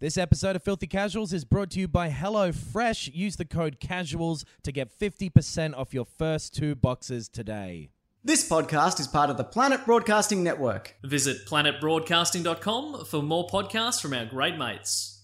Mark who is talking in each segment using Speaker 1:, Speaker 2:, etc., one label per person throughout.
Speaker 1: This episode of Filthy Casuals is brought to you by HelloFresh. Use the code CASUALS to get 50% off your first two boxes today.
Speaker 2: This podcast is part of the Planet Broadcasting Network.
Speaker 3: Visit planetbroadcasting.com for more podcasts from our great mates.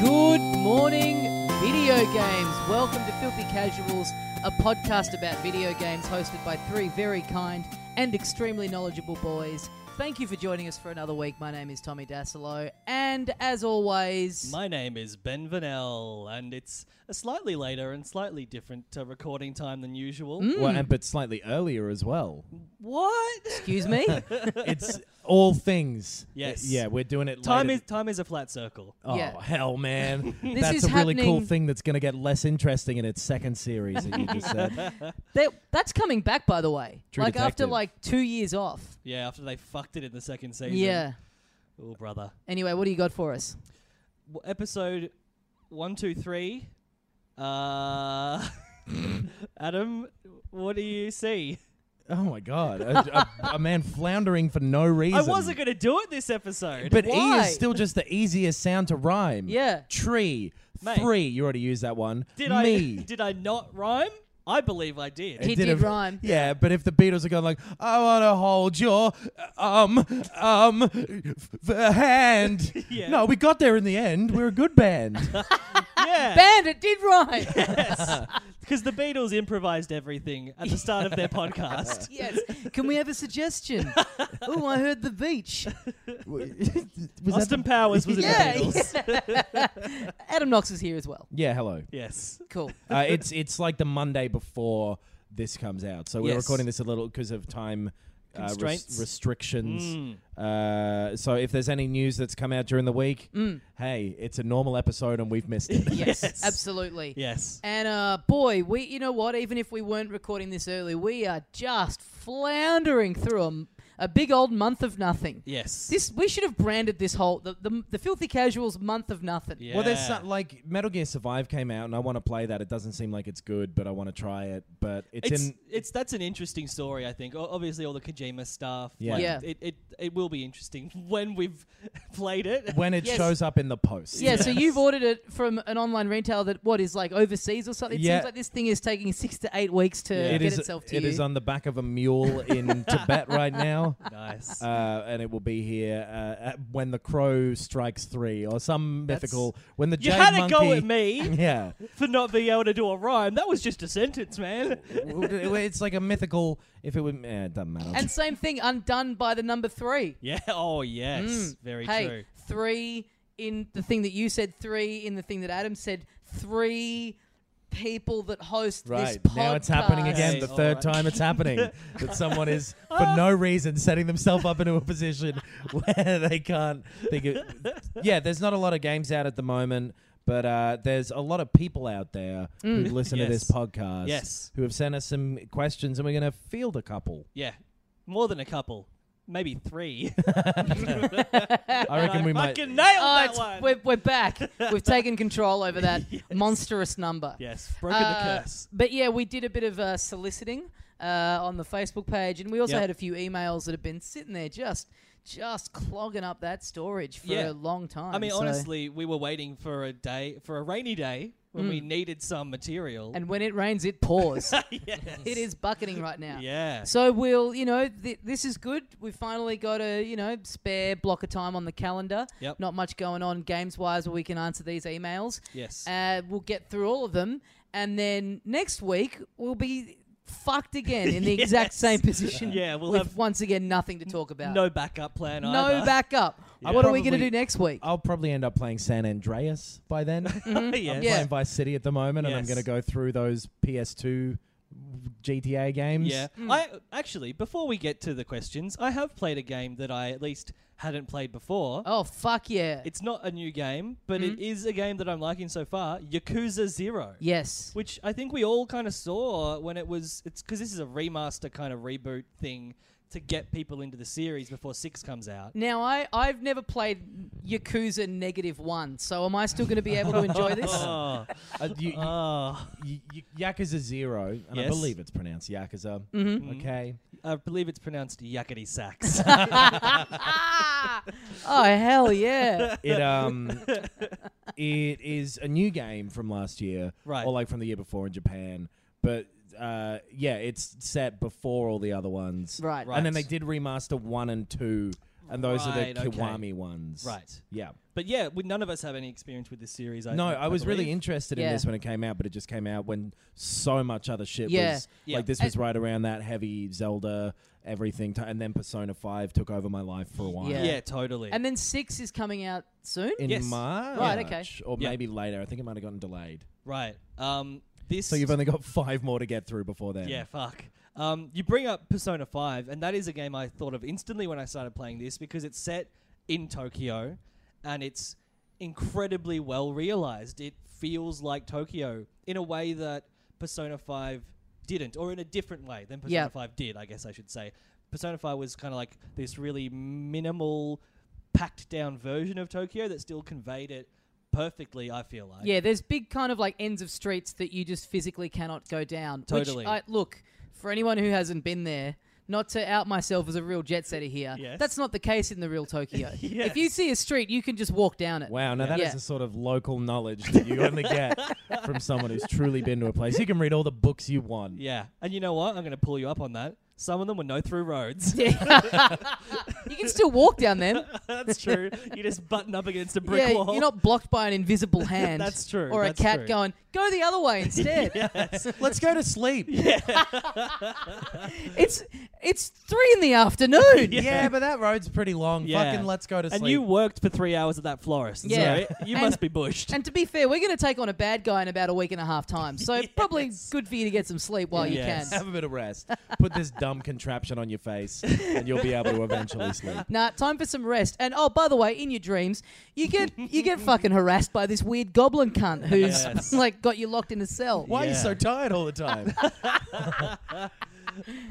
Speaker 4: Good morning, video games. Welcome to Filthy Casuals, a podcast about video games hosted by three very kind and extremely knowledgeable boys. Thank you for joining us for another week. My name is Tommy Dasilo, and as always,
Speaker 5: My name is Ben Vanel, and it's a slightly later and slightly different uh, recording time than usual.
Speaker 6: Mm.
Speaker 1: Well, and but slightly earlier as well.
Speaker 5: What?
Speaker 4: excuse me,
Speaker 6: It's all things.
Speaker 5: Yes.
Speaker 6: Yeah, we're doing it.
Speaker 5: Time
Speaker 6: later.
Speaker 5: is time is a flat circle.
Speaker 6: Oh
Speaker 4: Yeah.
Speaker 6: hell, man!
Speaker 4: is
Speaker 6: that's a really cool
Speaker 4: happening-
Speaker 6: thing that's going to get less interesting in its second series. that you just said.
Speaker 4: That- that's coming back, by the way.
Speaker 6: True
Speaker 4: like after
Speaker 6: Detective.
Speaker 4: like two years off.
Speaker 5: Yeah, after they fucked it in the second season.
Speaker 4: Yeah.
Speaker 5: Oh, brother.
Speaker 4: Anyway, what do you got for us?
Speaker 5: W- episode one, two, three. Uh, Adam, what do you see?
Speaker 6: oh my god, a, a, a man floundering for no reason.
Speaker 5: I wasn't gonna do it this episode.
Speaker 6: But E
Speaker 4: Why?
Speaker 6: is still just the easiest sound to rhyme.
Speaker 4: Yeah.
Speaker 6: Tree.
Speaker 5: Mate.
Speaker 6: Three. You already used that one.
Speaker 5: did
Speaker 6: Me.
Speaker 5: I did I not rhyme? I believe I did.
Speaker 4: He
Speaker 6: It
Speaker 4: did
Speaker 6: have-
Speaker 4: rhyme.
Speaker 6: Yeah, but if the Beatles had gone like, I want to hold your um um f- hand.
Speaker 5: Yeah.
Speaker 6: No, we got there in the end. We're a good band. Uh,
Speaker 5: yeah.
Speaker 4: Band, it did rhyme.
Speaker 5: Because the Beatles improvised everything at the start of their podcast.
Speaker 4: yes. Can we have a suggestion? oh, I heard the beach.
Speaker 6: Was that
Speaker 5: Austin
Speaker 6: the-
Speaker 5: Powers was in
Speaker 4: Yeah,
Speaker 5: the Beatles.
Speaker 4: Adam Knox is here as well.
Speaker 6: Yeah, hello.
Speaker 5: Yes.
Speaker 4: Cool.
Speaker 6: Uh, it's it's like the Monday before this comes out, so we're
Speaker 5: Yes.
Speaker 6: recording this a little because of time uh, res-
Speaker 5: Constraints. Mm.
Speaker 6: restrictions. Uh, so if there's any news that's come out during the week,
Speaker 5: Mm.
Speaker 6: hey, it's a normal episode and we've missed it.
Speaker 4: Yes,
Speaker 5: Yes.
Speaker 4: absolutely.
Speaker 5: Yes.
Speaker 4: And uh, boy, we you know what? Even if we weren't recording this early, we are just floundering through a, m- a big old month of nothing.
Speaker 5: Yes.
Speaker 4: This we should have branded this whole the the, the filthy casuals month of nothing.
Speaker 5: yeah.
Speaker 6: Well, there's some, like Metal Gear Survive came out, and I want to play that. It doesn't seem like it's good, but I want to try it. But it's,
Speaker 5: it's,
Speaker 6: in
Speaker 5: it's that's an interesting story, I think. O- Obviously, all the Kojima stuff.
Speaker 6: Yeah.
Speaker 5: like,
Speaker 4: Yeah.
Speaker 5: It, it it will be interesting when we've played it.
Speaker 6: when it
Speaker 4: Yes.
Speaker 6: shows up in the post.
Speaker 4: Yeah, so you've ordered it from an online retailer that what is like overseas or something. It
Speaker 6: Yeah.
Speaker 4: seems like this thing is taking six to eight weeks to
Speaker 6: It
Speaker 4: get
Speaker 6: is-
Speaker 4: itself to
Speaker 6: it
Speaker 4: you.
Speaker 6: is on the back of a mule in Tibet right now.
Speaker 5: nice.
Speaker 6: uh, and it will be here uh, at when the crow strikes three, or some mythical when the
Speaker 5: you
Speaker 6: jade
Speaker 5: had a
Speaker 6: monkey.
Speaker 5: go at me
Speaker 6: Yeah,
Speaker 5: for not being able to do a rhyme. That was just a sentence, man.
Speaker 6: it's like a mythical. If it would, eh, it doesn't matter.
Speaker 4: and same thing, undone by the number three.
Speaker 5: Yeah. Oh, yes. Very
Speaker 4: Mm. hey,
Speaker 5: true.
Speaker 4: three in the thing that you said, three in the thing that Adam said, three people that host this
Speaker 6: right
Speaker 4: podcast.
Speaker 6: now, it's happening again.
Speaker 5: Okay,
Speaker 6: The
Speaker 5: all
Speaker 6: third
Speaker 5: right.
Speaker 6: time it's happening that someone is
Speaker 4: Oh.
Speaker 6: for no reason setting themselves up into a position where they can't think. Of, yeah, there's not a lot of games out at the moment. But uh, there's a lot of people out there
Speaker 4: Mm.
Speaker 6: who listen to this
Speaker 5: Yes.
Speaker 6: podcast
Speaker 5: Yes.
Speaker 6: who have sent us some questions, and we're going to field a couple.
Speaker 5: Yeah. More than a couple. Maybe three.
Speaker 6: I reckon we might.
Speaker 5: Fucking nailed
Speaker 4: Oh,
Speaker 5: that
Speaker 4: it's-
Speaker 5: one.
Speaker 4: we're, we're back. We've taken control over that monstrous number.
Speaker 5: Yes. Broken
Speaker 4: Uh,
Speaker 5: the curse.
Speaker 4: But yeah, we did a bit of uh, soliciting uh, on the Facebook page, and we also
Speaker 5: Yep.
Speaker 4: had a few emails that have been sitting there just just clogging up that storage for
Speaker 5: Yeah.
Speaker 4: a long time.
Speaker 5: I mean,
Speaker 4: so-
Speaker 5: honestly, we were waiting for a day, for a rainy day when we needed some material.
Speaker 4: Mm. And when it rains, it pours. It is bucketing right now.
Speaker 5: yeah.
Speaker 4: So we'll, you know, th- this is good. We finally got a, you know, spare block of time on the calendar.
Speaker 5: Yep.
Speaker 4: Not much going on games wise where we can answer these emails.
Speaker 5: Yes.
Speaker 4: Uh, we'll get through all of them, and then next week we'll be fucked again in the exact
Speaker 5: Yes.
Speaker 4: same position.
Speaker 5: Yeah, we'll
Speaker 4: with
Speaker 5: have
Speaker 4: once again nothing to talk about.
Speaker 5: no backup plan
Speaker 4: No
Speaker 5: either.
Speaker 4: backup.
Speaker 5: Yeah. Oh.
Speaker 4: What are we going to
Speaker 6: Probably-
Speaker 4: do next week?
Speaker 6: I'll probably end up playing San Andreas by then.
Speaker 5: yeah.
Speaker 4: Mm-hmm. Yeah. Mm.
Speaker 6: Playing Vice City at the moment, and I'm
Speaker 5: Yes.
Speaker 6: going to go through those PS2 GTA games.
Speaker 5: Yeah.
Speaker 4: Mm.
Speaker 5: I actually, before we get to the questions, I have played a game that I at least hadn't played before.
Speaker 4: Oh fuck yeah!
Speaker 5: It's not a new game, but it is a game that I'm liking so far, Yakuza 0.
Speaker 4: yes.
Speaker 5: Which I think we all kind of saw when it was it's cuz this is a remaster kind of reboot thing to get people into the series before 6 comes out.
Speaker 4: Now I I've never played Yakuza Negative One, so am I still going to be able to enjoy this?
Speaker 5: Oh,
Speaker 6: Uh, you, you-
Speaker 5: oh.
Speaker 6: Y- y- Yakuza Zero, and I
Speaker 5: Yes. Mm-hmm.
Speaker 6: believe it's pronounced Yakuza. Okay.
Speaker 5: I believe it's pronounced yakety sax. Ah!
Speaker 4: oh hell yeah!
Speaker 6: It um, it is a new game from last year,
Speaker 5: Right.
Speaker 6: Or like from the year before in Japan, but uh, yeah, it's set before all the other ones,
Speaker 4: Right.
Speaker 6: And then they
Speaker 5: Right.
Speaker 6: did remaster one and two, and those
Speaker 5: Right,
Speaker 6: are
Speaker 5: okay.
Speaker 6: the Kiwami ones,
Speaker 5: Right.
Speaker 6: Yeah.
Speaker 5: but yeah, we, none of us have any experience with this series. I
Speaker 6: No,
Speaker 5: think,
Speaker 6: I was really
Speaker 5: believe.
Speaker 6: interested
Speaker 4: Yeah.
Speaker 6: in this when it came out, but it just came out when so much other shit
Speaker 4: Yeah.
Speaker 6: was
Speaker 5: Yeah.
Speaker 6: like this was right around that heavy Zelda everything, t- and then Persona Five took over my life for a while.
Speaker 4: Yeah.
Speaker 5: Yeah, totally.
Speaker 4: And then six is coming out soon.
Speaker 6: in
Speaker 5: Yes.
Speaker 6: March,
Speaker 4: Right, okay.
Speaker 6: or
Speaker 5: Yeah.
Speaker 6: maybe later. I think it might have gotten delayed.
Speaker 5: right. Um this
Speaker 6: So you've only got five more to get through before then.
Speaker 5: Yeah, fuck. Um, you bring up Persona 5, and that is a game I thought of instantly when I started playing this because it's set in Tokyo and it's incredibly well realized. It feels like Tokyo in a way that Persona 5 didn't, or in a different way than Persona
Speaker 4: Yeah.
Speaker 5: 5 did, I guess I should say. Persona 5 was kind of like this really minimal, packed down version of Tokyo that still conveyed it perfectly, I feel like.
Speaker 4: Yeah, there's big kind of like ends of streets that you just physically cannot go down. which
Speaker 5: Totally.
Speaker 4: I, look, for anyone who hasn't been there, not to out myself as a real jet setter here,
Speaker 5: Yes.
Speaker 4: that's not the case in the real Tokyo.
Speaker 5: Yes.
Speaker 4: If you see a street, you can just walk down it.
Speaker 6: Wow, now that is
Speaker 4: Yeah.
Speaker 6: a sort of local knowledge that you only get from someone who's truly been to a place. You can read all the books you want.
Speaker 5: Yeah. And you know what? I'm going to pull you up on that. Some of them were no through roads.
Speaker 4: You can still walk down them.
Speaker 5: That's true. You just button up against a brick
Speaker 4: yeah,
Speaker 5: wall.
Speaker 4: you're not blocked by an invisible hand.
Speaker 5: That's true,
Speaker 4: Or
Speaker 5: that's
Speaker 4: a cat
Speaker 5: true.
Speaker 4: going, go the other way instead.
Speaker 6: Let's go to sleep.
Speaker 4: It's it's three in the afternoon.
Speaker 6: Yeah, but that road's pretty long.
Speaker 5: Yeah.
Speaker 6: Fucking let's go to sleep.
Speaker 5: and you worked for three hours at that florist.
Speaker 4: Yeah.
Speaker 5: Yeah. So you
Speaker 4: And-
Speaker 5: must be bushed.
Speaker 4: And to be fair, we're going to take on a bad guy in about a week and a half time. So probably good for you to get some sleep while
Speaker 5: Yes.
Speaker 4: you
Speaker 6: have
Speaker 4: can.
Speaker 6: a bit of rest. Put this dumb contraption on your face, and you'll be able to eventually sleep.
Speaker 4: Nah, time for some rest. And oh, by the way, in your dreams, you get you get fucking harassed by this weird goblin cunt who's
Speaker 5: Yes.
Speaker 4: like got you locked in a cell.
Speaker 6: Why are you
Speaker 5: Yeah.
Speaker 6: so tired all the time?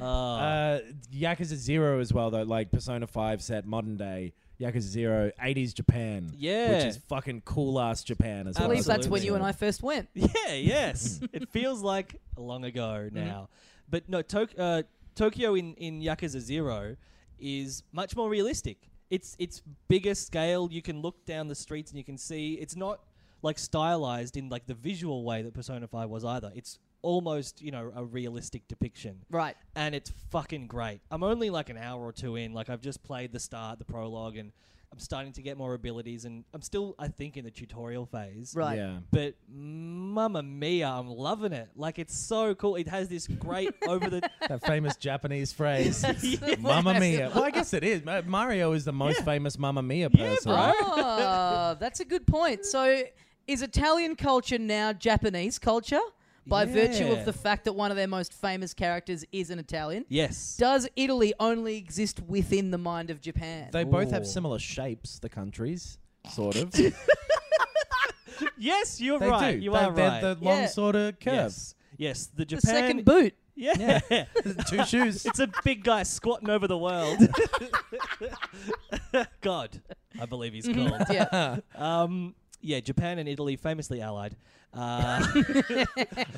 Speaker 6: uh, Yakuza Zero as well, though. Like Persona 5 set modern day. Yakuza Zero, 80s Japan. Which
Speaker 5: Yeah.
Speaker 6: is fucking cool ass Japan as
Speaker 4: I
Speaker 6: well.
Speaker 4: believe that's when
Speaker 5: Absolutely.
Speaker 4: you and I first went.
Speaker 5: yeah, yes. it feels like long ago now. But no, Tok- uh, Tokyo in, in Yakuza Zero is much more realistic. It's it's bigger scale. You can look down the streets and you can see it's not like stylized in like the visual way that Persona 5 was either. It's almost, you know, a realistic depiction.
Speaker 4: Right.
Speaker 5: and it's fucking great. I'm only like an hour or two in. Like I've just played the start, the prologue, and I'm starting to get more abilities, and I'm still, I think, in the tutorial phase.
Speaker 4: Right.
Speaker 6: Yeah.
Speaker 5: But mamma mia, I'm loving it. Like it's so cool. It has this great over the
Speaker 6: That famous Japanese phrase. Mamma Mia. Well, I guess it is. Ma- Mario is the most famous Mamma Mia person.
Speaker 4: Oh, that's a good point. So is Italian culture now Japanese culture by virtue
Speaker 5: Yeah.
Speaker 4: of the fact that one of their most famous characters is an Italian?
Speaker 5: yes.
Speaker 4: Does Italy only exist within the mind of Japan?
Speaker 6: They both have
Speaker 5: Ooh.
Speaker 6: similar shapes, the countries, sort of.
Speaker 5: Yes, you're
Speaker 6: They
Speaker 5: right.
Speaker 6: do.
Speaker 5: You
Speaker 6: they,
Speaker 5: are
Speaker 6: they're
Speaker 5: right.
Speaker 6: the long
Speaker 4: Yeah.
Speaker 6: sort of curves.
Speaker 5: yes. Yes, the
Speaker 4: the
Speaker 5: Japan.
Speaker 4: second boot.
Speaker 5: yeah.
Speaker 6: Two shoes.
Speaker 5: it's a big guy squatting over the world.
Speaker 4: Mm-hmm.
Speaker 5: God, I believe he's called.
Speaker 4: Yeah.
Speaker 5: Um, yeah, Japan and Italy famously allied. Uh,
Speaker 6: I think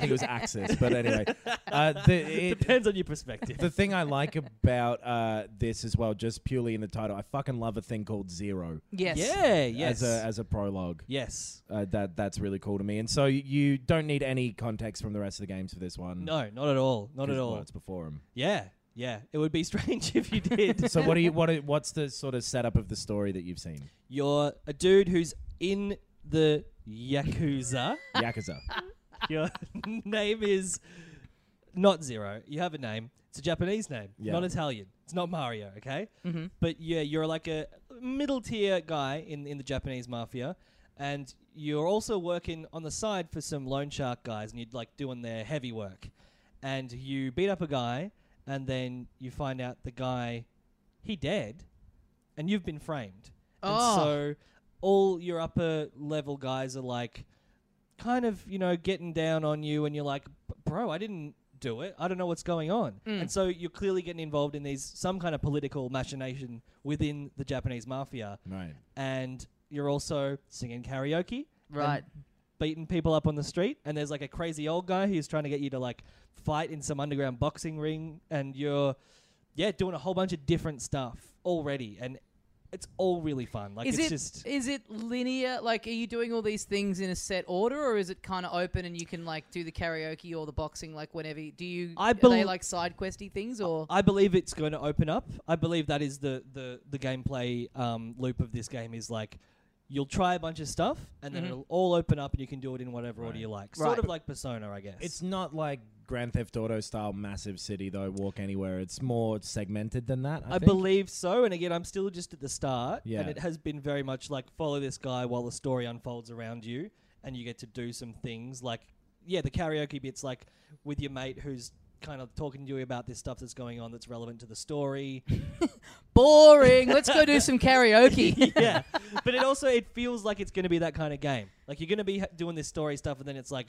Speaker 6: it was Axis, but anyway, uh, the, it,
Speaker 5: depends on your perspective.
Speaker 6: the thing I like about uh, this as well, just purely in the title, I fucking love a thing called Zero
Speaker 4: Yes.
Speaker 5: Yeah,
Speaker 6: as
Speaker 5: yes,
Speaker 6: a as a prologue.
Speaker 5: yes.
Speaker 6: Uh, that that's really cool to me, and so you don't need any context from the rest of the games for this one.
Speaker 5: No, not at all. Not
Speaker 6: 'cause,
Speaker 5: at
Speaker 6: well,
Speaker 5: all.
Speaker 6: it's before 'em.
Speaker 5: Yeah, yeah. It would be strange if you did.
Speaker 6: So what do you what are, what's the sort of setup of the story that you've seen?
Speaker 5: You're a dude who's in the yakuza.
Speaker 6: Yakuza.
Speaker 5: Your name is not Zero. You have a name. It's a Japanese name,
Speaker 6: Yeah.
Speaker 5: not Italian. It's not Mario, okay? Mm-hmm. But yeah, you're like a middle tier guy in, in the Japanese mafia, and you're also working on the side for some loan shark guys, and you're like doing their heavy work. And you beat up a guy, and then you find out the guy, he dead, and you've been framed.
Speaker 4: Oh.
Speaker 5: And so all your upper level guys are like, kind of you know getting down on you and you're like "B- bro i didn't do it i don't know what's going on and so you're clearly getting involved in these some kind of political machination within the japanese mafia
Speaker 6: right.
Speaker 5: and you're also singing karaoke and
Speaker 4: Right.
Speaker 5: beating people up on the street and there's like a crazy old guy who's trying to get you to like fight in some underground boxing ring and you're yeah doing a whole bunch of different stuff already and it's all really fun like
Speaker 4: is
Speaker 5: it's
Speaker 4: it
Speaker 5: just
Speaker 4: is it linear? Like, are you doing all these things in a set order, or is it kind of open and you can like do the karaoke or the boxing like whenever? You, do you?
Speaker 5: I
Speaker 4: are
Speaker 5: bel-
Speaker 4: they like side questy things or?
Speaker 5: I believe it's going to open up. I believe that is the the the gameplay um, loop of this game is like you'll try a bunch of stuff and then it'll all open up and you can do it in whatever order you like. Sort
Speaker 4: Mm-hmm. Right.
Speaker 5: of like Persona, I guess.
Speaker 6: It's not like Grand Theft Auto style massive city though. Walk anywhere. It's more segmented than that. I,
Speaker 5: I
Speaker 6: think.
Speaker 5: believe so, and again, I'm still just at the start,
Speaker 6: Yeah.
Speaker 5: and it has been very much like follow this guy while the story unfolds around you, and you get to do some things like, yeah, the karaoke bits, like with your mate who's kind of talking to you about this stuff that's going on that's relevant to the story.
Speaker 4: Boring. Let's go do some karaoke.
Speaker 5: yeah, but it also it feels like it's going to be that kind of game. Like you're going to be ha- doing this story stuff, and then it's like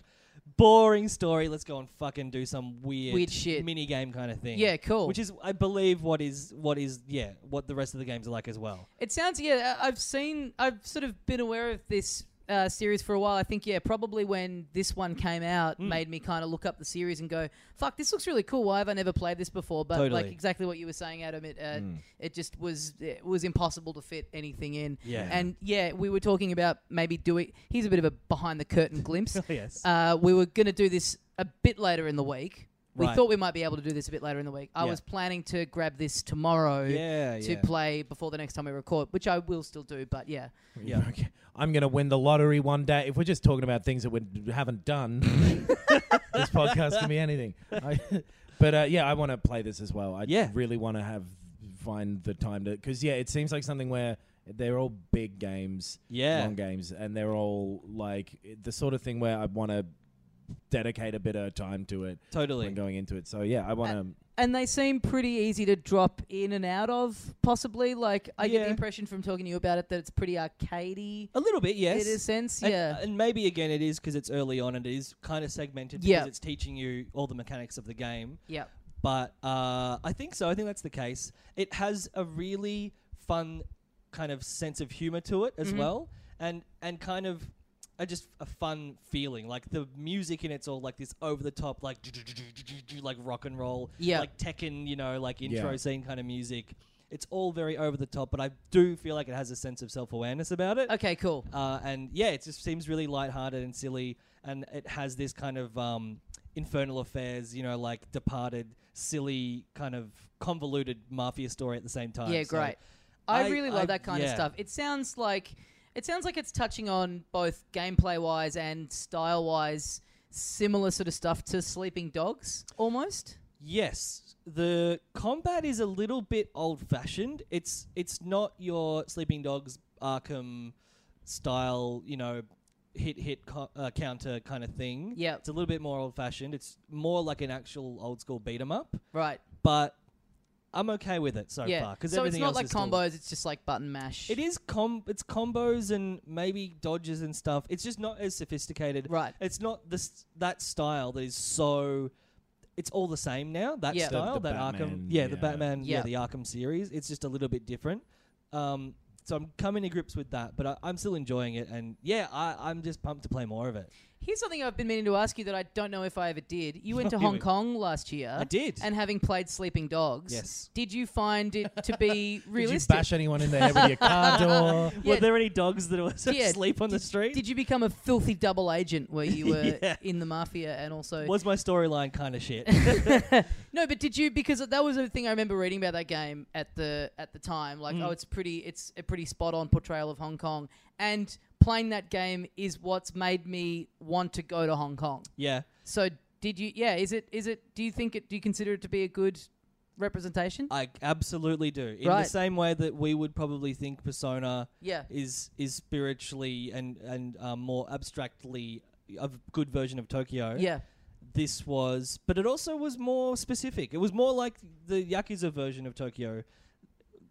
Speaker 5: boring story. Let's go and fucking do some weird,
Speaker 4: Weird shit.
Speaker 5: mini game kind of thing.
Speaker 4: Yeah, cool.
Speaker 5: Which is, I believe, what is what is yeah, what the rest of the games are like as well.
Speaker 4: It sounds yeah. I- I've seen. I've sort of been aware of this uh, series for a while. I think yeah, probably when this one came out,
Speaker 5: Hmm.
Speaker 4: made me kind of look up the series and go, "Fuck, this looks really cool. Why have I never played this before?" But like
Speaker 5: Totally. Hmm.
Speaker 4: exactly what you were saying, Adam. It uh, it just was it was impossible to fit anything in.
Speaker 5: Yeah.
Speaker 4: And yeah, we were talking about maybe doing. Here's a bit of a behind the curtain glimpse.
Speaker 5: Oh, yes.
Speaker 4: Uh, we were going to do this a bit later in the week. We
Speaker 5: Right.
Speaker 4: thought we might be able to do this a bit later in the week. I
Speaker 5: Yeah.
Speaker 4: was planning to grab this tomorrow
Speaker 5: Yeah,
Speaker 4: to
Speaker 5: yeah.
Speaker 4: play before the next time we record, which I will still do. But yeah,
Speaker 5: yeah.
Speaker 6: Okay. I'm gonna win the lottery one day. If we're just talking about things that we haven't done, this podcast can be anything. I, but uh, yeah, I want to play this as well. I
Speaker 5: Yeah.
Speaker 6: really want to have find the time to because yeah, it seems like something where they're all big games,
Speaker 5: Yeah.
Speaker 6: long games, and they're all like the sort of thing where I want to dedicate a bit of time to it
Speaker 5: Totally.
Speaker 6: when going into it. So yeah, I want to.
Speaker 4: and they seem pretty easy to drop in and out of. Possibly, like I get the
Speaker 5: Yeah.
Speaker 4: impression from talking to you about it that it's pretty arcadey
Speaker 5: A little bit, yes.
Speaker 4: in a sense.
Speaker 5: And, uh,
Speaker 4: yeah,
Speaker 5: and maybe again it is because it's early on and it is kind of segmented because
Speaker 4: Yeah.
Speaker 5: it's teaching you all the mechanics of the game.
Speaker 4: yeah.
Speaker 5: but uh, I think so. I think that's the case. It has a really fun kind of sense of humor to it as well, and and kind of a, just a fun feeling. Like the music in it's all like this over the top, like like rock and roll,
Speaker 4: Yeah.
Speaker 5: like Tekken, you know, like intro
Speaker 6: Yeah.
Speaker 5: scene kind of music. It's all very over the top, but I do feel like it has a sense of self awareness about it.
Speaker 4: Okay, cool.
Speaker 5: Uh, and yeah, it just seems really lighthearted and silly, and it has this kind of um, infernal affairs, you know, like departed, silly kind of convoluted mafia story at the same time.
Speaker 4: Yeah,
Speaker 5: So
Speaker 4: great. I,
Speaker 5: I-
Speaker 4: really love
Speaker 5: I-
Speaker 4: that kind of
Speaker 5: yeah.
Speaker 4: stuff. It sounds like it sounds like it's touching on both gameplay wise and style wise similar sort of stuff to Sleeping Dogs almost.
Speaker 5: Yes, the combat is a little bit old-fashioned. It's it's not your Sleeping Dogs Arkham style, you know, hit hit co- uh, counter kind of thing.
Speaker 4: Yep.
Speaker 5: it's a little bit more old-fashioned. It's more like an actual old school beat 'em up.
Speaker 4: Right.
Speaker 5: but I'm okay with it so
Speaker 4: yeah.
Speaker 5: far. Because
Speaker 4: so it's
Speaker 5: everything
Speaker 4: not
Speaker 5: else
Speaker 4: like
Speaker 5: is still-
Speaker 4: combos, it's just like button mash.
Speaker 5: It is com. It's combos and maybe dodges and stuff. It's just not as sophisticated.
Speaker 4: Right.
Speaker 5: It's not this that style that is so. It's all the same now. That
Speaker 4: Yeah. The-
Speaker 5: style,
Speaker 6: the
Speaker 5: that
Speaker 6: Batman,
Speaker 5: Arkham. Yeah, the
Speaker 6: yeah.
Speaker 5: Batman. Yeah.
Speaker 4: Yeah.
Speaker 5: the Arkham series. It's just a little bit different. Um, So I'm coming to grips with that, but I, I'm still enjoying it. And yeah, I, I'm just pumped to play more of it.
Speaker 4: Here's something I've been meaning to ask you that I don't know if I ever did. You went to Hong Kong last year.
Speaker 5: eh? I did.
Speaker 4: And having played Sleeping Dogs,
Speaker 5: Yes.
Speaker 4: did you find it to be
Speaker 6: Did you
Speaker 4: realistic?
Speaker 6: bash anyone in the head with your car door?
Speaker 4: Yeah.
Speaker 5: Were there any dogs that were
Speaker 4: Yeah,
Speaker 5: asleep on the street?
Speaker 4: Did you become a filthy double agent where you were
Speaker 5: Yeah.
Speaker 4: in the mafia and also
Speaker 5: was my storyline kind of shit?
Speaker 4: No, but did you because that was the thing I remember reading about that game at the at the time. Like,
Speaker 5: Mm.
Speaker 4: oh, it's pretty, it's a pretty spot on portrayal of Hong Kong, and playing that game is what's made me want to go to Hong Kong.
Speaker 5: yeah.
Speaker 4: So, did you? Yeah, is it? Is it? Do you think it? Do you consider it to be a good representation?
Speaker 5: I absolutely do. In
Speaker 4: Right.
Speaker 5: the same way that we would probably think Persona
Speaker 4: Yeah.
Speaker 5: is is spiritually and and um, more abstractly a v- good version of Tokyo.
Speaker 4: yeah,
Speaker 5: This was, but it also was more specific. It was more like the Yakuza version of Tokyo.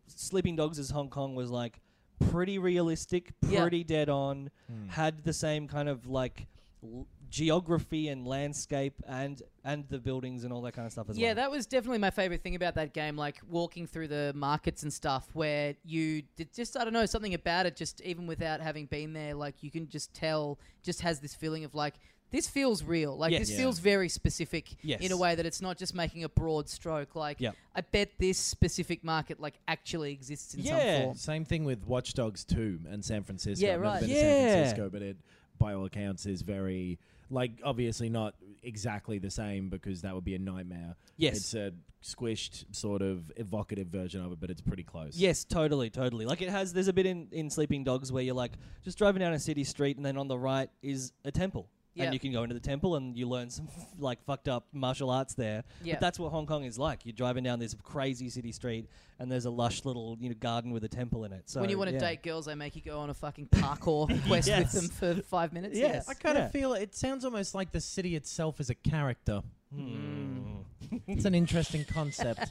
Speaker 5: Sleeping Dogs as Hong Kong was like pretty realistic,
Speaker 4: Yeah.
Speaker 5: pretty dead on. Had the same kind of like l- geography and landscape and and the buildings and all that kind of stuff as
Speaker 4: yeah.
Speaker 5: well.
Speaker 4: That was definitely my favorite thing about that game. Like walking through the markets and stuff, where you did just I don't know something about it. Just even without having been there, like you can just tell. Just has this feeling of like. This feels real. Like
Speaker 5: Yes.
Speaker 4: this
Speaker 5: Yeah.
Speaker 4: feels very specific
Speaker 5: Yes.
Speaker 4: in a way that it's not just making a broad stroke. Like
Speaker 5: Yep.
Speaker 4: I bet this specific market like actually exists in
Speaker 5: Yeah.
Speaker 4: some form.
Speaker 6: Same thing with Watch Dogs 2 and San Francisco.
Speaker 4: Yeah,
Speaker 6: I've never
Speaker 4: right.
Speaker 6: been to
Speaker 5: Yeah.
Speaker 6: San Francisco, but it, by all accounts, is very, like, obviously not exactly the same because that would be a nightmare.
Speaker 5: Yes.
Speaker 6: It's a squished, sort of evocative version of it, but it's pretty close.
Speaker 5: Yes, totally, totally. Like it has. There's a bit in in Sleeping Dogs where you're like just driving down a city street, and then on the right is a temple,
Speaker 4: Yeah.
Speaker 5: and you can go into the temple and you learn some like fucked up martial arts there.
Speaker 4: Yeah.
Speaker 5: But that's what Hong Kong is like. You're driving down this crazy city street, and there's a lush little you know garden with a temple in it. So
Speaker 4: when you want to
Speaker 5: yeah.
Speaker 4: date girls, they make you go on a fucking parkour quest
Speaker 5: Yes.
Speaker 4: with them for five minutes.
Speaker 5: Yes.
Speaker 4: Yeah.
Speaker 6: I kind of
Speaker 5: Yeah.
Speaker 6: feel it sounds almost like the city itself is a character. it's an interesting concept.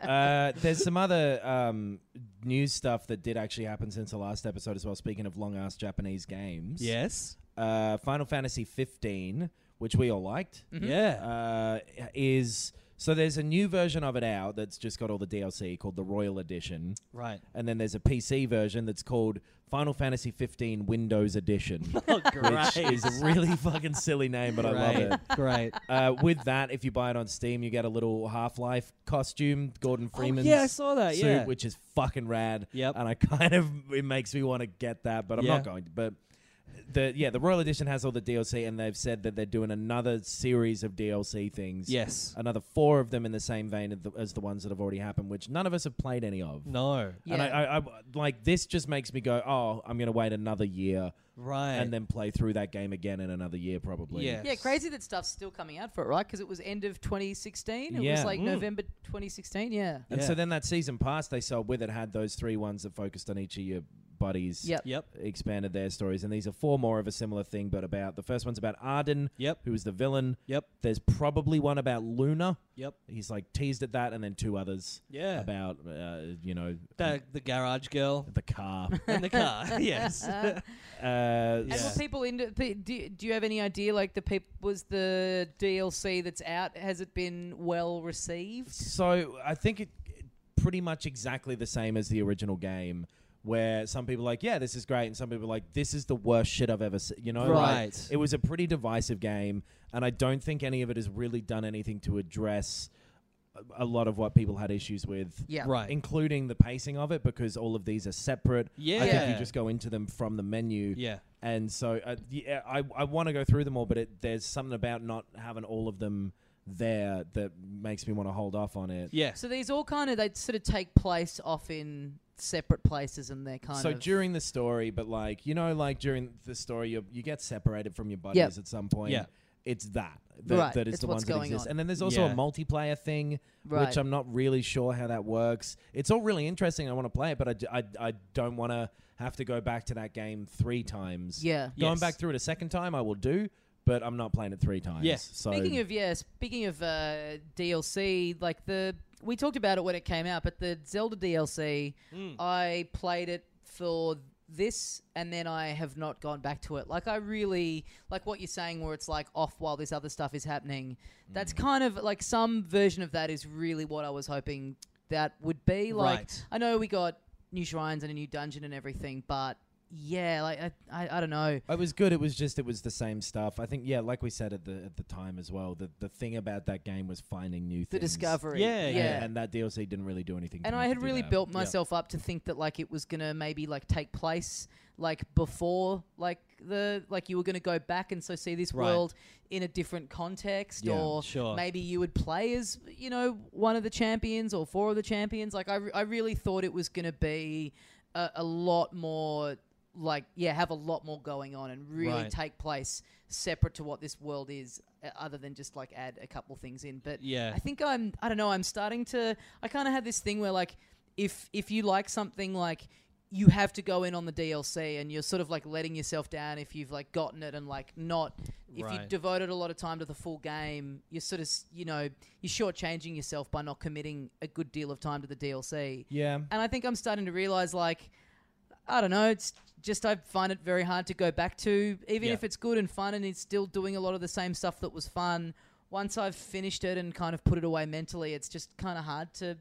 Speaker 6: Hmm. uh, there's some other um, news stuff that did actually happen since the last episode as well. Speaking of long ass Japanese games,
Speaker 5: yes,
Speaker 6: uh, Final Fantasy 15, which we all liked,
Speaker 5: yeah,
Speaker 6: uh, is so there's a new version of it out that's just got all the DLC called the Royal Edition.
Speaker 5: right.
Speaker 6: And then there's a PC version that's called Final Fantasy 15 Windows Edition
Speaker 5: Oh,
Speaker 6: which
Speaker 5: great,
Speaker 6: is a really fucking silly name, but I love it.
Speaker 5: great.
Speaker 6: Uh, with that, if you buy it on Steam, you get a little Half Life costume, Gordon Freeman's
Speaker 5: Oh, yeah, I saw that,
Speaker 6: suit,
Speaker 5: yeah.
Speaker 6: which is fucking rad.
Speaker 5: Yep.
Speaker 6: and I kind of it makes me want to get that, but I'm
Speaker 5: Yeah.
Speaker 6: not going to. But the yeah, the Royal Edition has all the DLC, and they've said that they're doing another series of DLC things.
Speaker 5: Yes.
Speaker 6: another four of them in the same vein of the, as the ones that have already happened, which none of us have played any of.
Speaker 5: No,
Speaker 6: And I,
Speaker 4: Yeah.
Speaker 6: I, I like this just makes me go, oh, I'm gonna wait another year
Speaker 5: right,
Speaker 6: and then play through that game again in another year, probably.
Speaker 5: yeah,
Speaker 4: Yeah, crazy that stuff's still coming out for it, right? Because it was end of 2016. It
Speaker 6: Yeah. Mm.
Speaker 4: was like November 2016. Yeah.
Speaker 6: And
Speaker 5: Yeah.
Speaker 6: so then that season pass they sold with it had those three ones that focused on each of your buddies.
Speaker 4: Yep.
Speaker 5: Yep.
Speaker 6: Expanded their stories, and these are four more of a similar thing, but about the first one's about Arden.
Speaker 5: Yep.
Speaker 6: Who is the villain?
Speaker 5: Yep.
Speaker 6: There's probably one about Luna.
Speaker 5: Yep.
Speaker 6: He's like teased at that, and then two others.
Speaker 5: Yeah.
Speaker 6: About uh, you know
Speaker 5: The, the garage girl
Speaker 6: the car.
Speaker 5: in the car. yes.
Speaker 6: uh,
Speaker 4: And were people into? pe- Do, do you have any idea? Like the peop, was the DLC that's out? Has it been well received?
Speaker 6: So I think it it pretty much exactly the same as the original game, where some people are like, yeah, this is great, and some people are like, this is the worst shit I've ever seen. You know, like,
Speaker 5: Right.
Speaker 6: it was a pretty divisive game, and I don't think any of it has really done anything to address a- a lot of what people had issues with.
Speaker 4: Yeah.
Speaker 5: Right.
Speaker 6: Including the pacing of it because all of these are separate. I think
Speaker 5: Yeah.
Speaker 6: you just go into them from the menu.
Speaker 5: Yeah.
Speaker 6: And so uh, yeah, I, I want to go through them all, but it, there's something about not having all of them there that makes me want to hold off on it.
Speaker 5: Yeah.
Speaker 4: So these all kind of they sort of take place off in separate places, and they're kind
Speaker 6: So
Speaker 4: of
Speaker 6: during the story, but like you know, like during the story, you you get separated from your buddies at some point.
Speaker 5: Yeah.
Speaker 6: It's that that,
Speaker 4: Right,
Speaker 6: that is
Speaker 4: it's
Speaker 6: the
Speaker 4: what's
Speaker 6: ones that
Speaker 4: going
Speaker 6: exist,
Speaker 4: on.
Speaker 6: and then there's also
Speaker 5: Yeah.
Speaker 6: a multiplayer thing,
Speaker 4: Right.
Speaker 6: which I'm not really sure how that works. It's all really interesting. I want to play it, but I d- I, I don't want to have to go back to that game three times.
Speaker 4: Yeah.
Speaker 6: going
Speaker 5: Yes.
Speaker 6: back through it a second time, I will do, but I'm not playing it three times.
Speaker 5: Yeah.
Speaker 6: So
Speaker 4: Speaking of yeah, speaking of uh, DLC, like the we talked about it when it came out, but the Zelda DLC,
Speaker 5: Hmm.
Speaker 4: I played it for this, and then I have not gone back to it. Like I really like what you're saying, where it's like off while this other stuff is happening. That's
Speaker 5: Hmm.
Speaker 4: kind of like some version of that is really what I was hoping that would be. Like
Speaker 5: Right.
Speaker 4: I know we got. new shrines and a new dungeon and everything. But yeah, like I, I, I don't know.
Speaker 6: It was good. It was just it was the same stuff. I think yeah, like we said at the at the time as well. The the thing about that game was finding new
Speaker 4: The
Speaker 6: things.
Speaker 4: discovery.
Speaker 5: Yeah,
Speaker 6: And-
Speaker 4: yeah.
Speaker 6: and that DLC didn't really do anything. to
Speaker 4: and
Speaker 6: me
Speaker 4: I
Speaker 6: to
Speaker 4: had
Speaker 6: do
Speaker 4: really
Speaker 6: that.
Speaker 4: built
Speaker 6: Yeah.
Speaker 4: myself up to think that like it was gonna maybe like take place like before like the like you were gonna go back and so see this
Speaker 5: Right.
Speaker 4: world in a different context
Speaker 6: Yeah,
Speaker 4: or
Speaker 5: sure.
Speaker 4: maybe you would play as you know one of the champions or four of the champions like I, re- I really thought it was gonna be a, a lot more like yeah have a lot more going on and really
Speaker 5: Right.
Speaker 4: take place separate to what this world is uh, other than just like add a couple things in but
Speaker 5: Yeah.
Speaker 4: I think I'm I don't know, I'm starting to I kind of had this thing where like if if you like something like you have to go in on the DLC and you're sort of like letting yourself down if you've like gotten it and like not if
Speaker 5: Right.
Speaker 4: you've devoted a lot of time to the full game, you're sort of s- you know, you're shortchanging yourself by not committing a good deal of time to the DLC.
Speaker 6: Yeah.
Speaker 4: And I think I'm starting to realize, like, I don't know, it's just I find it very hard to go back to, even
Speaker 5: Yeah.
Speaker 4: if it's good and fun and it's still doing a lot of the same stuff that was fun. Once I've finished it and kind of put it away mentally, it's just kind of hard to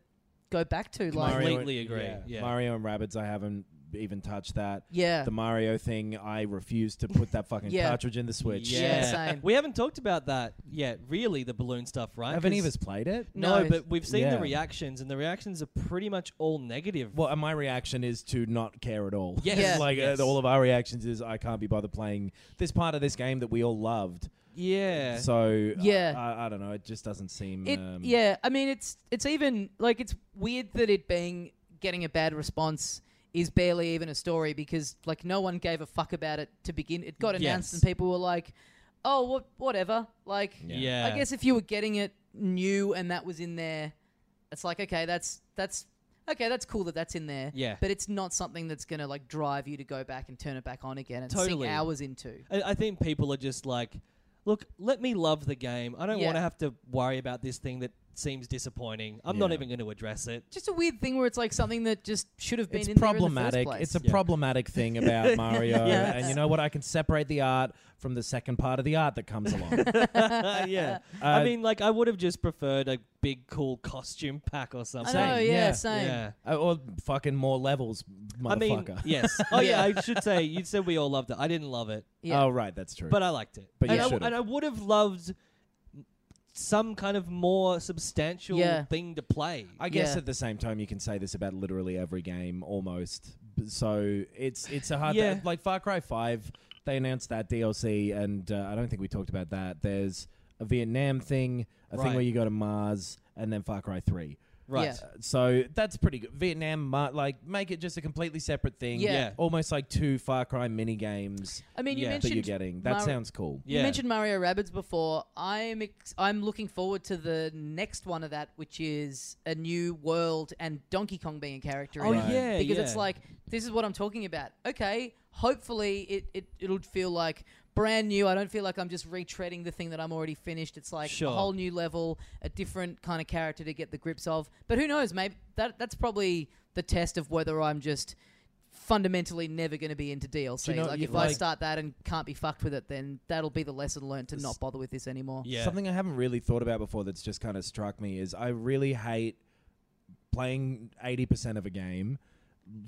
Speaker 4: go back to. Like,
Speaker 5: Mario- Completely agree, yeah.
Speaker 6: Mario and Rabbids, I haven't even touched that.
Speaker 4: Yeah.
Speaker 6: The Mario thing, I refuse to put that fucking
Speaker 4: Yeah.
Speaker 6: cartridge in the Switch.
Speaker 4: Yeah, same.
Speaker 5: We haven't talked about that yet, really, the balloon stuff, right?
Speaker 6: Have any of us
Speaker 5: 'Cause-
Speaker 6: played it?
Speaker 5: No,
Speaker 4: No.
Speaker 5: but we've seen the
Speaker 6: Yeah.
Speaker 5: reactions, and the reactions are pretty much all negative.
Speaker 6: Well, and my reaction is to not care at all.
Speaker 5: Yes.
Speaker 4: Yeah.
Speaker 6: like
Speaker 5: Yes.
Speaker 6: uh, all of our reactions is I can't be bothered playing this part of this game that we all loved.
Speaker 5: Yeah.
Speaker 6: So
Speaker 4: Yeah.
Speaker 6: I, I, I don't know. It just doesn't seem.
Speaker 4: It,
Speaker 6: um,
Speaker 4: yeah, I mean, it's it's even like it's weird that it being getting a bad response is barely even a story because like no one gave a fuck about it to begin. It got announced
Speaker 5: Yes.
Speaker 4: and people were like, "Oh, what, whatever." Like,
Speaker 5: Yeah.
Speaker 4: I guess if you were getting it new and that was in there, it's like okay, that's that's okay, that's cool that that's in there.
Speaker 5: Yeah.
Speaker 4: but it's not something that's gonna like drive you to go back and turn it back on again and
Speaker 5: Totally.
Speaker 4: sink hours into.
Speaker 5: I, I think people are just like, look, let me love the game. I don't
Speaker 4: Yeah.
Speaker 5: want to have to worry about this thing that seems disappointing. I'm not even going to address it.
Speaker 4: Just a weird thing where it's like something that just should have been
Speaker 6: It's
Speaker 4: in There in
Speaker 6: problematic.
Speaker 4: the first place.
Speaker 6: It's a problematic thing about Mario,
Speaker 5: Yes.
Speaker 6: and you know what? I can separate the art from the second part of the art that comes along.
Speaker 5: yeah.
Speaker 6: Uh,
Speaker 5: I mean, like, I would have just preferred a big, cool costume pack or
Speaker 4: I
Speaker 5: something.
Speaker 4: know,
Speaker 6: Same,
Speaker 4: yeah,
Speaker 6: yeah.
Speaker 4: same.
Speaker 5: Yeah.
Speaker 6: Uh, or fucking more levels, motherfucker.
Speaker 5: I mean, yes. Oh, yeah.
Speaker 4: Yeah.
Speaker 5: I should say, you said we all loved it. I didn't love it,
Speaker 4: Yeah.
Speaker 6: Oh right, that's true.
Speaker 5: but I liked it.
Speaker 6: But
Speaker 5: and,
Speaker 6: you
Speaker 5: I,
Speaker 6: should've.
Speaker 5: and I would have loved some kind of more substantial
Speaker 4: Yeah.
Speaker 5: thing to play.
Speaker 6: I guess
Speaker 4: Yeah.
Speaker 6: at the same time you can say this about literally every game almost. B- So it's it's a hard
Speaker 5: Yeah.
Speaker 6: like Far Cry 5 they announced that DLC and uh, I don't think we talked about that. There's a Vietnam thing, a thing
Speaker 5: Right.
Speaker 6: where you go to Mars and then Far Cry 3.
Speaker 5: right.
Speaker 4: Yeah.
Speaker 6: So that's pretty good. Vietnam Mar- like make it just a completely separate thing.
Speaker 4: Yeah.
Speaker 5: Yeah.
Speaker 6: Almost like two Far Cry mini games
Speaker 4: I mean, you
Speaker 5: Yeah.
Speaker 6: that
Speaker 4: mentioned
Speaker 6: you're getting. That
Speaker 4: Mari-
Speaker 6: sounds cool.
Speaker 4: You mentioned Mario Rabbids before. I'm ex- I'm looking forward to the next one of that, which is a new world and Donkey Kong being a character.
Speaker 5: Oh,
Speaker 4: in it.
Speaker 5: yeah,
Speaker 4: because it's
Speaker 5: yeah.
Speaker 4: like this is what I'm talking about. Okay, hopefully it it it'll feel like brand new. I don't feel like I'm just retreading the thing that I'm already finished. It's like
Speaker 5: Sure.
Speaker 4: a whole new level, a different kind of character to get the grips of. But who knows? Maybe that that's probably the test of whether I'm just fundamentally never going to be into
Speaker 6: Do
Speaker 4: DLC.
Speaker 6: you know-
Speaker 4: like
Speaker 6: you-
Speaker 4: if I
Speaker 6: like-
Speaker 4: start that and can't be fucked with it, then that'll be the lesson learned to not bother with this anymore.
Speaker 5: Yeah.
Speaker 6: Something I haven't really thought about before that's just kind of struck me is I really hate playing 80% of a game,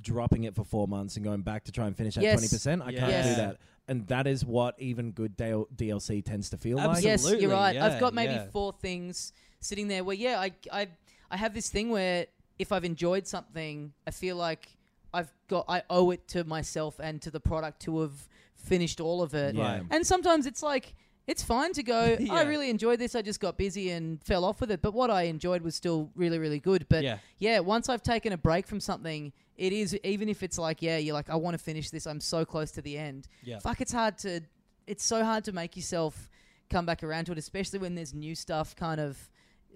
Speaker 6: dropping it for four months, and going back to try and finish that
Speaker 4: Yes.
Speaker 6: 20%. I can't
Speaker 4: Yes.
Speaker 6: do that. And that is what even good DL- DLC tends to feel like.
Speaker 5: Absolutely.
Speaker 4: Yes, you're right. I've
Speaker 5: yeah,
Speaker 4: got maybe
Speaker 5: yeah.
Speaker 4: four things sitting there where yeah, I, I I have this thing where if I've enjoyed something, I feel like I've got I owe it to myself and to the product to have finished all of it.
Speaker 6: Yeah. Right.
Speaker 4: And sometimes it's like it's fine to go,
Speaker 5: Yeah.
Speaker 4: I really enjoyed this, I just got busy and fell off with it, but what I enjoyed was still really really good, but
Speaker 5: Yeah.
Speaker 4: yeah, once I've taken a break from something, it is even if it's like, yeah, you're like, I want to finish this. I'm so close to the end.
Speaker 5: Yeah.
Speaker 4: Fuck, it's hard to. It's so hard to make yourself come back around to it, especially when there's new stuff kind of,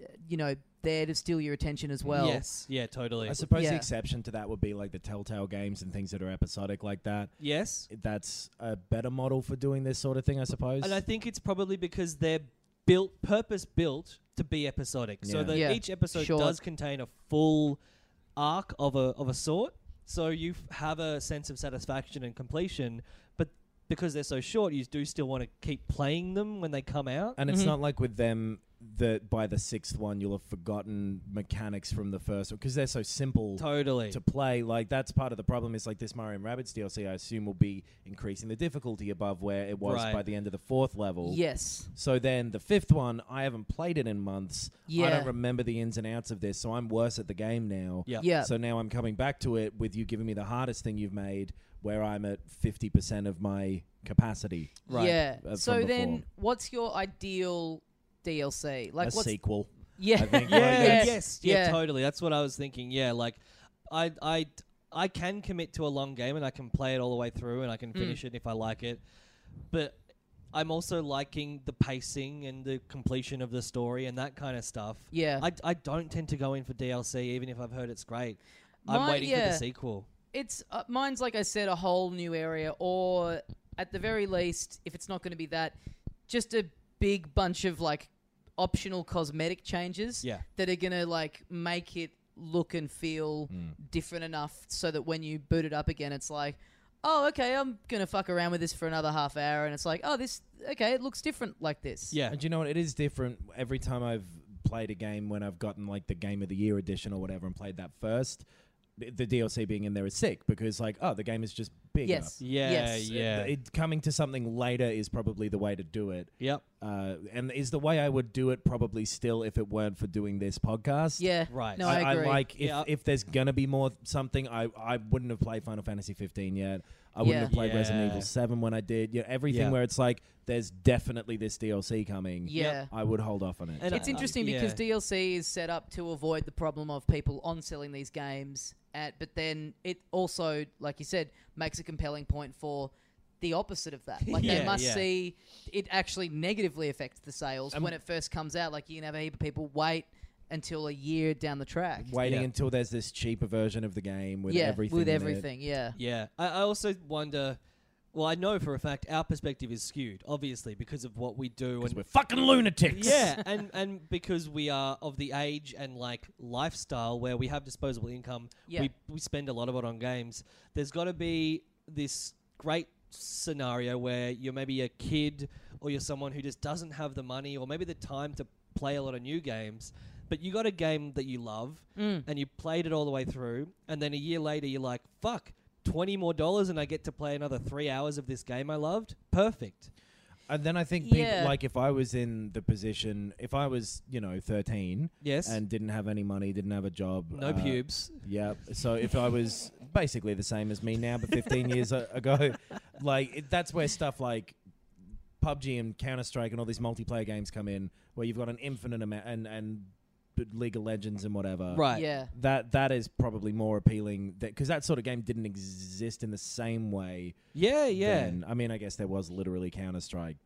Speaker 4: uh, you know, there to steal your attention as well.
Speaker 5: yes. Yeah, totally.
Speaker 6: I suppose
Speaker 4: Yeah.
Speaker 6: the exception to that would be like the Telltale games and things that are episodic like that.
Speaker 5: yes.
Speaker 6: That's a better model for doing this sort of thing, I suppose.
Speaker 5: And I think it's probably because they're built, purpose built to be episodic, so
Speaker 6: Yeah.
Speaker 5: that
Speaker 4: Yeah,
Speaker 5: each episode
Speaker 4: sure.
Speaker 5: does contain a full arc of a of a sort. So you f- have a sense of satisfaction and completion, but because they're so short, you do still want to keep playing them when they come out.
Speaker 6: And it's not like with them that by the sixth one you'll have forgotten mechanics from the first one because they're so simple
Speaker 5: Totally.
Speaker 6: to play. Like that's part of the problem. Is like this Mario and Rabbids DLC, I assume, will be increasing the difficulty above where it was
Speaker 5: Right.
Speaker 6: by the end of the fourth level.
Speaker 4: Yes.
Speaker 6: So then the fifth one, I haven't played it in months. I
Speaker 4: Yeah.
Speaker 6: don't remember the ins and outs of this, so I'm worse at the game now.
Speaker 5: Yeah.
Speaker 4: Yeah.
Speaker 6: So now I'm coming back to it with you giving me the hardest thing you've made, where I'm at fifty percent of my capacity.
Speaker 4: Yeah.
Speaker 6: uh,
Speaker 4: So
Speaker 6: from
Speaker 4: then,
Speaker 6: before.
Speaker 4: what's your ideal DLC?
Speaker 6: a
Speaker 4: Like, what's
Speaker 6: sequel.
Speaker 4: yeah,
Speaker 6: I think,
Speaker 5: Yeah,
Speaker 6: like,
Speaker 4: Yes.
Speaker 5: yes, yeah,
Speaker 4: Yeah.
Speaker 5: totally. That's what I was thinking. Yeah, like I, I, I can commit to a long game and I can play it all the way through and I
Speaker 4: Mm.
Speaker 5: can finish it if I like it. But I'm also liking the pacing and the completion of the story and that kind of stuff.
Speaker 4: Yeah.
Speaker 5: I, I don't tend to go in for DLC even if I've heard it's great. I'm
Speaker 4: My-
Speaker 5: waiting for
Speaker 4: yeah.
Speaker 5: the sequel.
Speaker 4: it's uh, mine's like I said, a whole new area, or at the very least, if it's not going to be that, just a big bunch of like optional cosmetic changes
Speaker 5: Yeah.
Speaker 4: that are going to like make it look and feel
Speaker 5: Hmm.
Speaker 4: different enough so that when you boot it up again, it's like. Oh, okay. I'm gonna fuck around with this for another half hour, and it's like, oh, this okay. It looks different like this.
Speaker 5: Yeah,
Speaker 6: And you know what? It is different every time I've played a game when I've gotten like the game of the year edition or whatever and played that first. The the DLC being in there is sick because like oh the game is just bigger.
Speaker 4: Yes.
Speaker 5: yeah,
Speaker 4: Yes.
Speaker 5: yeah.
Speaker 6: It, it- coming to something later is probably the way to do it.
Speaker 5: yep.
Speaker 6: Uh, and is the way I would do it probably still if it weren't for doing this podcast.
Speaker 4: Yeah.
Speaker 5: Right.
Speaker 4: No, I,
Speaker 6: I, I
Speaker 4: agree.
Speaker 6: like if,
Speaker 5: Yeah.
Speaker 6: if there's gonna be more something, I, I wouldn't have played Final Fantasy 15 yet. I wouldn't
Speaker 4: Yeah.
Speaker 6: have played Resident
Speaker 5: Yeah.
Speaker 6: Evil 7 when I did. Yeah, everything
Speaker 5: Yeah.
Speaker 6: where it's like there's definitely this DLC coming.
Speaker 4: Yeah.
Speaker 6: I would hold off on it.
Speaker 5: And
Speaker 4: it's
Speaker 5: I-
Speaker 4: interesting
Speaker 5: yeah.
Speaker 4: because DLC is set up to avoid the problem of people on selling these games, at, but then it also, like you said, makes a compelling point for the opposite of that. Like they
Speaker 5: Yeah,
Speaker 4: must
Speaker 5: yeah.
Speaker 4: see it actually negatively affects the sales when it first comes out. Like you can have a heap of people wait until a year down the track.
Speaker 6: Waiting
Speaker 5: Yeah.
Speaker 6: until there's this cheaper version of the game with
Speaker 4: yeah,
Speaker 6: everything.
Speaker 4: with
Speaker 6: in it.
Speaker 4: everything. Yeah,
Speaker 5: Yeah. I, I also wonder. Well, I know for a fact our perspective is skewed, obviously, because of what we do and
Speaker 6: We're fucking lunatics.
Speaker 5: yeah, and and because we are of the age and like lifestyle where we have disposable income,
Speaker 4: Yeah.
Speaker 5: we we spend a lot of it on games. There's got to be this great scenario where you're maybe a kid or you're someone who just doesn't have the money or maybe the time to play a lot of new games. But you got a game that you love
Speaker 4: Mm.
Speaker 5: and you played it all the way through, and then a year later you're like, fuck. 20 more dollars and I get to play another 3 hours of this game I loved. Perfect.
Speaker 6: And then I think people,
Speaker 4: Yeah.
Speaker 6: like if I was in the position, if I was you know 13,
Speaker 5: Yes.
Speaker 6: and didn't have any money, didn't have a job,
Speaker 5: No
Speaker 6: uh,
Speaker 5: pubes.
Speaker 6: Yeah. So if I was basically the same as me now, but 15 years a- ago, like it, that's where stuff like PUBG and Counter Strike and all these multiplayer games come in, where you've got an infinite amount and and b- League of Legends and whatever.
Speaker 5: Right.
Speaker 4: yeah,
Speaker 6: That that is probably more appealing because that sort of game didn't exist in the same way.
Speaker 5: Yeah, yeah.
Speaker 6: then. I mean, I guess there was literally Counter Strike,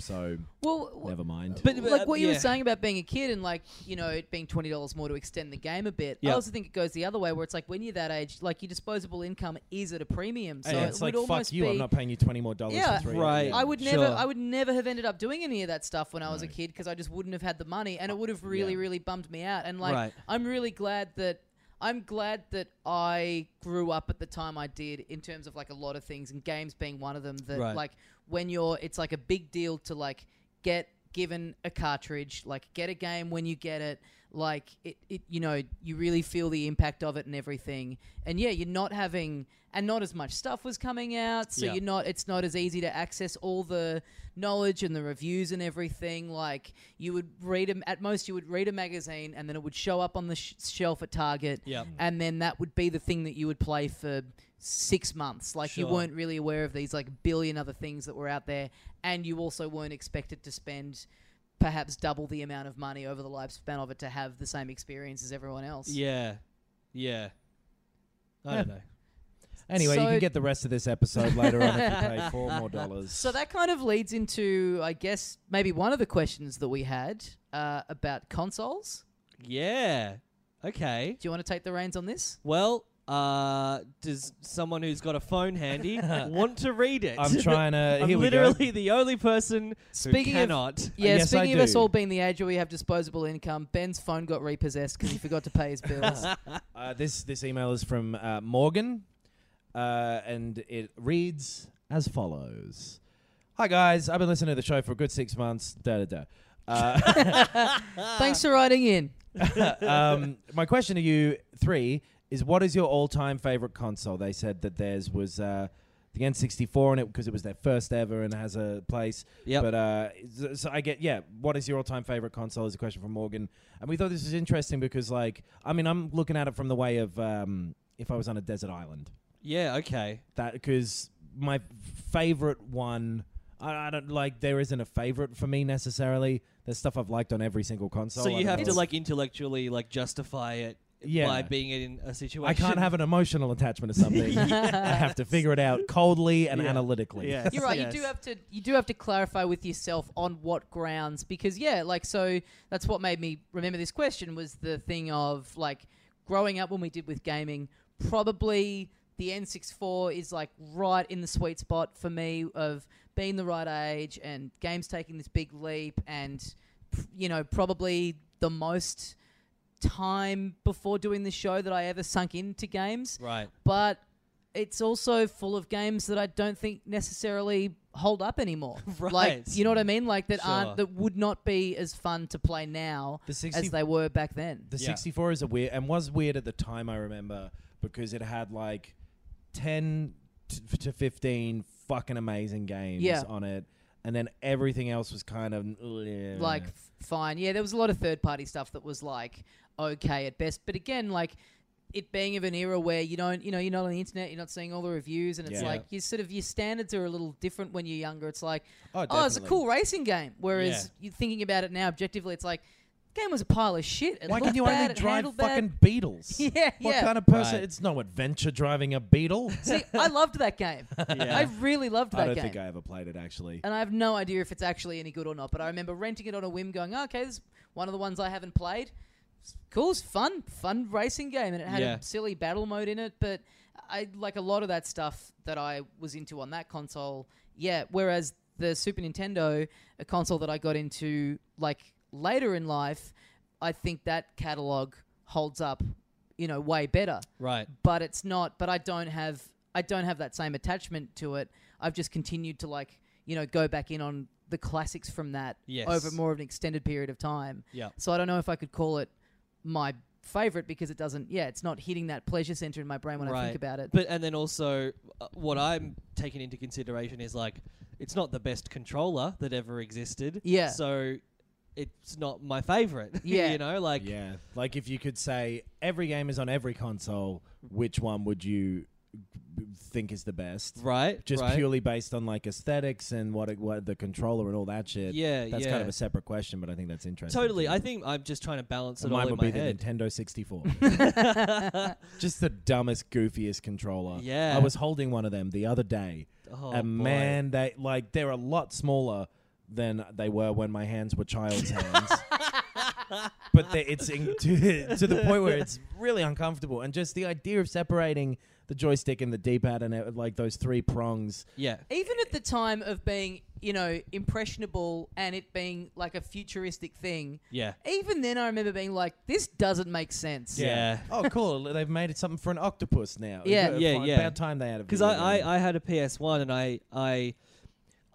Speaker 6: so
Speaker 4: Well, w-
Speaker 6: never mind.
Speaker 5: But- but,
Speaker 4: like what you were
Speaker 5: yeah.
Speaker 4: saying about being a kid and like you know it being twenty dollars more to extend the game a bit. I
Speaker 5: Yeah.
Speaker 4: also think it goes the other way where it's like when you're that age, like your disposable income is at a premium, so
Speaker 6: And
Speaker 4: it
Speaker 6: it's like
Speaker 4: would
Speaker 6: fuck
Speaker 4: almost
Speaker 6: you!
Speaker 4: be.
Speaker 6: I'm not paying you twenty more dollars
Speaker 4: Yeah.
Speaker 6: for three.
Speaker 5: Right.
Speaker 4: I would never,
Speaker 5: Sure.
Speaker 4: I would never have ended up doing any of that stuff when I was a kid because I just wouldn't have had the money, and it would have really,
Speaker 6: Yeah.
Speaker 4: really bummed me out. And like,
Speaker 5: Right.
Speaker 4: I'm really glad that I'm glad that I grew up at the time I did in terms of like a lot of things, and games being one of them. That
Speaker 5: Right.
Speaker 4: like when you're, it's like a big deal to like get given a cartridge, like get a game when you get it. Like it, it, you know, you really feel the impact of it and everything. And yeah, you're not having, and not as much stuff was coming out, so
Speaker 5: Yeah.
Speaker 4: you're not it's not as easy to access all the knowledge and the reviews and everything like you would read them at most you would read a magazine and then it would show up on the sh- shelf at target
Speaker 5: Yeah.
Speaker 4: and then that would be the thing that you would play for six months like you
Speaker 5: Sure.
Speaker 4: weren't really aware of these like billion other things that were out there and you also weren't expected to spend perhaps double the amount of money over the lifespan of it to have the same experience as everyone else
Speaker 5: Yeah, yeah. I don't know.
Speaker 6: Anyway, you
Speaker 4: So-
Speaker 6: can get the rest of this episode later on if you pay four more dollars.
Speaker 4: So that kind of leads into, I guess, maybe one of the questions that we had uh, about consoles.
Speaker 5: Yeah. Okay.
Speaker 4: Do you want to take the reins on this?
Speaker 5: Well, uh, does someone who's got a phone handy want to read it?
Speaker 6: I'm trying to.
Speaker 5: I'm
Speaker 6: here we
Speaker 5: literally the only person
Speaker 4: Speaking
Speaker 5: who
Speaker 4: of-
Speaker 5: cannot.
Speaker 4: Yeah,
Speaker 6: Yes,
Speaker 4: speaking
Speaker 6: I
Speaker 4: of us
Speaker 6: do.
Speaker 4: all being the age where we have disposable income, Ben's phone got repossessed because he forgot to pay his bills.
Speaker 6: go. Uh, this this email is from uh, Morgan, uh, and it reads: as follows. Hi guys, I've been listening to the show for a good six months. Da da da. Uh,
Speaker 4: Thanks for writing in.
Speaker 6: um, my question to you three is what is your all-time favorite console they said that theirs was uh, the n64 in it because it was their first ever and has a place
Speaker 5: Yep.
Speaker 6: but uh, so- so i get yeah what is your all-time favorite console is a question from morgan and we thought this was interesting because like i mean i'm looking at it from the way of um, if i was on a desert island
Speaker 5: Yeah. Okay.
Speaker 6: that because my favorite one I, I don't like there isn't a favorite for me necessarily there's stuff i've liked on every single console
Speaker 5: So,
Speaker 6: I
Speaker 5: you
Speaker 6: don't
Speaker 5: have
Speaker 6: know
Speaker 5: to
Speaker 6: what-
Speaker 5: like intellectually like justify it
Speaker 6: Yeah.
Speaker 5: by being in a situation.
Speaker 6: I can't have an emotional attachment to something. I have to figure it out coldly and
Speaker 5: Yeah.
Speaker 6: analytically.
Speaker 5: Yes,
Speaker 4: You're right.
Speaker 5: yes.
Speaker 4: You do have to. You do have to clarify with yourself on what grounds, because yeah, like so. That's what made me remember this question was the thing of like growing up when we did with gaming. Probably the N64 is like right in the sweet spot for me of being the right age and games taking this big leap and p- you know probably the most time before doing this show that I ever sunk into games
Speaker 5: Right.
Speaker 4: but it's also full of games that I don't think necessarily hold up anymore.
Speaker 5: Right.
Speaker 4: Like you know what I mean? Like that
Speaker 5: Sure.
Speaker 4: aren't that would not be as fun to play now
Speaker 6: The 60
Speaker 4: as they were back then.
Speaker 6: The
Speaker 5: Yeah.
Speaker 6: 64 is a weird and was weird at the time. I remember because it had like 10 t- to 15 fucking amazing games
Speaker 4: Yeah.
Speaker 6: on it, and then everything else was kind of "Ugh."
Speaker 4: Like f- fine. Yeah, there was a lot of third party stuff that was like okay at best. But again, like it being of an era where you don't you know, you're not on the internet, you're not seeing all the reviews and it's
Speaker 6: Yeah.
Speaker 4: like you sort of your standards are a little different when you're younger. It's like
Speaker 6: oh,
Speaker 4: oh, it's a
Speaker 6: definitely.
Speaker 4: cool racing game. Whereas you thinking about it now objectively, it's like game was a pile of shit. It
Speaker 6: Why can
Speaker 4: looked
Speaker 6: you
Speaker 4: bad,
Speaker 6: only
Speaker 4: it
Speaker 6: drive
Speaker 4: handled bad.
Speaker 6: fucking beetles?
Speaker 4: Yeah,
Speaker 6: What
Speaker 4: yeah.
Speaker 6: kind of person?
Speaker 5: Right.
Speaker 6: It's no adventure driving a beetle.
Speaker 4: See, I loved that game. I really loved that
Speaker 6: I don't
Speaker 4: game.
Speaker 6: think I ever played it actually.
Speaker 4: and I have no idea if it's actually any good or not, but I remember renting it on a whim going, "Oh, okay, this is one of the ones I haven't played. It's cool, it's fun, fun racing game. And it had
Speaker 5: Yeah.
Speaker 4: a silly battle mode in it, but I like a lot of that stuff that I was into on that console. Yeah, whereas the Super Nintendo, a console that I got into like later in life, I think that catalog holds up, you know, way better
Speaker 5: Right.
Speaker 4: but it's not but i don't have i don't have that same attachment to it i've just continued to like you know go back in on the classics from that
Speaker 5: Yes.
Speaker 4: over more of an extended period of time
Speaker 5: Yeah.
Speaker 4: so i don't know if i could call it my favorite because it doesn't yeah it's not hitting that pleasure center in my brain when i think about it
Speaker 5: But and then also, uh, what I'm taking into consideration is like, it's not the best controller that ever existed.
Speaker 4: Yeah.
Speaker 5: So, it's not my favorite.
Speaker 4: Yeah.
Speaker 5: you know, like
Speaker 6: yeah, like if you could say every game is on every console, which one would you think is the best?
Speaker 5: right,
Speaker 6: Just
Speaker 5: right.
Speaker 6: purely based on like aesthetics and what it, what the controller and all that shit.
Speaker 5: Yeah,
Speaker 6: that's kind of
Speaker 5: yeah.
Speaker 6: a separate question, but I think that's interesting.
Speaker 5: Totally. I think I'm just trying to balance it
Speaker 6: And
Speaker 5: all
Speaker 6: mine
Speaker 5: in
Speaker 6: would
Speaker 5: my
Speaker 6: be
Speaker 5: head.
Speaker 6: the Nintendo 64. Just the dumbest, goofiest controller.
Speaker 5: Yeah.
Speaker 6: I was holding one of them the other day.
Speaker 5: Oh,
Speaker 6: and
Speaker 5: boy.
Speaker 6: man, they like they're a lot smaller than they were when my hands were child's hands. but they, it's in, to, to the point where it's really uncomfortable, and just the idea of separating the joystick and the D-pad and it, like those three prongs.
Speaker 5: yeah.
Speaker 4: even at the time of being you know impressionable and it being like a futuristic thing
Speaker 5: Yeah.
Speaker 4: even then i remember being like this doesn't make sense
Speaker 5: Yeah.
Speaker 6: oh, cool! They've made it something for an octopus now.
Speaker 4: Yeah.
Speaker 5: Yeah,
Speaker 6: fine.
Speaker 5: yeah.
Speaker 6: About time they had a
Speaker 5: because
Speaker 6: video
Speaker 5: I,
Speaker 6: game.
Speaker 5: I, I had a PS1 and I I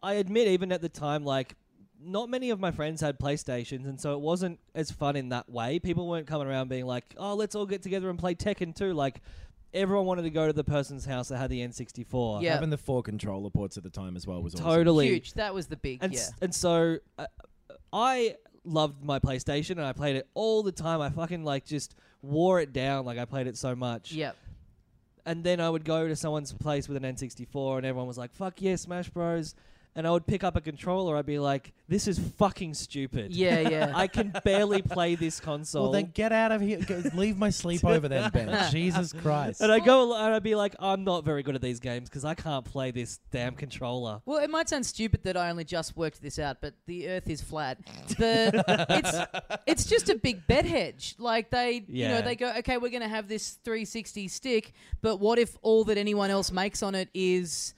Speaker 5: I admit even at the time like not many of my friends had PlayStations and so it wasn't as fun in that way. People weren't coming around being like, "Oh, let's all get together and play Tekken 2." Like everyone wanted to go to the person's house that had the N64.
Speaker 4: Yeah.
Speaker 6: having the four controller ports at the time as well was awesome.
Speaker 5: Totally.
Speaker 4: huge that was the big
Speaker 5: And
Speaker 4: yeah
Speaker 5: s- and so uh, I loved my PlayStation and I played it all the time. I fucking like just wore it down like I played it so much.
Speaker 4: yep
Speaker 5: and then I would go to someone's place with an N64, and everyone was like, "Fuck yeah, Smash Bros." And I would pick up a controller. I'd be like, "This is fucking stupid.
Speaker 4: yeah yeah
Speaker 5: I can barely play this console."
Speaker 6: Well, then get out of here. Go- Leave my sleepover then, Ben. Jesus Christ.
Speaker 5: and I go al- and I'd be like, "I'm not very good at these games because I can't play this damn controller."
Speaker 4: Well, it might sound stupid that I only just worked this out, but the Earth is flat. The it's it's just a big bed hedge. Like they, you
Speaker 5: Yeah.
Speaker 4: know, they go, okay, we're going to have this 360 stick, but what if all that anyone else makes on it is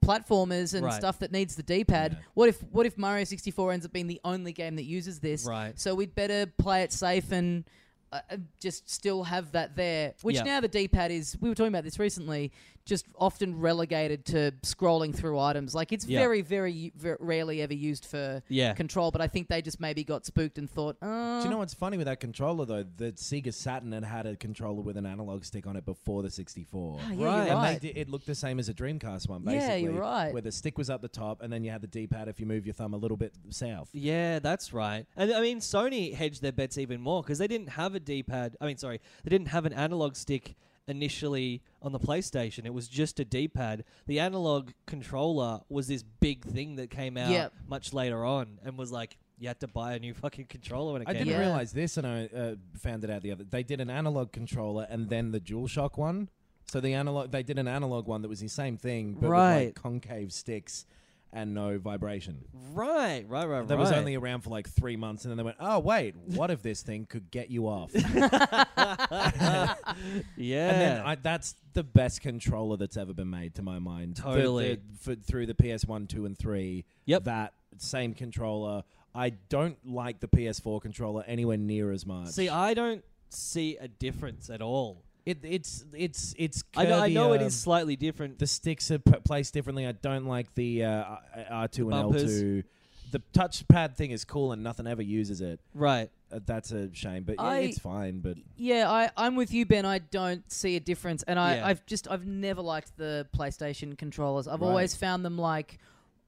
Speaker 4: platformers and
Speaker 5: Right.
Speaker 4: stuff that needs the D-pad? What if what if Mario 64 ends up being the only game that uses this?
Speaker 5: Right.
Speaker 4: So we'd better play it safe and uh, uh, just still have that there. Which
Speaker 5: Yeah.
Speaker 4: now the D-pad is. We were talking about this recently. Just often relegated to scrolling through items. Like it's
Speaker 5: Yeah.
Speaker 4: very, very, very rarely ever used for
Speaker 5: Yeah.
Speaker 4: control. But I think they just maybe got spooked and thought, uh,
Speaker 6: Do you know what's funny with that controller though? That Sega Saturn had had a controller with an analog stick on it before the 64.
Speaker 4: Ah, yeah, you're
Speaker 5: Right.
Speaker 6: And
Speaker 4: right.
Speaker 6: they did, it looked the same as a Dreamcast one, basically.
Speaker 4: Yeah, you're right.
Speaker 6: Where the stick was up the top, and then you had the D-pad if you move your thumb a little bit south.
Speaker 5: Yeah, that's right. And I mean, Sony hedged their bets even more because they didn't have a D-pad. I mean, sorry, they didn't have an analog stick initially on the PlayStation. It was just a D-pad. The analog controller was this big thing that came out
Speaker 4: Yep.
Speaker 5: much later on and was like, you had to buy a new fucking controller when it
Speaker 6: I
Speaker 5: came
Speaker 6: didn't
Speaker 4: Yeah.
Speaker 5: out.
Speaker 6: realize this, and I uh, found it out the other. They did an analog controller and then the DualShock one. So the analog, they did an analog one that was the same thing, but with
Speaker 5: Right.
Speaker 6: like concave sticks and no vibration.
Speaker 5: Right, right, right,
Speaker 6: That
Speaker 5: right.
Speaker 6: was only around for like three months, and then they went, "Oh wait, what if this thing could get you off?"
Speaker 5: yeah.
Speaker 6: And then I, that's the best controller that's ever been made, to my mind. The-
Speaker 5: Totally.
Speaker 6: the- for, through the PS1, 2, and 3.
Speaker 5: Yep.
Speaker 6: That same controller. I don't like the PS4 controller anywhere near as much.
Speaker 5: See, I don't see a difference at all.
Speaker 6: it, it's it's it's.
Speaker 5: I know, I
Speaker 6: curvier.
Speaker 5: know it is slightly different.
Speaker 6: The sticks are p- placed differently. I don't like the uh, R two and L
Speaker 5: Bumpers.
Speaker 6: two. The touchpad thing is cool, and nothing ever uses it.
Speaker 5: right.
Speaker 6: Uh, that's a shame, but yeah,
Speaker 4: I-
Speaker 6: it's fine. But
Speaker 4: Yeah, I, I'm with you, Ben. I don't see a difference, and I,
Speaker 5: Yeah.
Speaker 4: I've just I've never liked the PlayStation controllers. I've
Speaker 6: Right.
Speaker 4: always found them like,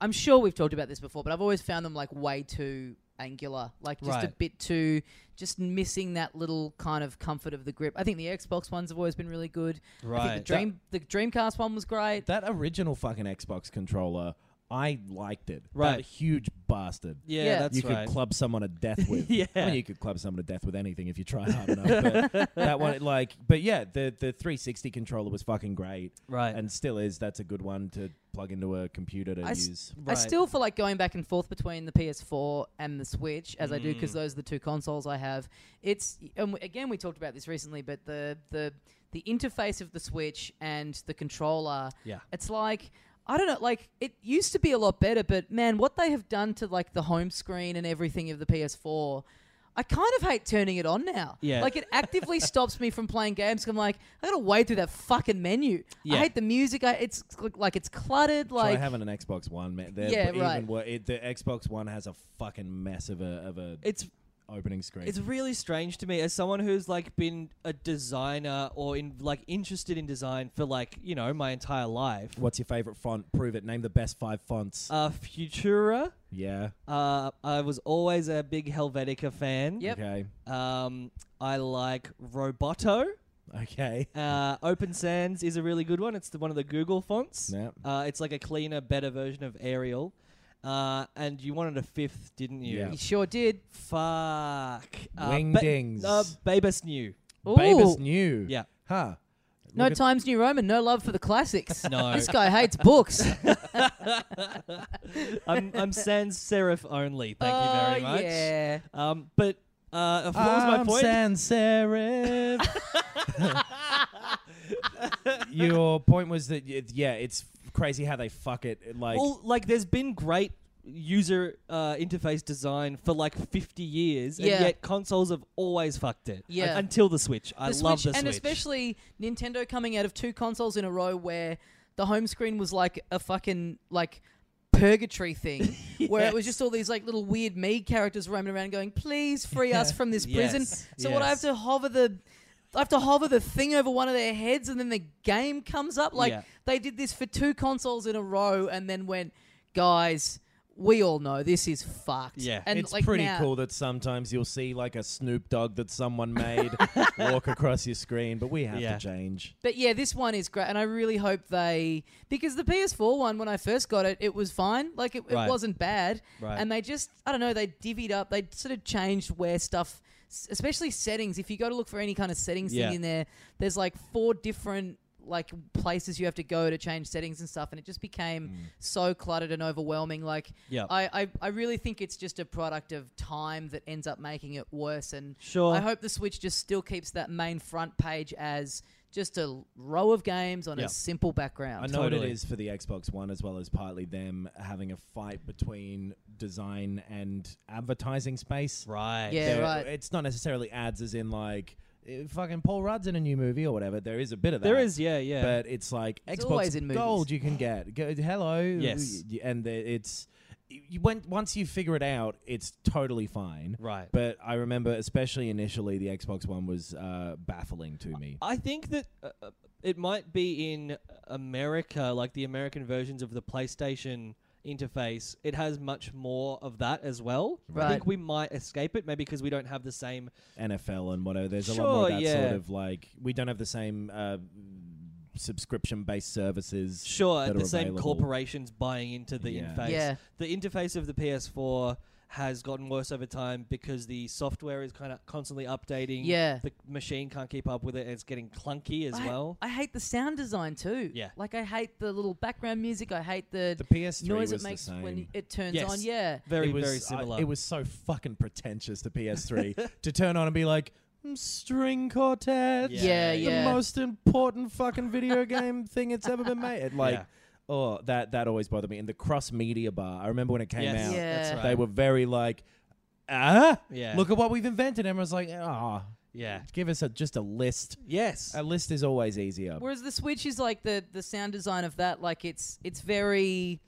Speaker 4: I'm sure we've talked about this before, but I've always found them like way too angular, like just a
Speaker 5: Right.
Speaker 4: bit too, just missing that little kind of comfort of the grip. I think the Xbox ones have always been really good. I
Speaker 5: Right.
Speaker 4: think the Dream the Dreamcast one was great.
Speaker 6: that original fucking Xbox controller, I liked it.
Speaker 5: Right.
Speaker 6: that huge bastard.
Speaker 5: Yeah,
Speaker 4: Yeah.
Speaker 5: that's
Speaker 6: you
Speaker 5: right.
Speaker 6: could club someone to death with.
Speaker 5: Yeah.
Speaker 6: I mean, you could club someone to death with anything if you try hard enough. But that one, like, but yeah, the the 360 controller was fucking great,
Speaker 5: right.
Speaker 6: and still is. That's a good one to plug into a computer to
Speaker 4: I s-
Speaker 6: use.
Speaker 4: I
Speaker 5: Right.
Speaker 4: still feel like going back and forth between the PS4 and the Switch, as I do,
Speaker 5: Mm.
Speaker 4: because those are the two consoles I have. It's and w- again we talked about this recently, but the the the interface of the Switch and the controller,
Speaker 5: Yeah.
Speaker 4: it's like I don't know, like it used to be a lot better, but man, what they have done to like the home screen and everything of the PS4. I kind of hate turning it on now.
Speaker 5: Yeah.
Speaker 4: Like it actively stops me from playing games. 'cause I'm like, I gotta wade through that fucking menu.
Speaker 5: Yeah.
Speaker 4: I hate the music. I, it's like it's cluttered. Like
Speaker 6: Try having an Xbox One, man. They're
Speaker 4: Yeah,
Speaker 6: even
Speaker 4: right.
Speaker 6: wor- it, the Xbox One has a fucking mess of a of a
Speaker 5: it's
Speaker 6: opening screen.
Speaker 5: It's really strange to me as someone who's like been a designer or in like interested in design for like, you know, my entire life.
Speaker 6: What's your favorite font? Prove it. Name the best five fonts.
Speaker 5: Uh Futura.
Speaker 6: yeah.
Speaker 5: Uh I was always a big Helvetica fan.
Speaker 4: Yep.
Speaker 6: Okay.
Speaker 5: Um I like Roboto.
Speaker 6: Okay.
Speaker 5: Uh Open Sans is a really good one. It's the one of the Google fonts.
Speaker 6: Yep.
Speaker 5: Uh it's like a cleaner, better version of Arial. Uh and you wanted a fifth, didn't you?
Speaker 6: Yeah.
Speaker 4: You sure did.
Speaker 5: Fuck. Uh,
Speaker 6: Wingdings.
Speaker 5: Ba- uh, Babus New.
Speaker 6: Babus
Speaker 4: Ooh.
Speaker 6: new.
Speaker 5: Yeah.
Speaker 6: Huh.
Speaker 4: No
Speaker 6: Look at-
Speaker 4: Times New Roman, no love for the classics.
Speaker 5: No.
Speaker 4: This guy hates books.
Speaker 5: I'm, I'm sans serif only. Thank you very
Speaker 4: Oh,
Speaker 5: much.
Speaker 4: Yeah.
Speaker 5: Um, but uh, what was my
Speaker 6: I'm
Speaker 5: point?
Speaker 6: Um, Sans Serif. Your point was that y- yeah, it's crazy how they fuck it. Like
Speaker 5: well, like, there's been great user uh, interface design for like 50 years,
Speaker 4: Yeah.
Speaker 5: and yet consoles have always fucked it.
Speaker 4: Yeah.
Speaker 5: Un- until the Switch. I
Speaker 4: The
Speaker 5: love
Speaker 4: Switch,
Speaker 5: the
Speaker 4: and
Speaker 5: Switch.
Speaker 4: especially Nintendo coming out of two consoles in a row where the home screen was like a fucking like purgatory thing where it was just all these like little weird me characters roaming around going please free us from this prison
Speaker 5: Yes.
Speaker 4: so what i have
Speaker 5: Yes.
Speaker 4: to hover the i have to hover the thing over one of their heads and then the game comes up like
Speaker 5: Yeah.
Speaker 4: they did this for two consoles in a row and then went guys we all know this is fucked
Speaker 5: Yeah.
Speaker 4: and
Speaker 6: it's
Speaker 4: like
Speaker 6: pretty
Speaker 4: now-
Speaker 6: cool that sometimes you'll see like a Snoop Dogg that someone made walk across your screen, but we have to
Speaker 5: Yeah.
Speaker 6: change.
Speaker 4: But yeah, this one is great, and I really hope they because the PS4 one when I first got it, it was fine, like it,
Speaker 5: Right.
Speaker 4: it wasn't bad,
Speaker 5: Right.
Speaker 4: and they just I don't know they divvied up, they sort of changed where stuff, s- especially settings. If you go to look for any kind of settings
Speaker 5: Yeah.
Speaker 4: thing in there, there's like four different like places you have to go to change settings and stuff, and it just became so cluttered and overwhelming. Like
Speaker 5: Mm. Yeah.
Speaker 4: I, I I really think it's just a product of time that ends up making it worse, and
Speaker 5: Sure.
Speaker 4: I hope the Switch just still keeps that main front page as just a row of games on
Speaker 5: Yeah.
Speaker 4: a simple
Speaker 6: I
Speaker 4: background.
Speaker 6: know what
Speaker 5: Totally.
Speaker 6: it is for the Xbox One, as well as partly them having a fight between design and advertising space.
Speaker 5: Right.
Speaker 4: Yeah.
Speaker 6: There-
Speaker 4: right.
Speaker 6: It's not necessarily ads, as in like eh, fucking Paul Rudd's in a new movie or whatever. There is a bit of that.
Speaker 5: There is, yeah, yeah.
Speaker 6: but it's like
Speaker 4: It's always
Speaker 6: Xbox
Speaker 4: in movies.
Speaker 6: Gold you can get. Go, hello,
Speaker 5: Yes.
Speaker 6: y- and the, it's you went once you figure it out, it's totally fine.
Speaker 5: Right.
Speaker 6: But I remember, especially initially, the Xbox One was uh, baffling to me.
Speaker 5: I think that uh, uh, it might be in America, like the American versions of the PlayStation interface. It has much more of that as well. I think
Speaker 4: Right.
Speaker 5: we might escape it, maybe because we don't have the same.
Speaker 6: NFL and whatever. There's a lot more of
Speaker 5: Sure,
Speaker 6: that
Speaker 5: yeah.
Speaker 6: sort of like we don't have the same uh, subscription-based services.
Speaker 5: Sure,
Speaker 6: that
Speaker 5: the
Speaker 6: are
Speaker 5: same
Speaker 6: available.
Speaker 5: corporations buying into the
Speaker 6: Yeah.
Speaker 5: interface.
Speaker 4: Yeah.
Speaker 5: The interface of the PS4 has gotten worse over time because the software is kind of constantly updating.
Speaker 4: Yeah.
Speaker 5: The machine can't keep up with it and it's getting clunky as
Speaker 4: I,
Speaker 5: well.
Speaker 4: I hate the sound design too.
Speaker 5: Yeah.
Speaker 4: Like I hate the little background music. I hate the,
Speaker 6: The PS3 was
Speaker 4: noise it
Speaker 6: the
Speaker 4: makes
Speaker 6: same.
Speaker 4: when it turns
Speaker 5: Yes.
Speaker 4: on. Yeah.
Speaker 5: Very,
Speaker 6: It was-
Speaker 5: very
Speaker 6: I-
Speaker 5: similar.
Speaker 6: it was so fucking pretentious. The PS3 to turn on and be like "Mm, string quartet.
Speaker 4: Yeah,
Speaker 6: the
Speaker 4: yeah.
Speaker 6: most important fucking video game thing that's ever been made. It, like,
Speaker 5: Yeah.
Speaker 6: oh, that that always bothered me. And the cross media bar. I remember when it came
Speaker 5: Yes,
Speaker 6: out.
Speaker 4: Yeah.
Speaker 5: that's right.
Speaker 6: They were very like, ah,
Speaker 5: Yeah.
Speaker 6: look at what we've invented. Everyone's like, ah,
Speaker 5: Yeah.
Speaker 6: give us a, just a list.
Speaker 5: Yes.
Speaker 6: A list is always easier.
Speaker 4: Whereas the Switch is like the the sound design of that. Like it's it's very.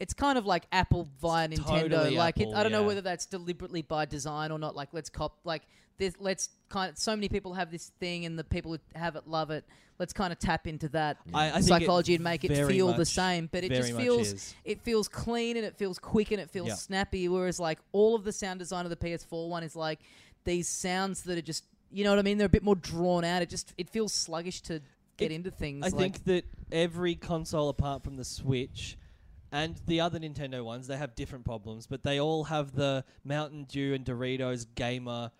Speaker 4: It's kind of like Apple via
Speaker 5: It's
Speaker 4: Nintendo.
Speaker 5: totally
Speaker 4: like it,
Speaker 5: Apple,
Speaker 4: I don't know
Speaker 5: yeah.
Speaker 4: whether that's deliberately by design or not. Like let's cop. Like this, let's kind. Of, so many people have this thing, and the people who have it love it. Let's kind of tap into that
Speaker 5: I- I think it
Speaker 4: psychology and make it
Speaker 5: very
Speaker 4: feel the
Speaker 5: much-
Speaker 4: same. But it
Speaker 5: very
Speaker 4: just
Speaker 5: much
Speaker 4: feels
Speaker 5: is.
Speaker 4: it feels clean and it feels quick and it feels
Speaker 5: Yeah.
Speaker 4: snappy. Whereas like all of the sound design of the PS4 one is like these sounds that are just you know what I mean. They're a bit more drawn out. It just it feels sluggish to get
Speaker 5: It-
Speaker 4: into things.
Speaker 5: I
Speaker 4: like,
Speaker 5: think that every console apart from the Switch and the other Nintendo ones, they have different problems, but they all have the Mountain Dew and Doritos gamer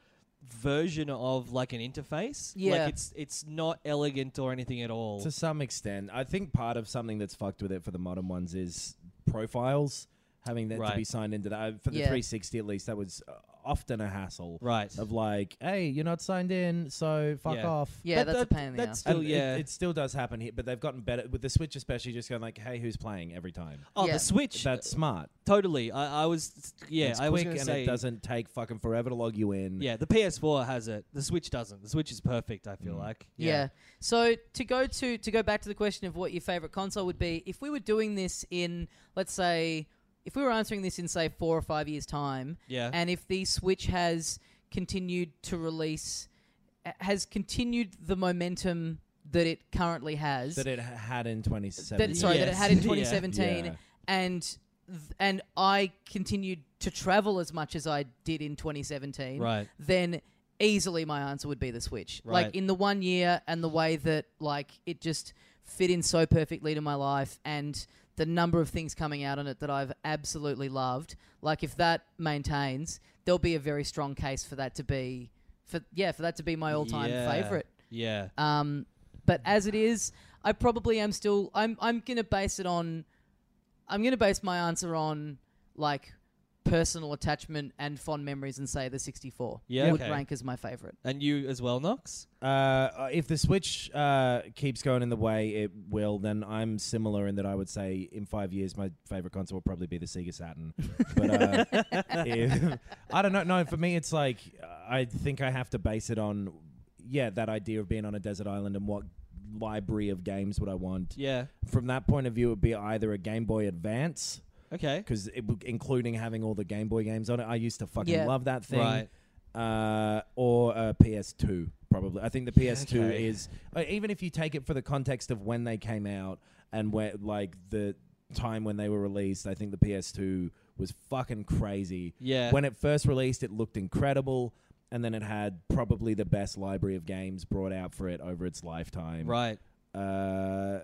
Speaker 5: version of like an interface.
Speaker 4: Yeah.
Speaker 5: Like it's it's not elegant or anything at all.
Speaker 6: To some extent, I think part of something that's fucked with it for the modern ones is profiles having that to
Speaker 5: Right.
Speaker 6: be signed into that. For the
Speaker 4: Yeah.
Speaker 6: 360, at least, that was uh, often a hassle.
Speaker 5: Right.
Speaker 6: Of like, hey, you're not signed in, so fuck
Speaker 5: Yeah.
Speaker 6: off.
Speaker 4: yeah,
Speaker 5: But
Speaker 4: that's
Speaker 5: that-
Speaker 4: a pain in the
Speaker 5: that's
Speaker 4: ass.
Speaker 5: still,
Speaker 6: And it-
Speaker 5: yeah.
Speaker 6: it, still does happen here, but they've gotten better with the Switch, especially. Just going like, hey, who's playing every time?
Speaker 5: oh,
Speaker 4: Yeah.
Speaker 5: the Switch.
Speaker 6: That's smart.
Speaker 5: totally. I, I was yeah,
Speaker 6: it's
Speaker 5: I was
Speaker 6: quick
Speaker 5: gonna
Speaker 6: and
Speaker 5: say
Speaker 6: it doesn't take fucking forever to log you in.
Speaker 5: Yeah, the PS4 has it. The Switch doesn't. The Switch is perfect, I
Speaker 6: Mm.
Speaker 5: feel like.
Speaker 4: Yeah. So to go to to go back to the question of what your favorite console would be, if we were doing this in let's say if we were answering this in say 4 or 5 years time
Speaker 5: Yeah.
Speaker 4: and if the Switch has continued to release a- has continued the momentum that it currently has
Speaker 6: That it h- had in 2017.
Speaker 4: that sorry that it
Speaker 5: Yes.
Speaker 4: had in
Speaker 5: Yeah.
Speaker 4: 2017
Speaker 6: Yeah.
Speaker 4: and th- and I continued to travel as much as I did in 2017
Speaker 5: Right.
Speaker 4: then easily my answer would be the Switch.
Speaker 5: Right.
Speaker 4: Like in the one year and the way that like it just fit in so perfectly to my life and the number of things coming out on it that I've absolutely loved. Like if that maintains, there'll be a very strong case for that to be for yeah, for that to be my all-time
Speaker 5: Yeah.
Speaker 4: favorite.
Speaker 5: Yeah.
Speaker 4: Um, but as it is, I probably am still. I'm. I'm gonna base it on. I'm gonna base my answer on like personal attachment and fond memories, and say the 64
Speaker 5: Yeah,
Speaker 4: would
Speaker 5: okay.
Speaker 4: rank as my favorite.
Speaker 5: and you as well, Knox?
Speaker 6: Uh, if the Switch uh, keeps going in the way it will, then I'm similar in that I would say in five years my favorite console will probably be the Sega Saturn. But uh, if- I don't know. No, for me it's like I think I have to base it on yeah that idea of being on a desert island and what library of games would I want.
Speaker 5: Yeah.
Speaker 6: From that point of view, it would be either a Game Boy Advance
Speaker 5: Okay.
Speaker 6: because including having all the Game Boy games on it, I used to fucking
Speaker 4: Yeah.
Speaker 6: love that thing.
Speaker 5: Right.
Speaker 6: Uh, or a PS2 probably. I think the PS2
Speaker 5: okay.
Speaker 6: is uh, even if you take it for the context of when they came out and where like the time when they were released, I think the PS2 was fucking crazy.
Speaker 5: Yeah.
Speaker 6: When it first released, it looked incredible. And then it had probably the best library of games brought out for it over its lifetime.
Speaker 5: Right.
Speaker 6: Uh,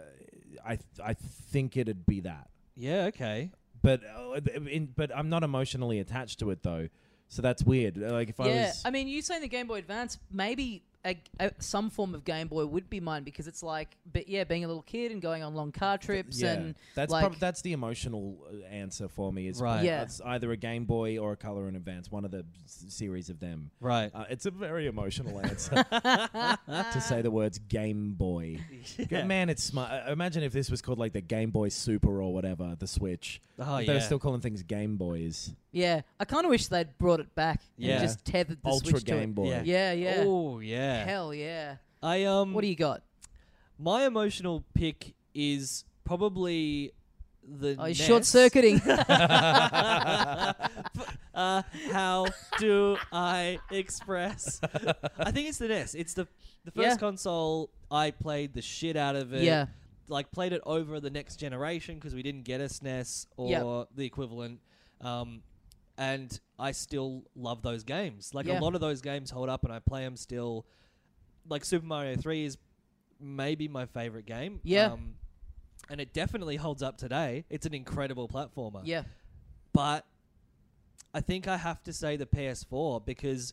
Speaker 6: I th- I think it'd be that
Speaker 5: Yeah, okay.
Speaker 6: but uh, in, but I'm not emotionally attached to it though, so that's weird. Uh, Like if I
Speaker 4: yeah,
Speaker 6: was,
Speaker 4: I mean, you saying the Game Boy Advance, maybe a, a, some form of Game Boy would be mine because it's like, but yeah, being a little kid and going on long car trips and
Speaker 6: that's
Speaker 4: like,
Speaker 6: prob- that's the emotional uh, answer for me. Is
Speaker 5: Right.
Speaker 4: Yeah.
Speaker 6: It's either a Game Boy or a Color in Advance, one of the s- series of them.
Speaker 5: Right.
Speaker 6: Uh, it's a very emotional answer to say the words Game Boy. Good Man, it's smart. Uh, imagine if this was called like the Game Boy Super or whatever, the Switch.
Speaker 5: Oh,
Speaker 6: They're
Speaker 5: yeah.
Speaker 6: still calling things Game Boys.
Speaker 4: yeah, I kind of wish they'd brought it back.
Speaker 5: Yeah.
Speaker 4: and just tethered the
Speaker 6: Ultra
Speaker 4: Switch
Speaker 6: Game
Speaker 4: to
Speaker 6: Boy.
Speaker 4: it. Yeah, yeah.
Speaker 5: Oh yeah.
Speaker 4: Hell yeah.
Speaker 5: I um.
Speaker 4: What do you got?
Speaker 5: My emotional pick is probably the
Speaker 4: Oh,
Speaker 5: NES.
Speaker 4: short circuiting.
Speaker 5: uh, how do I express? I think it's the NES. It's the the first
Speaker 4: Yeah.
Speaker 5: console I played the shit out of it.
Speaker 4: Yeah.
Speaker 5: like played it over the next generation because we didn't get a SNES or
Speaker 4: Yep.
Speaker 5: the equivalent. Um, and I still love those games. Like
Speaker 4: Yeah.
Speaker 5: a lot of those games hold up, and I play them still. Like Super Mario Three is maybe my favorite game.
Speaker 4: Yeah.
Speaker 5: Um, and it definitely holds up today. It's an incredible platformer
Speaker 4: yeah,
Speaker 5: but I think I have to say the PS4 because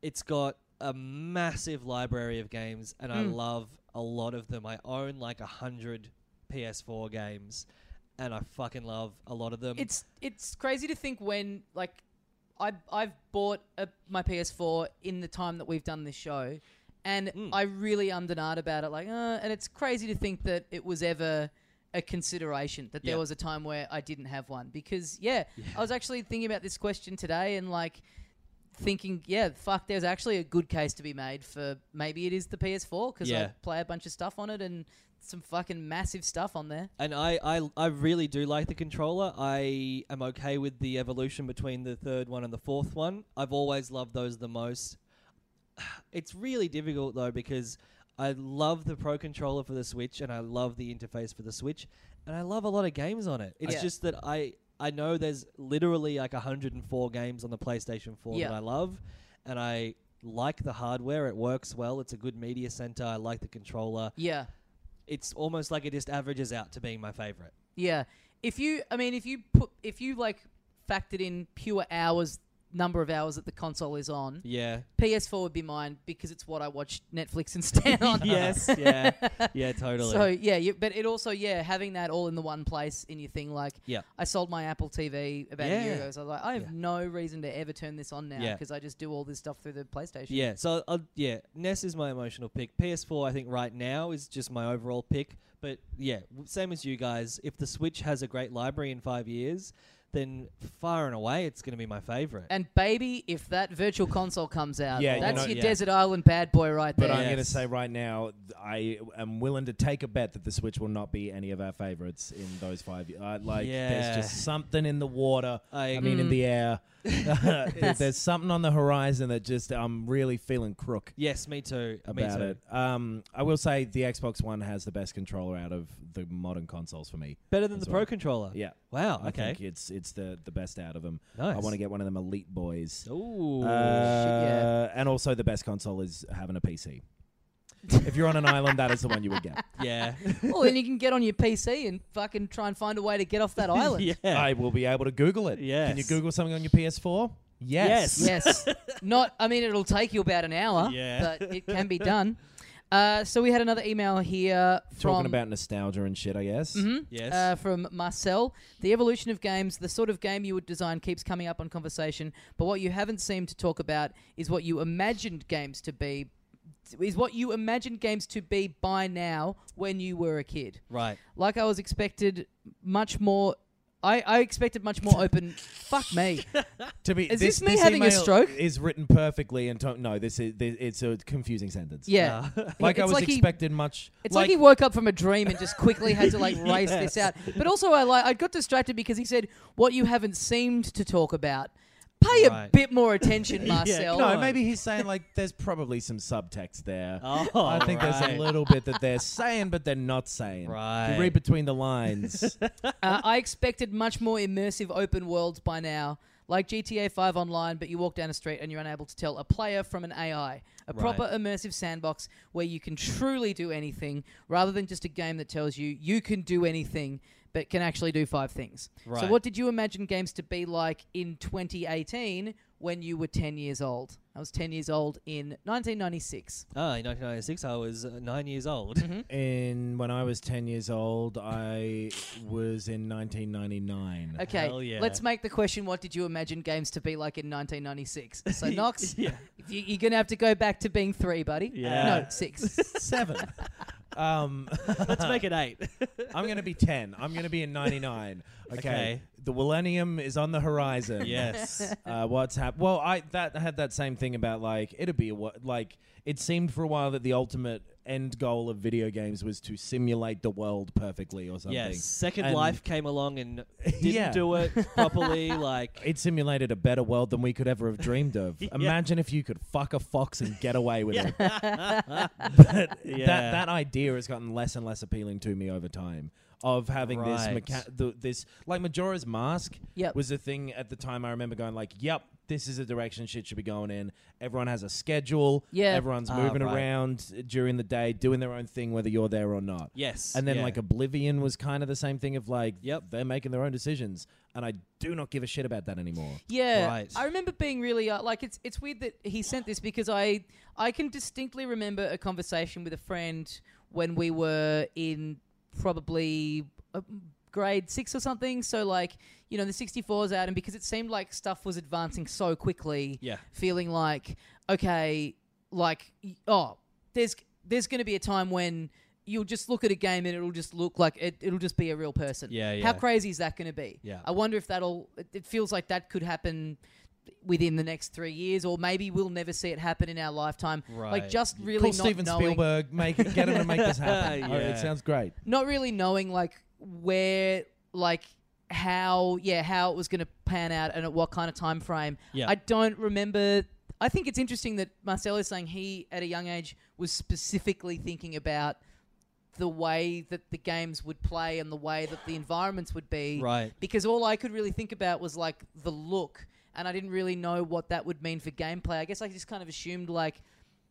Speaker 5: it's got a massive library of games, and I love a lot of them. I own like a hundred PS4 games, and I fucking love a lot of them.
Speaker 4: it's it's crazy to think when like I I've bought a, my PS4 in the time that we've done this show, and
Speaker 5: Hmm.
Speaker 4: I really ummed and ahed about it. Like, uh, and it's crazy to think that it was ever a consideration that there
Speaker 5: Yeah.
Speaker 4: was a time where I didn't have one because yeah, I was actually thinking about this question today and like thinking yeah fuck there's actually a good case to be made for maybe it is the PS4 because I
Speaker 5: Yeah.
Speaker 4: play a bunch of stuff on it and some fucking massive stuff on there
Speaker 5: and I, I I really do like the controller. I am okay with the evolution between the third one and the fourth one. I've always loved those the most. It's really difficult though because I love the Pro controller for the Switch and I love the interface for the Switch and I love a lot of games on it. It's
Speaker 4: Yeah.
Speaker 5: just that I I know there's literally like 104 games on the PlayStation 4
Speaker 4: Yeah.
Speaker 5: that I love and I like the hardware. It works well. It's a good media center. I like the controller.
Speaker 4: yeah
Speaker 5: It's almost like it just averages out to being my favorite.
Speaker 4: Yeah. If you, I mean, if you put, if you like factored in pure hours, number of hours that the console is on,
Speaker 5: Yeah.
Speaker 4: PS4 would be mine because it's what I watch Netflix and stand on.
Speaker 5: yes. Yeah. Yeah. Totally.
Speaker 4: So yeah, you, but it also yeah having that all in the one place in your thing like
Speaker 5: Yeah.
Speaker 4: I sold my Apple TV about a year
Speaker 5: Yeah.
Speaker 4: ago. So I was like I have
Speaker 5: Yeah.
Speaker 4: no reason to ever turn this on now
Speaker 5: Yeah.
Speaker 4: because I just do all this stuff through the PlayStation.
Speaker 5: yeah. So I'll, yeah, Ness is my emotional pick. PS4, I think right now is just my overall pick. But yeah, w- same as you guys. If the Switch has a great library in five years, then far and away it's going to be my favorite.
Speaker 6: Uh,
Speaker 4: And baby, if that virtual console comes out,
Speaker 6: Yeah, you
Speaker 4: that's
Speaker 6: know-
Speaker 4: your
Speaker 5: yeah.
Speaker 4: desert island bad boy right
Speaker 6: But
Speaker 4: there.
Speaker 6: I'm
Speaker 5: Yeah.
Speaker 6: going to
Speaker 5: Yes.
Speaker 6: say right now, th- I am willing to take a bet that the Switch will not be any of our favorites in those five years. Uh, like,
Speaker 5: Yeah.
Speaker 6: there's just something in the water.
Speaker 5: I Mm.
Speaker 6: I,
Speaker 5: agree.
Speaker 6: mean, in the air. There- there's something on the horizon that just I'm really feeling crook
Speaker 5: yes, me too. me
Speaker 6: about
Speaker 5: too.
Speaker 6: it. Um, I will say the Xbox One has the best controller out of the modern consoles for me.
Speaker 5: Better than
Speaker 6: as
Speaker 5: the
Speaker 6: well.
Speaker 5: Pro controller.
Speaker 6: Yeah.
Speaker 5: Wow.
Speaker 6: I
Speaker 5: Uh, Okay.
Speaker 6: think it's it's the the best out of them. I
Speaker 5: Nice.
Speaker 6: want to get one of them elite boys.
Speaker 5: Ooh.
Speaker 6: Uh, And also, the best console is having a PC. if you're on an island, that is the one you would get.
Speaker 5: yeah.
Speaker 4: well, then you can get on your PC and fucking try and find a way to get off that island.
Speaker 5: yeah.
Speaker 6: I will be able to Google it. Can you
Speaker 5: Yes.
Speaker 6: Google something on your PS4? Yes.
Speaker 4: Yes. Not, I mean, it'll take you about an hour,
Speaker 5: Yeah.
Speaker 4: but it can be done. Uh, so we had another email here from,
Speaker 6: Talking about nostalgia and shit, I guess.
Speaker 5: yes.
Speaker 4: uh, from Marcel. The evolution of games, the sort of game you would design, keeps coming up on conversation, but what you haven't seemed to talk about is what you imagined games to be. Is what you imagined games to be by now when you were a kid.
Speaker 5: right.
Speaker 4: like I was expected much more. I, I expected much more open. Fuck me.
Speaker 6: To be
Speaker 4: Is this me having a
Speaker 6: email
Speaker 4: stroke?
Speaker 6: Is written perfectly and to- no, this is this, it's a confusing sentence.
Speaker 4: Yeah.
Speaker 6: Like
Speaker 4: It's
Speaker 6: I was
Speaker 4: like he-
Speaker 6: expected much.
Speaker 4: It's like, he woke up from a dream and just quickly had to like race this out. But also, I like I got distracted because he said what you haven't seemed to talk about. Pay a
Speaker 5: Right.
Speaker 4: bit more attention, Marcel.
Speaker 5: come
Speaker 6: no,
Speaker 5: on.
Speaker 6: maybe he's saying like there's probably some subtext there.
Speaker 5: Oh,
Speaker 6: I think there's
Speaker 5: right.
Speaker 6: a little bit that they're saying, but they're not saying.
Speaker 5: Right.
Speaker 6: You read between the lines.
Speaker 4: Uh, I expected much more immersive open worlds by now, like GTA 5 online, but you walk down a street and you're unable to tell a player from an AI. A proper immersive sandbox where you can truly do anything rather than just a game that tells you you can do anything but can actually do five things. So,
Speaker 5: Right.
Speaker 4: what did you imagine games to be like in 2018 when you were 10 years old. I was 10 years old in 1996.
Speaker 5: Ah, in 1996, I was uh, nine years old.
Speaker 6: Mm-hmm. In when I was ten years old, I was in 1999.
Speaker 4: Okay,
Speaker 5: Hell yeah.
Speaker 4: let's make the question what did you imagine games to be like in 1996? So, Knox,
Speaker 5: yeah.
Speaker 4: if you, you're going to have to go back to being three, buddy.
Speaker 5: Yeah.
Speaker 4: No, six.
Speaker 6: Seven. um,
Speaker 5: Let's make it eight.
Speaker 6: I'm going to be 10. I'm going to be in 99. Okay.
Speaker 5: Okay.
Speaker 6: The millennium is on the horizon.
Speaker 5: yes.
Speaker 6: Uh, what's happened? Well, I that I had that same thing about like it'd be a wh- like it seemed for a while that the ultimate end goal of video games was to simulate the world perfectly or something.
Speaker 5: Yes. Second
Speaker 6: And
Speaker 5: Life came along and didn't
Speaker 6: Yeah.
Speaker 5: do it properly. Like,
Speaker 6: It simulated a better world than we could ever have dreamed of. Imagine if you could fuck a fox and get away with it. but that
Speaker 5: Yeah.
Speaker 6: that idea has gotten less and less appealing to me over time. Of having
Speaker 5: Right.
Speaker 6: this mecha- the, this like Majora's Mask
Speaker 4: Yep.
Speaker 6: was a thing at the time. I remember going like, "Yep, this is the direction shit should be going in." Everyone has a schedule.
Speaker 4: Yeah.
Speaker 6: everyone's
Speaker 5: Ah,
Speaker 6: moving
Speaker 5: right.
Speaker 6: around during the day, doing their own thing, whether you're there or not.
Speaker 5: yes.
Speaker 6: And then
Speaker 5: yeah.
Speaker 6: like Oblivion was kind of the same thing of like,
Speaker 5: Yep.
Speaker 6: they're making their own decisions, and I do not give a shit about that anymore.
Speaker 4: Yeah,
Speaker 5: Right.
Speaker 4: I remember being really uh, like it's it's weird that he sent this because I I can distinctly remember a conversation with a friend when we were in probably uh, grade six or something. So like you know the 64s out, and because it seemed like stuff was advancing so quickly,
Speaker 5: Yeah.
Speaker 4: feeling like okay, like y- oh there's there's going to be a time when you'll just look at a game and it'll just look like it, it'll just be a real person.
Speaker 5: Yeah,
Speaker 4: How
Speaker 5: yeah.
Speaker 4: crazy is that going to be?
Speaker 5: Yeah.
Speaker 4: I wonder if that'll. It, it feels like that could happen within the next three years, or maybe we'll never see it happen in our lifetime. Like
Speaker 5: Right.
Speaker 4: just really
Speaker 6: Call
Speaker 4: not
Speaker 6: Steven
Speaker 4: knowing,
Speaker 6: Spielberg, make get him to make this happen. Oh,
Speaker 5: Yeah.
Speaker 6: it sounds great.
Speaker 4: not really knowing like where, like how, yeah, how it was going to pan out and at what kind of time frame.
Speaker 5: Yeah.
Speaker 4: I don't remember. I think it's interesting that Marcelo is saying he, at a young age, was specifically thinking about the way that the games would play and the way that the environments would be
Speaker 5: Right.
Speaker 4: because all I could really think about was like the look, and I didn't really know what that would mean for gameplay. I guess I just kind of assumed like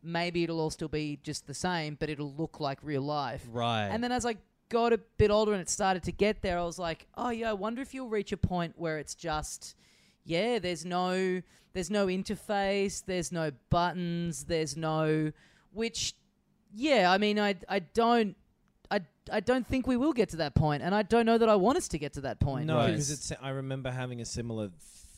Speaker 4: maybe it'll all still be just the same, but it'll look like real life.
Speaker 5: Right.
Speaker 4: And then as I got a bit older and it started to get there, I was like, oh yeah, I wonder if you'll reach a point where it's just yeah, there's no there's no interface, there's no buttons, there's no which yeah, I mean I I don't I, I don't think we will get to that point, and I don't know that I want us to get to that point.
Speaker 6: No,
Speaker 5: Right.
Speaker 6: because it's. I remember having a similar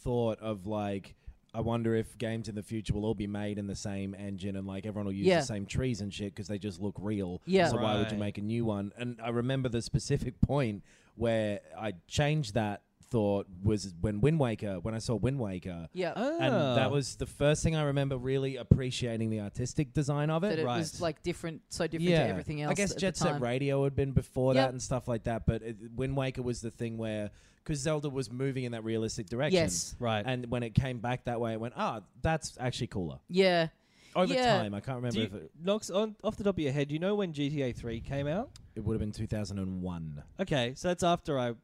Speaker 6: thought of like, I wonder if games in the future will all be made in the same engine and like everyone will use
Speaker 4: Yeah.
Speaker 6: the same trees and shit because they just look real.
Speaker 4: Yeah.
Speaker 6: So why would you
Speaker 5: Right.
Speaker 6: make a new one? And I remember the specific point where I changed that thought was when Wind Waker, when I saw Wind Waker.
Speaker 4: Yeah,
Speaker 6: And
Speaker 4: Oh.
Speaker 6: that was the first thing I remember really appreciating the artistic design of it.
Speaker 4: that it
Speaker 5: right.
Speaker 4: was like different, so different to everything else.
Speaker 6: I guess
Speaker 4: at the
Speaker 6: Jet Set
Speaker 4: time.
Speaker 6: Radio had been before
Speaker 4: Yep.
Speaker 6: that and stuff like that, but it, Wind Waker was the thing where because Zelda was moving in that realistic direction.
Speaker 4: Yes.
Speaker 5: Right.
Speaker 6: And when it came back that way, it went, ah, that's actually cooler.
Speaker 4: Yeah,
Speaker 6: Over
Speaker 4: Yeah.
Speaker 6: time, I can't remember
Speaker 5: Do
Speaker 6: if
Speaker 5: you,
Speaker 6: it,
Speaker 5: Knox, on, off the top of your head, do you know when GTA 3 came out?
Speaker 6: it would have been 2001.
Speaker 5: Okay, so that's after I.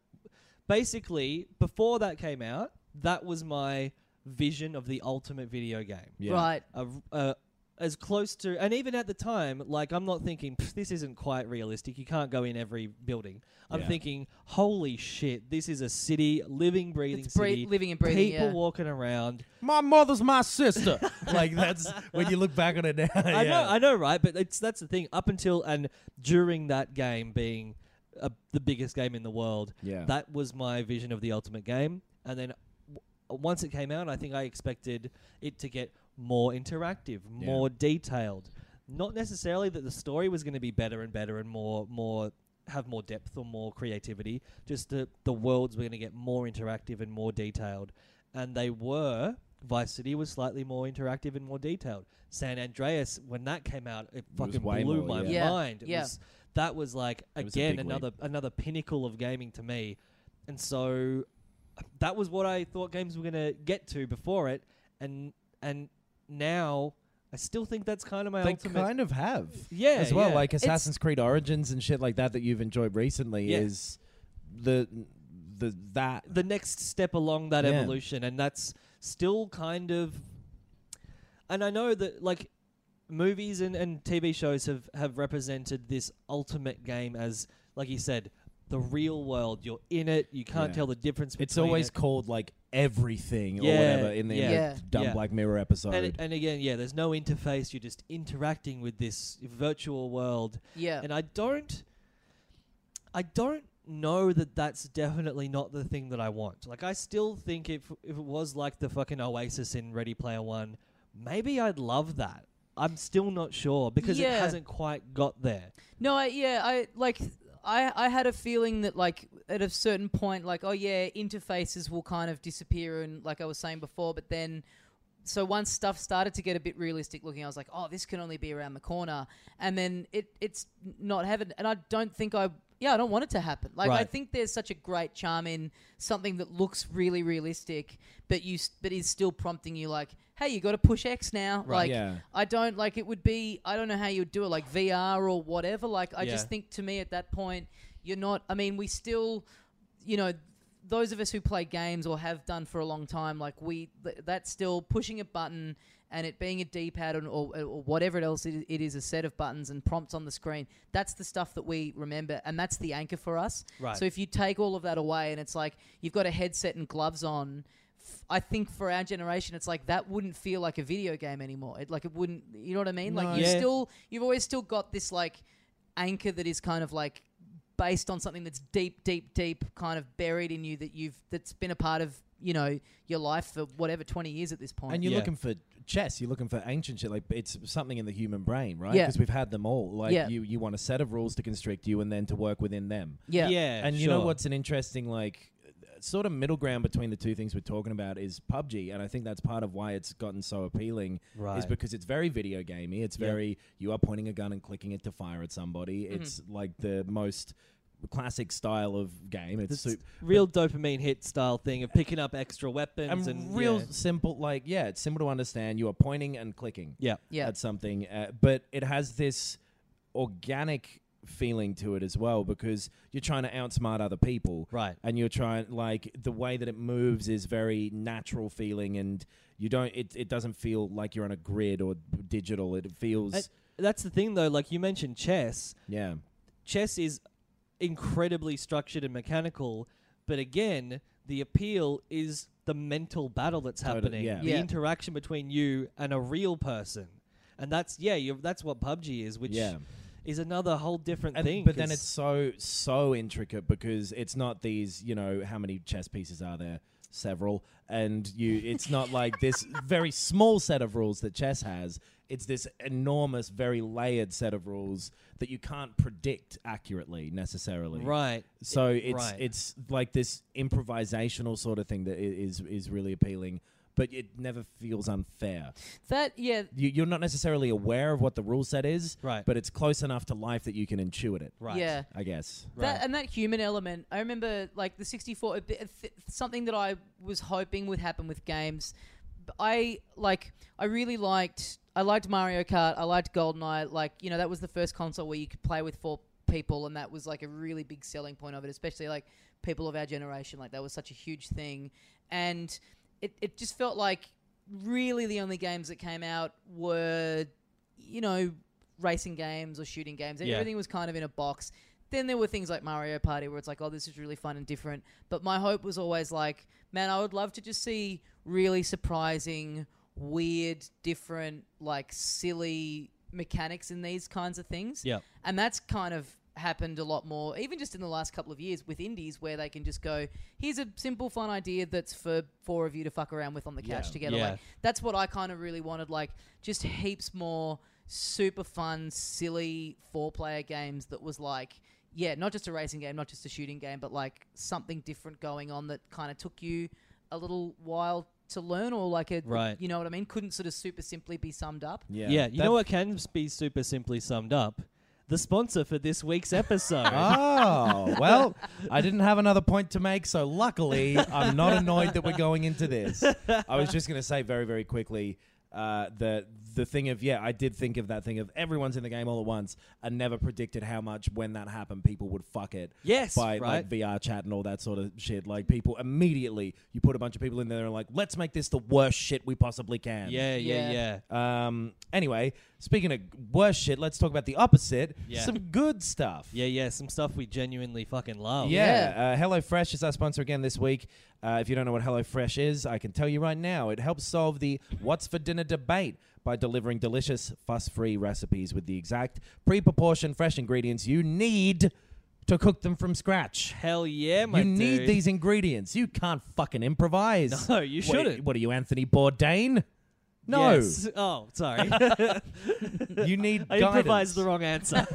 Speaker 5: Basically, before that came out, that was my vision of the ultimate video game.
Speaker 6: Yeah.
Speaker 4: right.
Speaker 5: a, a, uh, as close to, and even at the time, like I'm not thinking "Pff, this isn't quite realistic. You can't go in every building. I'm
Speaker 6: Yeah.
Speaker 5: thinking, holy shit, this is a city, living, breathing
Speaker 4: It's bre-
Speaker 5: city,
Speaker 4: living and breathing,
Speaker 5: people
Speaker 4: yeah.
Speaker 5: walking around.
Speaker 6: My mother's my sister. like, that's when you look back on it now.
Speaker 5: I
Speaker 6: yeah.
Speaker 5: know, I know, right? But it's that's the thing. Up until and during that game being uh, the biggest game in the world,
Speaker 6: Yeah.
Speaker 5: that was my vision of the ultimate game. And then w- once it came out, I think I expected it to get more interactive, more detailed. Not necessarily that the story was going to be better and better and more more have more depth or more creativity. Just the the worlds were going to get more interactive and more detailed, and they were. Vice City was slightly more interactive and more detailed. San Andreas, when that came out, it
Speaker 6: was
Speaker 5: fucking
Speaker 6: way
Speaker 5: blew
Speaker 6: more,
Speaker 5: my
Speaker 4: yeah. Yeah,
Speaker 5: mind. It
Speaker 4: yeah.
Speaker 5: was, that was like
Speaker 6: was a
Speaker 5: again
Speaker 6: big leap.
Speaker 5: another another pinnacle of gaming to me, and so that was what I thought games were gonna get to before it, and and now I still think that's kind of my
Speaker 6: They
Speaker 5: ultimate.
Speaker 6: kind of have.
Speaker 5: Yeah,
Speaker 6: As well,
Speaker 5: yeah.
Speaker 6: like
Speaker 5: It's-
Speaker 6: Assassin's Creed Origins and shit like that that you've enjoyed recently
Speaker 5: Yeah.
Speaker 6: is the the that
Speaker 5: the next step along that
Speaker 6: Yeah.
Speaker 5: evolution, and that's still kind of. And I know that like movies and, and TV shows have have represented this ultimate game as, like you said, the real world. You're in it. You can't
Speaker 6: Yeah.
Speaker 5: tell the difference. Between
Speaker 6: It's always
Speaker 5: it.
Speaker 6: called like everything
Speaker 5: Yeah,
Speaker 6: or whatever in the, in the
Speaker 4: yeah.
Speaker 6: dumb
Speaker 5: Yeah.
Speaker 6: Black Mirror episode.
Speaker 5: And, and again, yeah, there's no interface. You're just interacting with this virtual world.
Speaker 4: Yeah.
Speaker 5: And I don't, I don't know that that's definitely not the thing that I want. Like, I still think if if it was like the fucking Oasis in Ready Player One, maybe I'd love that. I'm still not sure because it
Speaker 4: Yeah.
Speaker 5: hasn't quite got there.
Speaker 4: No, I, yeah, I like I I had a feeling that like at a certain point like oh yeah, interfaces will kind of disappear and like I was saying before, but then so once stuff started to get a bit realistic looking, I was like, "Oh, this can only be around the corner," and then it it's not happened. And I don't think I, yeah, I don't want it to happen. Like I
Speaker 5: Right.
Speaker 4: think there's such a great charm in something that looks really realistic, but you s- but is still prompting you like, "Hey, you got to push X now." Like
Speaker 6: yeah.
Speaker 4: I don't like it would be I don't know how you'd do it like VR or whatever. Like I just
Speaker 5: Yeah.
Speaker 4: think to me at that point, you're not. I mean, we still you know, those of us who play games or have done for a long time, like we, th- that's still pushing a button and it being a D-pad or, or, or whatever else it, it is, a set of buttons and prompts on the screen. That's the stuff that we remember, and that's the anchor for us.
Speaker 5: Right.
Speaker 4: So if you take all of that away, and it's like you've got a headset and gloves on. f- I think for our generation, it's like that wouldn't feel like a video game anymore. It like it wouldn't. You know what I mean? Like you
Speaker 5: No. Yeah.
Speaker 4: still, you've always still got this like anchor that is kind of like based on something that's deep, deep, deep, kind of buried in you that you've that's been a part of you know your life for whatever twenty years at this point.
Speaker 6: And you're
Speaker 5: Yeah.
Speaker 6: looking for chess. You're looking for ancient shit. Like it's something in the human brain, right?
Speaker 4: Yeah.
Speaker 6: Because we've had them all. Like
Speaker 4: Yeah.
Speaker 6: you, you want a set of rules to constrict you, and then to work within them.
Speaker 4: yeah,
Speaker 5: yeah
Speaker 6: and you know
Speaker 5: sure.
Speaker 6: what's an interesting like sort of middle ground between the two things we're talking about is PUBG, and I think that's part of why it's gotten so appealing. Is
Speaker 5: Right.
Speaker 6: because it's very video gamey. It's
Speaker 5: Yeah.
Speaker 6: very you are pointing a gun and clicking it to fire at somebody.
Speaker 5: Mm-hmm.
Speaker 6: It's like the most classic style of game. It's
Speaker 5: This
Speaker 6: su-
Speaker 5: real dopamine hit style thing of picking up extra weapons
Speaker 6: and,
Speaker 5: and
Speaker 6: real
Speaker 5: yeah.
Speaker 6: simple. Like yeah, it's simple to understand. You are pointing and clicking.
Speaker 5: Yeah.
Speaker 4: yeah,
Speaker 6: at something, uh, but it has this organic feeling to it as well because you're trying to outsmart other people,
Speaker 5: Right.
Speaker 6: And you're trying like the way that it moves is very natural feeling, and you don't it, it doesn't feel like you're on a grid or digital. It feels
Speaker 5: And that's the thing though. Like you mentioned chess,
Speaker 6: yeah,
Speaker 5: chess is incredibly structured and mechanical, but again, the appeal is the mental battle that's
Speaker 6: Totally,
Speaker 5: happening,
Speaker 6: yeah.
Speaker 5: the
Speaker 4: Yeah.
Speaker 5: interaction between you and a real person, and that's yeah, you're, that's what PUBG is, which
Speaker 6: Yeah.
Speaker 5: is another whole different thing.
Speaker 6: but then
Speaker 5: 'cause-
Speaker 6: it's so so intricate because it's not these you know how many chess pieces are there several and you it's not like this very small set of rules that chess has it's this enormous very layered set of rules that you can't predict accurately necessarily
Speaker 5: right.
Speaker 6: so it's
Speaker 5: right.
Speaker 6: it's like this improvisational sort of thing that i- is is really appealing but it never feels unfair
Speaker 4: that yeah.
Speaker 6: you, you're not necessarily aware of what the rule set is
Speaker 5: Right.
Speaker 6: but it's close enough to life that you can intuit it
Speaker 5: Right.
Speaker 4: Yeah,
Speaker 6: i guess
Speaker 5: Right.
Speaker 4: That, and that human element, I remember like the 64, a bit- a th- something that I was hoping would happen with games. B- I like, I really liked, I liked Mario Kart, I liked GoldenEye, like, you know, that was the first console where you could play with four people, and that was like a really big selling point of it, especially like people of our generation. Like, that was such a huge thing. And it, it just felt like really the only games that came out were, you know, racing games or shooting games.
Speaker 5: Yeah.
Speaker 4: Everything was kind of in a box. Then there were things like Mario Party where it's like, oh, this is really fun and different. But my hope was always like, man, I would love to just see really surprising, weird, different, like silly mechanics in these kinds of things.
Speaker 5: Yeah.
Speaker 4: And that's kind of happened a lot more, even just in the last couple of years with indies, where they can just go, here's a simple, fun idea that's for four of you to fuck around with on the couch
Speaker 6: Yeah.
Speaker 4: together.
Speaker 5: Yeah.
Speaker 4: Like, that's what I kind of really wanted. Like, just heaps more super fun, silly four player games that was like, yeah, not just a racing game, not just a shooting game, but like something different going on that kind of took you a little while to learn or like a,
Speaker 5: Right.
Speaker 4: you know what I mean? Couldn't sort of super simply be summed up.
Speaker 5: Yeah. You know what can be super simply summed up? The sponsor for this week's episode.
Speaker 6: Oh, well, I didn't have another point to make, so luckily I'm not annoyed that we're going into this. I was just going to say very, very quickly uh, the the thing of yeah, I did think of that thing of everyone's in the game all at once, and never predicted how much when that happened people would fuck it.
Speaker 5: Yes,
Speaker 6: by like
Speaker 5: right.
Speaker 6: VR chat and all that sort of shit. Like people immediately, you put a bunch of people in there and like, let's make this the worst shit we possibly can.
Speaker 5: Yeah, yeah,
Speaker 4: Yeah.
Speaker 5: yeah.
Speaker 6: Um. Anyway, speaking of worse shit, let's talk about the opposite.
Speaker 5: Yeah.
Speaker 6: Some good stuff.
Speaker 5: Yeah, yeah. Some stuff we genuinely fucking love.
Speaker 6: Yeah. Uh, HelloFresh is our sponsor again this week. Uh, if you don't know what HelloFresh is, I can tell you right now. It helps solve the what's for dinner debate by delivering delicious, fuss free recipes with the exact pre proportioned fresh ingredients you need to cook them from scratch.
Speaker 5: Hell yeah, my
Speaker 6: You need
Speaker 5: dude.
Speaker 6: these ingredients. You can't fucking improvise.
Speaker 5: No, you
Speaker 6: What-
Speaker 5: shouldn't.
Speaker 6: What, are you, Anthony Bourdain? No,
Speaker 5: Yes. Oh, sorry.
Speaker 6: you need
Speaker 5: I
Speaker 6: guidance.
Speaker 5: improvised the wrong answer.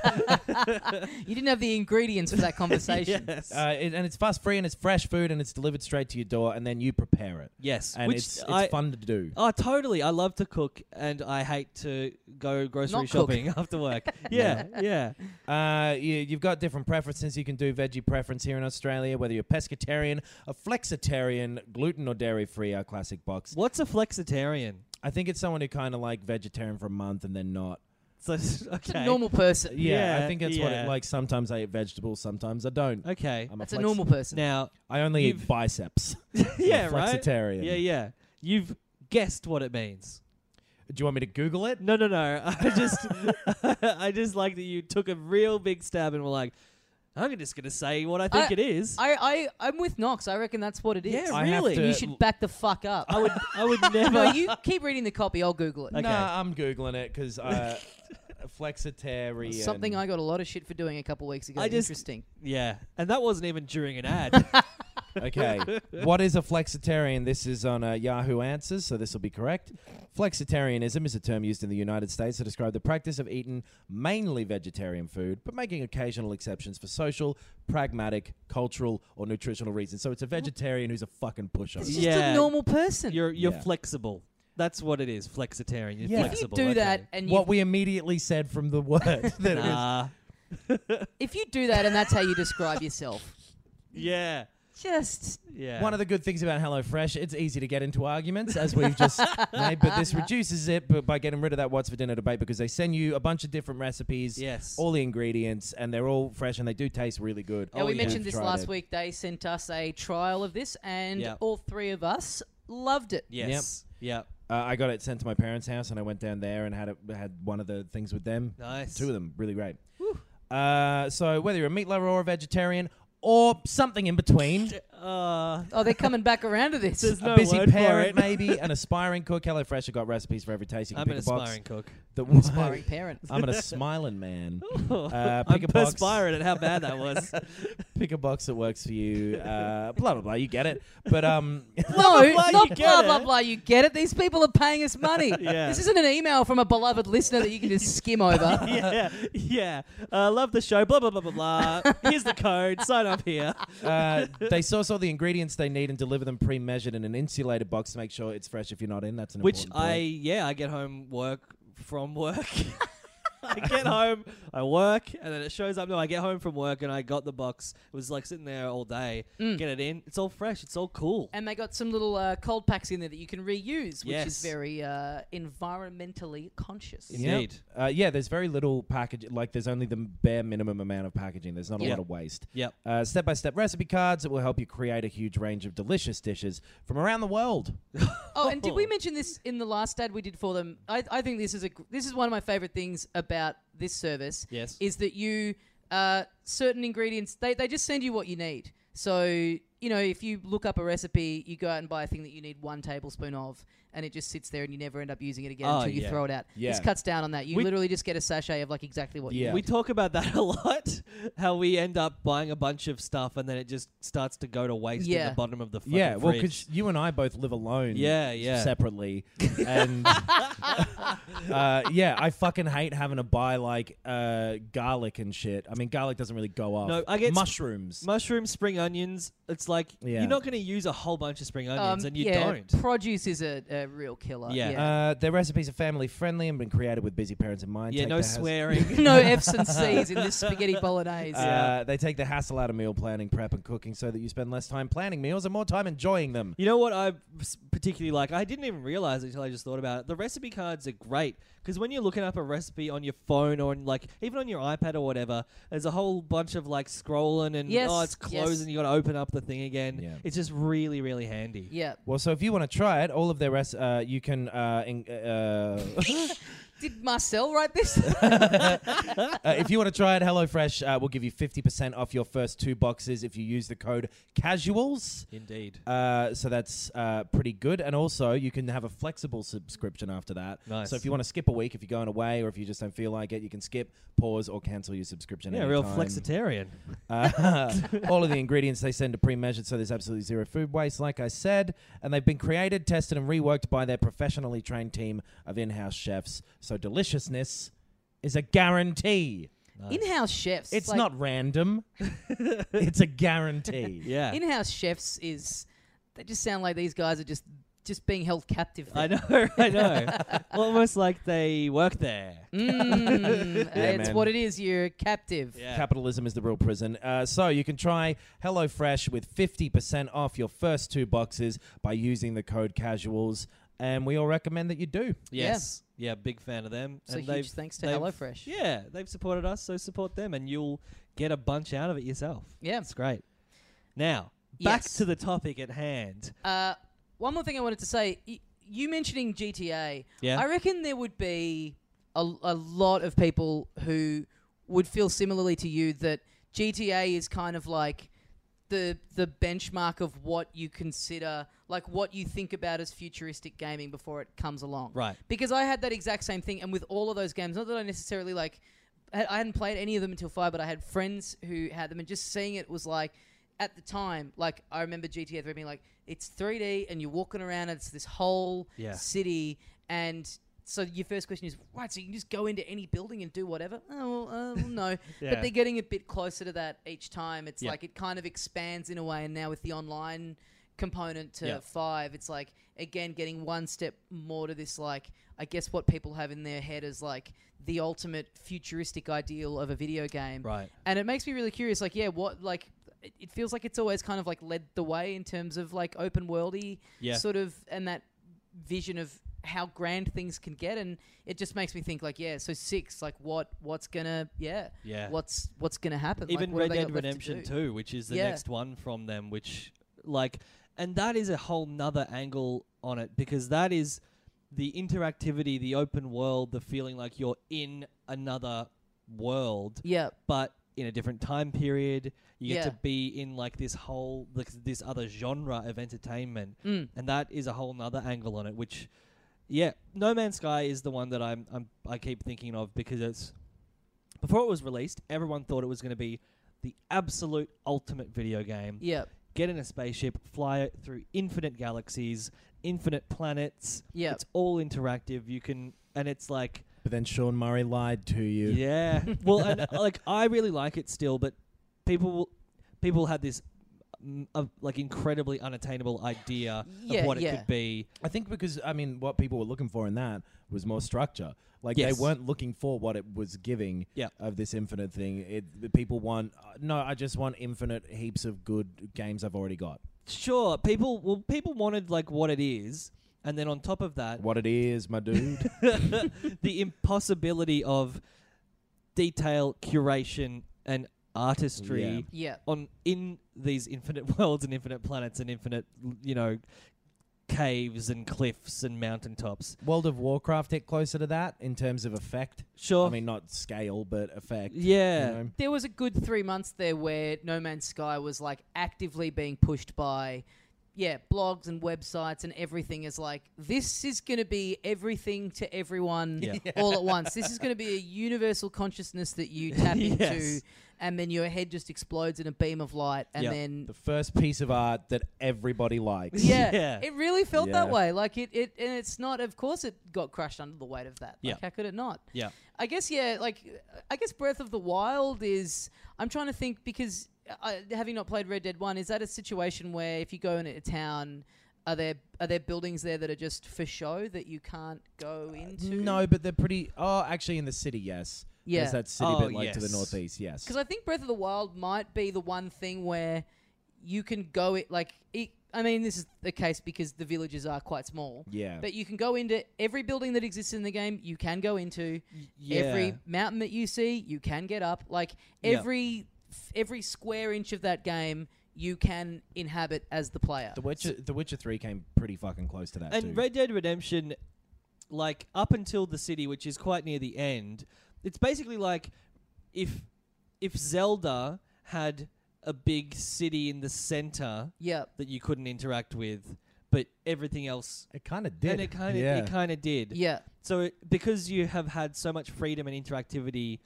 Speaker 4: You didn't have the ingredients for that conversation.
Speaker 5: yes.
Speaker 6: Uh, it- and it's fuss free and it's fresh food and it's delivered straight to your door and then you prepare it.
Speaker 5: yes.
Speaker 6: And
Speaker 5: which
Speaker 6: it's, it's
Speaker 5: I,
Speaker 6: fun to do.
Speaker 5: Oh, totally. I love to cook, and I hate to go grocery
Speaker 4: Not cook.
Speaker 5: shopping after work. Yeah, yeah.
Speaker 6: Uh, you, you've got different preferences. You can do veggie preference here in Australia, whether you're pescatarian, a flexitarian, gluten or dairy free, our classic box.
Speaker 5: What's a flexitarian?
Speaker 6: I think it's someone who kind of like vegetarian for a month and then not.
Speaker 5: So
Speaker 4: It's
Speaker 5: okay,
Speaker 4: a normal person.
Speaker 6: Yeah,
Speaker 5: Yeah,
Speaker 6: I think that's what
Speaker 5: yeah.
Speaker 6: it like. Sometimes I eat vegetables, sometimes I don't.
Speaker 5: Okay.
Speaker 6: I'm
Speaker 4: That's a
Speaker 6: flex-
Speaker 4: normal person.
Speaker 5: Now,
Speaker 6: I only
Speaker 5: You've-
Speaker 6: eat biceps.
Speaker 5: yeah,
Speaker 6: I'm a
Speaker 5: right.
Speaker 6: flexitarian.
Speaker 5: Yeah, yeah. You've guessed what it means.
Speaker 6: Do you want me to Google it?
Speaker 5: No, no, no. I just, I just like that you took a real big stab and were like, "I'm just gonna say what I think
Speaker 4: I-
Speaker 5: it is." I,
Speaker 4: I, I, I'm with Knox. I reckon that's what it is.
Speaker 5: Yeah,
Speaker 6: I have
Speaker 5: really?
Speaker 6: to-
Speaker 4: You should back the fuck up.
Speaker 5: would, I would never.
Speaker 4: no, you keep reading the copy. I'll Google it.
Speaker 5: Okay.
Speaker 6: Nah, I'm Googling it because uh, flexitarian.
Speaker 4: Something I got a lot of shit for doing a couple weeks ago.
Speaker 5: I just-
Speaker 4: Interesting.
Speaker 5: Yeah, and that wasn't even during an ad.
Speaker 6: Okay. what is a flexitarian? This is on uh, Yahoo Answers, so this will be correct. Flexitarianism is a term used in the United States to describe the practice of eating mainly vegetarian food, but making occasional exceptions for social, pragmatic, cultural, or nutritional reasons. So it's a vegetarian who's a fucking pushover.
Speaker 4: It's just
Speaker 5: Yeah.
Speaker 4: a normal person.
Speaker 5: You're you're
Speaker 6: Yeah.
Speaker 5: flexible. That's what it is. Flexitarian. You're
Speaker 6: Yeah. If you
Speaker 4: if you
Speaker 5: flexible.
Speaker 4: do
Speaker 5: okay.
Speaker 4: that and you,
Speaker 6: What we immediately said from the word that it was-
Speaker 5: Nah.
Speaker 4: if you do that and that's how you describe yourself,
Speaker 5: Yeah.
Speaker 4: just
Speaker 5: Yeah.
Speaker 6: One of the good things about HelloFresh, it's easy to get into arguments, as we've just made, but this reduces it b- by getting rid of that what's for dinner debate because they send you a bunch of different recipes,
Speaker 5: Yes.
Speaker 6: all the ingredients, and they're all fresh and they do taste really good.
Speaker 4: Yeah, we mentioned
Speaker 6: We've
Speaker 4: this
Speaker 6: Oh, tried
Speaker 4: last
Speaker 6: it.
Speaker 4: week. They sent us a trial of this, and
Speaker 5: Yep.
Speaker 4: all three of us loved it.
Speaker 5: yes. Yep.
Speaker 6: Uh, I got it sent to my parents' house and I went down there and had it, had one of the things with them.
Speaker 5: Nice.
Speaker 6: Two of them, really great. Uh, so whether you're a meat lover or a vegetarian or something in between.
Speaker 5: Uh,
Speaker 4: Oh, they're coming back around to this.
Speaker 5: there's no
Speaker 6: a busy
Speaker 5: word for
Speaker 6: parent,
Speaker 5: it.
Speaker 6: maybe an aspiring cook. HelloFresh have got recipes for every taste. You can
Speaker 5: I'm
Speaker 6: pick
Speaker 5: an
Speaker 6: a box.
Speaker 5: aspiring cook.
Speaker 6: The
Speaker 4: Aspiring parent.
Speaker 6: I'm an aspiring man. Uh,
Speaker 5: Oh, I'm
Speaker 6: pick a box.
Speaker 5: perspiring at how bad that was.
Speaker 6: Pick a box that works for you. Uh, blah blah blah. You get it. But um,
Speaker 4: No,
Speaker 5: blah, you
Speaker 4: not
Speaker 5: get
Speaker 4: blah
Speaker 5: it.
Speaker 4: blah blah. You get it. These people are paying us money.
Speaker 5: Yeah.
Speaker 4: This isn't an email from a beloved listener that you can just skim over.
Speaker 5: yeah. Yeah. Uh, love the show. Blah blah blah blah blah. Here's the code. Sign up here.
Speaker 6: uh, they source all the ingredients they need and deliver them pre-measured in an insulated box to make sure it's fresh. If you're not in, that's an
Speaker 5: Which
Speaker 6: important
Speaker 5: I
Speaker 6: point.
Speaker 5: yeah I get home work from work. I get home, I work, and then it shows up. No, I get home from work and I got the box. It was like sitting there all day.
Speaker 6: Mm.
Speaker 5: Get it in. It's all fresh. It's all cool.
Speaker 4: And they got some little uh, cold packs in there that you can reuse, which
Speaker 5: Yes.
Speaker 4: is very uh, environmentally conscious.
Speaker 5: Yeah. Indeed.
Speaker 6: Uh, yeah, there's very little package. Like, there's only the bare minimum amount of packaging. There's not a
Speaker 5: Yeah.
Speaker 6: lot of waste.
Speaker 5: Yep.
Speaker 6: Uh, step-by-step recipe cards that will help you create a huge range of delicious dishes from around the world.
Speaker 4: Oh, and did we mention this in the last ad we did for them? I, I think this is a gr- this is one of my favorite things about this service.
Speaker 5: Yes.
Speaker 4: is that you uh, certain ingredients they they just send you what you need. So you know if you look up a recipe, you go out and buy a thing that you need one tablespoon of, and it just sits there and you never end up using it again
Speaker 5: Oh,
Speaker 4: until you
Speaker 5: yeah.
Speaker 4: throw it out.
Speaker 6: Yeah.
Speaker 4: This cuts down on that. You
Speaker 5: We-
Speaker 4: literally just get a sachet of like exactly what you
Speaker 6: Yeah.
Speaker 4: need.
Speaker 5: We talk about that a lot. How we end up buying a bunch of stuff and then it just starts to go to waste in
Speaker 4: Yeah.
Speaker 5: the bottom of the fucking
Speaker 6: Yeah, well,
Speaker 5: fridge.
Speaker 6: because you and I both live alone.
Speaker 5: Yeah, yeah.
Speaker 6: Separately, and uh, yeah, I fucking hate having to buy like uh, garlic and shit. I mean, garlic doesn't really go off.
Speaker 5: No, I get-
Speaker 6: mushrooms.
Speaker 5: Mushrooms, spring onions. It's like
Speaker 6: Yeah.
Speaker 5: you're not going to use a whole bunch of spring onions,
Speaker 4: Um,
Speaker 5: and you
Speaker 4: yeah,
Speaker 5: don't.
Speaker 4: Produce is a, a real killer.
Speaker 5: Yeah.
Speaker 6: Uh, their recipes are family friendly and been created with busy parents in mind.
Speaker 5: yeah,
Speaker 6: Take
Speaker 5: no
Speaker 6: the hassle-
Speaker 5: swearing.
Speaker 4: no F's and C's in this spaghetti bolognese.
Speaker 6: Uh, they take the hassle out of meal planning, prep, and cooking so that you spend less time planning meals and more time enjoying them.
Speaker 5: You know what I s- particularly like? I didn't even realize it until I just thought about it. The recipe cards are great because when you're looking up a recipe on your phone or on like even on your iPad or whatever, there's a whole bunch of like scrolling and
Speaker 4: Yes,
Speaker 5: oh, it's closed
Speaker 4: yes.
Speaker 5: and you got to open up the thing again.
Speaker 6: Yeah.
Speaker 5: It's just really, really handy.
Speaker 4: yeah.
Speaker 6: Well, so if you want to try it, all of their rest, uh, you can uh, in, uh,
Speaker 4: Did Marcel write this?
Speaker 6: uh, if you want to try it, HelloFresh uh, will give you fifty percent off your first two boxes if you use the code Casuals.
Speaker 5: Indeed.
Speaker 6: Uh, so that's uh, pretty good, and also you can have a flexible subscription after that.
Speaker 5: Nice.
Speaker 6: So if you want to skip a week, if you're going away, or if you just don't feel like it, you can skip, pause, or cancel your subscription.
Speaker 5: yeah, real
Speaker 6: anytime.
Speaker 5: flexitarian.
Speaker 6: Uh, all of the ingredients they send are pre-measured, so there's absolutely zero food waste, like I said. And they've been created, tested, and reworked by their professionally trained team of in-house chefs. So deliciousness is a guarantee.
Speaker 4: in-house chefs.
Speaker 6: It's
Speaker 4: like,
Speaker 6: not random. it's a guarantee.
Speaker 5: Yeah.
Speaker 4: in-house chefs is. They just sound like these guys are just just being held captive.
Speaker 5: I
Speaker 4: there.
Speaker 5: know, I know. Almost like they work there.
Speaker 4: Mm, it's
Speaker 6: man.
Speaker 4: what it is. You're captive.
Speaker 5: Yeah.
Speaker 6: Capitalism is the real prison. Uh, so you can try HelloFresh with 50% off your first two boxes by using the code CASUALS. And we all recommend that you do.
Speaker 5: Yes. Yeah. big fan of them.
Speaker 4: So
Speaker 5: and
Speaker 4: huge
Speaker 5: they've-
Speaker 4: thanks to
Speaker 5: they've-
Speaker 4: HelloFresh.
Speaker 5: Yeah, they've supported us, so support them, and you'll get a bunch out of it yourself.
Speaker 4: Yeah.
Speaker 5: it's great. Now back
Speaker 4: Yes.
Speaker 5: to the topic at hand.
Speaker 4: Uh, one more thing I wanted to say. Y- you mentioning GTA.
Speaker 5: Yeah.
Speaker 4: I reckon there would be a, a lot of people who would feel similarly to you that GTA is kind of like the the benchmark of what you consider like what you think about as futuristic gaming before it comes along.
Speaker 5: Right.
Speaker 4: Because I had that exact same thing and with all of those games, not that I necessarily like I I hadn't played any of them until 5, but I had friends who had them and just seeing it was like at the time, like I remember GTA 3 being like it's 3D and you're walking around and it's this whole
Speaker 5: Yeah.
Speaker 4: city and so your first question is right so you can just go into any building and do whatever oh well, uh, well, no but
Speaker 5: Yeah.
Speaker 4: they're getting a bit closer to that each time it's
Speaker 5: Yeah.
Speaker 4: like it kind of expands in a way and now with the online component to
Speaker 5: Yeah.
Speaker 4: five it's like again getting one step more to this like i guess what people have in their head is like the ultimate futuristic ideal of a video game
Speaker 5: Right.
Speaker 4: and it makes me really curious like yeah what like it- it feels like it's always kind of like led the way in terms of like open worldy
Speaker 5: Yeah.
Speaker 4: sort of and that vision of how grand things can get and it just makes me think like yeah so six like what what's gonna yeah
Speaker 5: Yeah.
Speaker 4: what's what's gonna happen Like,
Speaker 5: Even
Speaker 4: what have
Speaker 5: Red
Speaker 4: they got
Speaker 5: Dead
Speaker 4: left to
Speaker 5: Redemption
Speaker 4: do?
Speaker 5: Two, which is the
Speaker 4: Yeah.
Speaker 5: next one from them, which like, and that is a whole nother angle on it because that is the interactivity, the open world, the feeling like you're in another world.
Speaker 4: yeah
Speaker 5: but in a different time period. You get
Speaker 4: Yeah.
Speaker 5: to be in like this whole like this other genre of entertainment,
Speaker 4: Mm.
Speaker 5: and that is a whole nother angle on it. Which, yeah, No Man's Sky is the one that I'm, I'm I keep thinking of because it's before it was released, everyone thought it was going to be the absolute ultimate video game.
Speaker 4: yeah
Speaker 5: Get in a spaceship, fly it through infinite galaxies, infinite planets.
Speaker 4: Yeah.
Speaker 5: it's all interactive. You can, and it's like
Speaker 6: But then Sean Murray lied to you.
Speaker 5: yeah. Well, and uh, like I really like it still, but people people had this mm, uh, like incredibly unattainable idea
Speaker 4: Yeah,
Speaker 5: of what
Speaker 4: yeah.
Speaker 5: it could be.
Speaker 6: I think because I mean, what people were looking for in that was more structure. Like
Speaker 5: Yes.
Speaker 6: they weren't looking for what it was giving
Speaker 5: Yeah.
Speaker 6: of this infinite thing. It, the people want uh, no, I just want infinite heaps of good games I've already got.
Speaker 5: Sure, people well people wanted like what it is, and then on top of that,
Speaker 6: What it is, my dude.
Speaker 5: the impossibility of detail, curation, and artistry.
Speaker 6: Yeah.
Speaker 4: yeah
Speaker 5: on in these infinite worlds and infinite planets and infinite you know caves and cliffs and mountaintops
Speaker 6: World of Warcraft hit closer to that in terms of effect.
Speaker 5: sure
Speaker 6: I mean, not scale, but effect.
Speaker 5: yeah
Speaker 6: you know?
Speaker 4: there was a good three months there where No Man's Sky was like actively being pushed by, yeah, blogs and websites and everything is like, this is going to be everything to everyone all at once. This is going to be a universal consciousness that you tap into,
Speaker 5: Yes.
Speaker 4: and then your head just explodes in a beam of light, and
Speaker 5: Yep.
Speaker 4: then.
Speaker 6: the first piece of art that everybody likes.
Speaker 4: yeah,
Speaker 5: Yeah.
Speaker 4: it really felt that
Speaker 6: Yeah.
Speaker 4: way. Like it, it, and it's not. Of course, it got crushed under the weight of that. Like,
Speaker 5: Yeah.
Speaker 4: how could it not?
Speaker 5: Yeah.
Speaker 4: I guess yeah, like I guess Breath of the Wild is I'm trying to think because uh, having not played Red Dead One, is that a situation where if you go into a town, are there are there buildings there that are just for show that you can't go into?
Speaker 6: Uh, No, but they're pretty. Oh, actually, in the city, yes.
Speaker 4: Yeah.
Speaker 6: There's that city
Speaker 5: Oh,
Speaker 6: bit like to the
Speaker 5: yes.
Speaker 6: northeast, yes.
Speaker 4: Because I think Breath of the Wild might be the one thing where you can go it like it, I mean this is the case because the villages are quite small.
Speaker 6: Yeah.
Speaker 4: But you can go into every building that exists in the game. You can go into
Speaker 5: yeah.
Speaker 4: every mountain that you see. You can get up like
Speaker 5: Yeah.
Speaker 4: every f every square inch of that game. You can inhabit as the player.
Speaker 6: the Witcher, The Witcher Three came pretty fucking close to that.
Speaker 5: And
Speaker 6: too.
Speaker 5: Red Dead Redemption, like up until the city, which is quite near the end, it's basically like if if Zelda had a big city in the center
Speaker 4: yeah.
Speaker 5: that you couldn't interact with, but everything else.
Speaker 6: it kind of did.
Speaker 5: And it kind of
Speaker 6: yeah.
Speaker 5: it kind of did.
Speaker 4: Yeah.
Speaker 5: So it, because you have had so much freedom and interactivity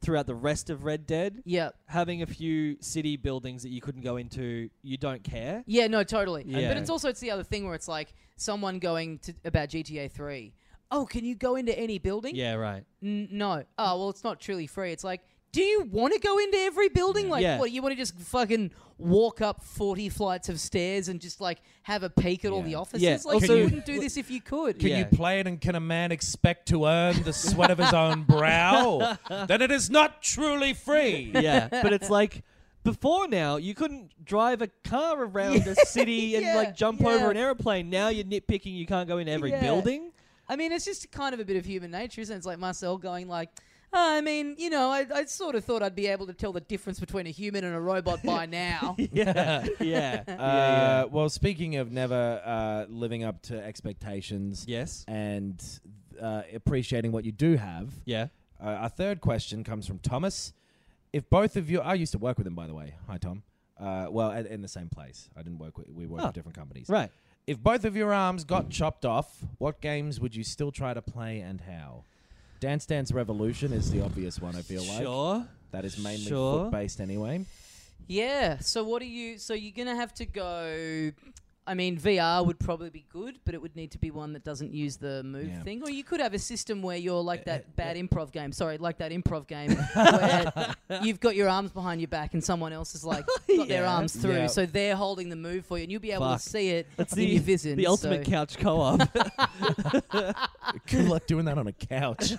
Speaker 5: throughout the rest of Red Dead,
Speaker 4: Yeah.
Speaker 5: having a few city buildings that you couldn't go into, you don't care.
Speaker 4: Yeah, no, totally.
Speaker 5: Yeah.
Speaker 4: But it's also it's the other thing where it's like someone going to about GTA Three. Oh, can you go into any building?
Speaker 5: Yeah, right.
Speaker 4: N- no. Oh, well, it's not truly free. It's like, do you want to go into every building? Like,
Speaker 5: Yeah.
Speaker 4: what? You want to just fucking walk up 40 flights of stairs and just, like, have a peek at all
Speaker 6: Yeah.
Speaker 4: the offices?
Speaker 5: Yeah.
Speaker 4: Like,
Speaker 5: Also-
Speaker 4: you wouldn't do this if you could.
Speaker 6: Can you
Speaker 5: Yeah.
Speaker 6: play it and can a man expect to earn the sweat of his own brow? then it is not truly free.
Speaker 5: yeah, but it's like before now you couldn't drive a car around a city and
Speaker 4: yeah,
Speaker 5: like jump
Speaker 4: yeah.
Speaker 5: over an airplane. Now you're nitpicking you can't go into every
Speaker 4: Yeah.
Speaker 5: building.
Speaker 4: I mean, it's just kind of a bit of human nature, isn't it? It's like Marcel going, like, "Oh, I mean, you know, I, I sort of thought I'd be able to tell the difference between a human and a robot by now.
Speaker 5: Yeah, yeah, yeah, yeah.
Speaker 6: Uh, well, speaking of never uh, living up to expectations
Speaker 5: Yes.
Speaker 6: and uh, appreciating what you do have,
Speaker 5: Yeah.
Speaker 6: uh, our third question comes from Thomas. If both of you, I used to work with him, by the way. Hi, Tom. Uh, well, at, in the same place. I didn't work. With, we worked
Speaker 5: Oh,
Speaker 6: with different companies.
Speaker 5: Right.
Speaker 6: If both of your arms got chopped off, what games would you still try to play and how? Dance Dance Revolution is the obvious one. I feel like
Speaker 5: Sure.
Speaker 6: that is mainly
Speaker 5: Sure.
Speaker 6: foot based anyway.
Speaker 4: Yeah. So what are you? So you're gonna have to go. I mean, VR would probably be good, but it would need to be one that doesn't use the move
Speaker 6: Yeah.
Speaker 4: thing. Or you could have a system where you're like that bad improv game. Sorry, like that improv game where you've got your arms behind your back and someone else has like got their
Speaker 5: Yeah.
Speaker 4: arms through,
Speaker 6: Yeah.
Speaker 4: so they're holding the move for you, and you'll be able
Speaker 5: Fuck.
Speaker 4: to see it
Speaker 5: That's
Speaker 4: in
Speaker 5: the
Speaker 4: your vision.
Speaker 5: the ultimate
Speaker 4: so-
Speaker 5: couch co-op.
Speaker 6: Good luck doing that on a couch.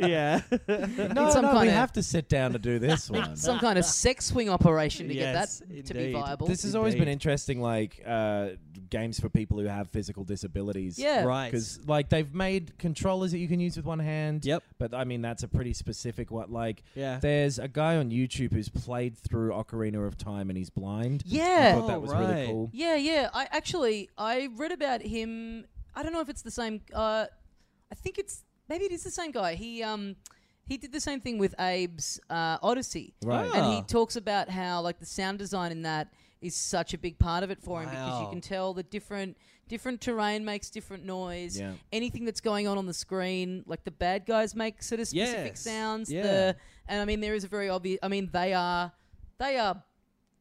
Speaker 5: yeah.
Speaker 6: no,
Speaker 4: some
Speaker 6: no, we
Speaker 4: kinda-
Speaker 6: have to sit down to do this one.
Speaker 4: some kind of sex swing operation to
Speaker 5: Yes,
Speaker 4: get that to be
Speaker 5: indeed.
Speaker 4: viable.
Speaker 6: this has always been
Speaker 5: Indeed.
Speaker 6: interesting, like uh, games for people who have physical disabilities.
Speaker 4: yeah.
Speaker 5: Right.
Speaker 6: Because like they've made controllers that you can use with one hand.
Speaker 5: Yep.
Speaker 6: But I mean that's a pretty specific one. Like
Speaker 5: Yeah.
Speaker 6: there's a guy on YouTube who's played through Ocarina of Time and he's blind. I
Speaker 4: Yeah.
Speaker 6: thought that
Speaker 5: Oh,
Speaker 6: was really
Speaker 5: right.
Speaker 6: cool.
Speaker 4: Yeah, yeah. I actually I read about him. I don't know if it's the same. Uh, I think it's maybe it is the same guy. He um he did the same thing with Abe's uh, Odyssey,
Speaker 6: Right.
Speaker 4: and
Speaker 5: Ah.
Speaker 4: he talks about how like the sound design in that is such a big part of it for him because you
Speaker 5: Wow.
Speaker 4: can tell the different different terrain makes different noise.
Speaker 6: Yeah.
Speaker 4: Anything that's going on on the screen, like the bad guys make sort of specific
Speaker 5: Yes.
Speaker 4: sounds.
Speaker 5: Yeah.
Speaker 4: The and I mean there is a very obvious. I mean they are they are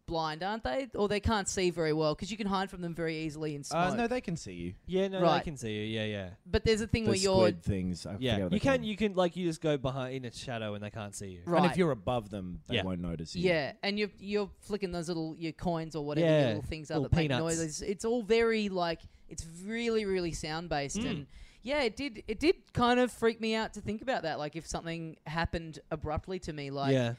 Speaker 4: blind, aren't they? Or they can't see very well because you can hide from them very easily in smoke.
Speaker 6: Uh, no, they can see you.
Speaker 5: Yeah. No, I
Speaker 4: Right.
Speaker 5: can see you. Yeah, yeah.
Speaker 4: but there's a thing
Speaker 6: The
Speaker 4: where you're
Speaker 6: squid things. I forget
Speaker 5: Yeah.
Speaker 6: what
Speaker 5: You
Speaker 6: they're
Speaker 5: can.
Speaker 6: called.
Speaker 5: You can. Like you just go behind in a shadow and they can't see you.
Speaker 4: right.
Speaker 6: And if you're above them, they
Speaker 5: Yeah.
Speaker 6: won't notice you.
Speaker 4: yeah, and you're you're flicking those little your coins or whatever
Speaker 5: Yeah,
Speaker 4: your little things are
Speaker 5: little
Speaker 4: that
Speaker 5: peanuts.
Speaker 4: make noises. It's all very like it's really really sound based
Speaker 6: Hmm.
Speaker 4: and yeah, it did it did kind of freak me out to think about that. Like if something happened abruptly to me, like
Speaker 5: yeah.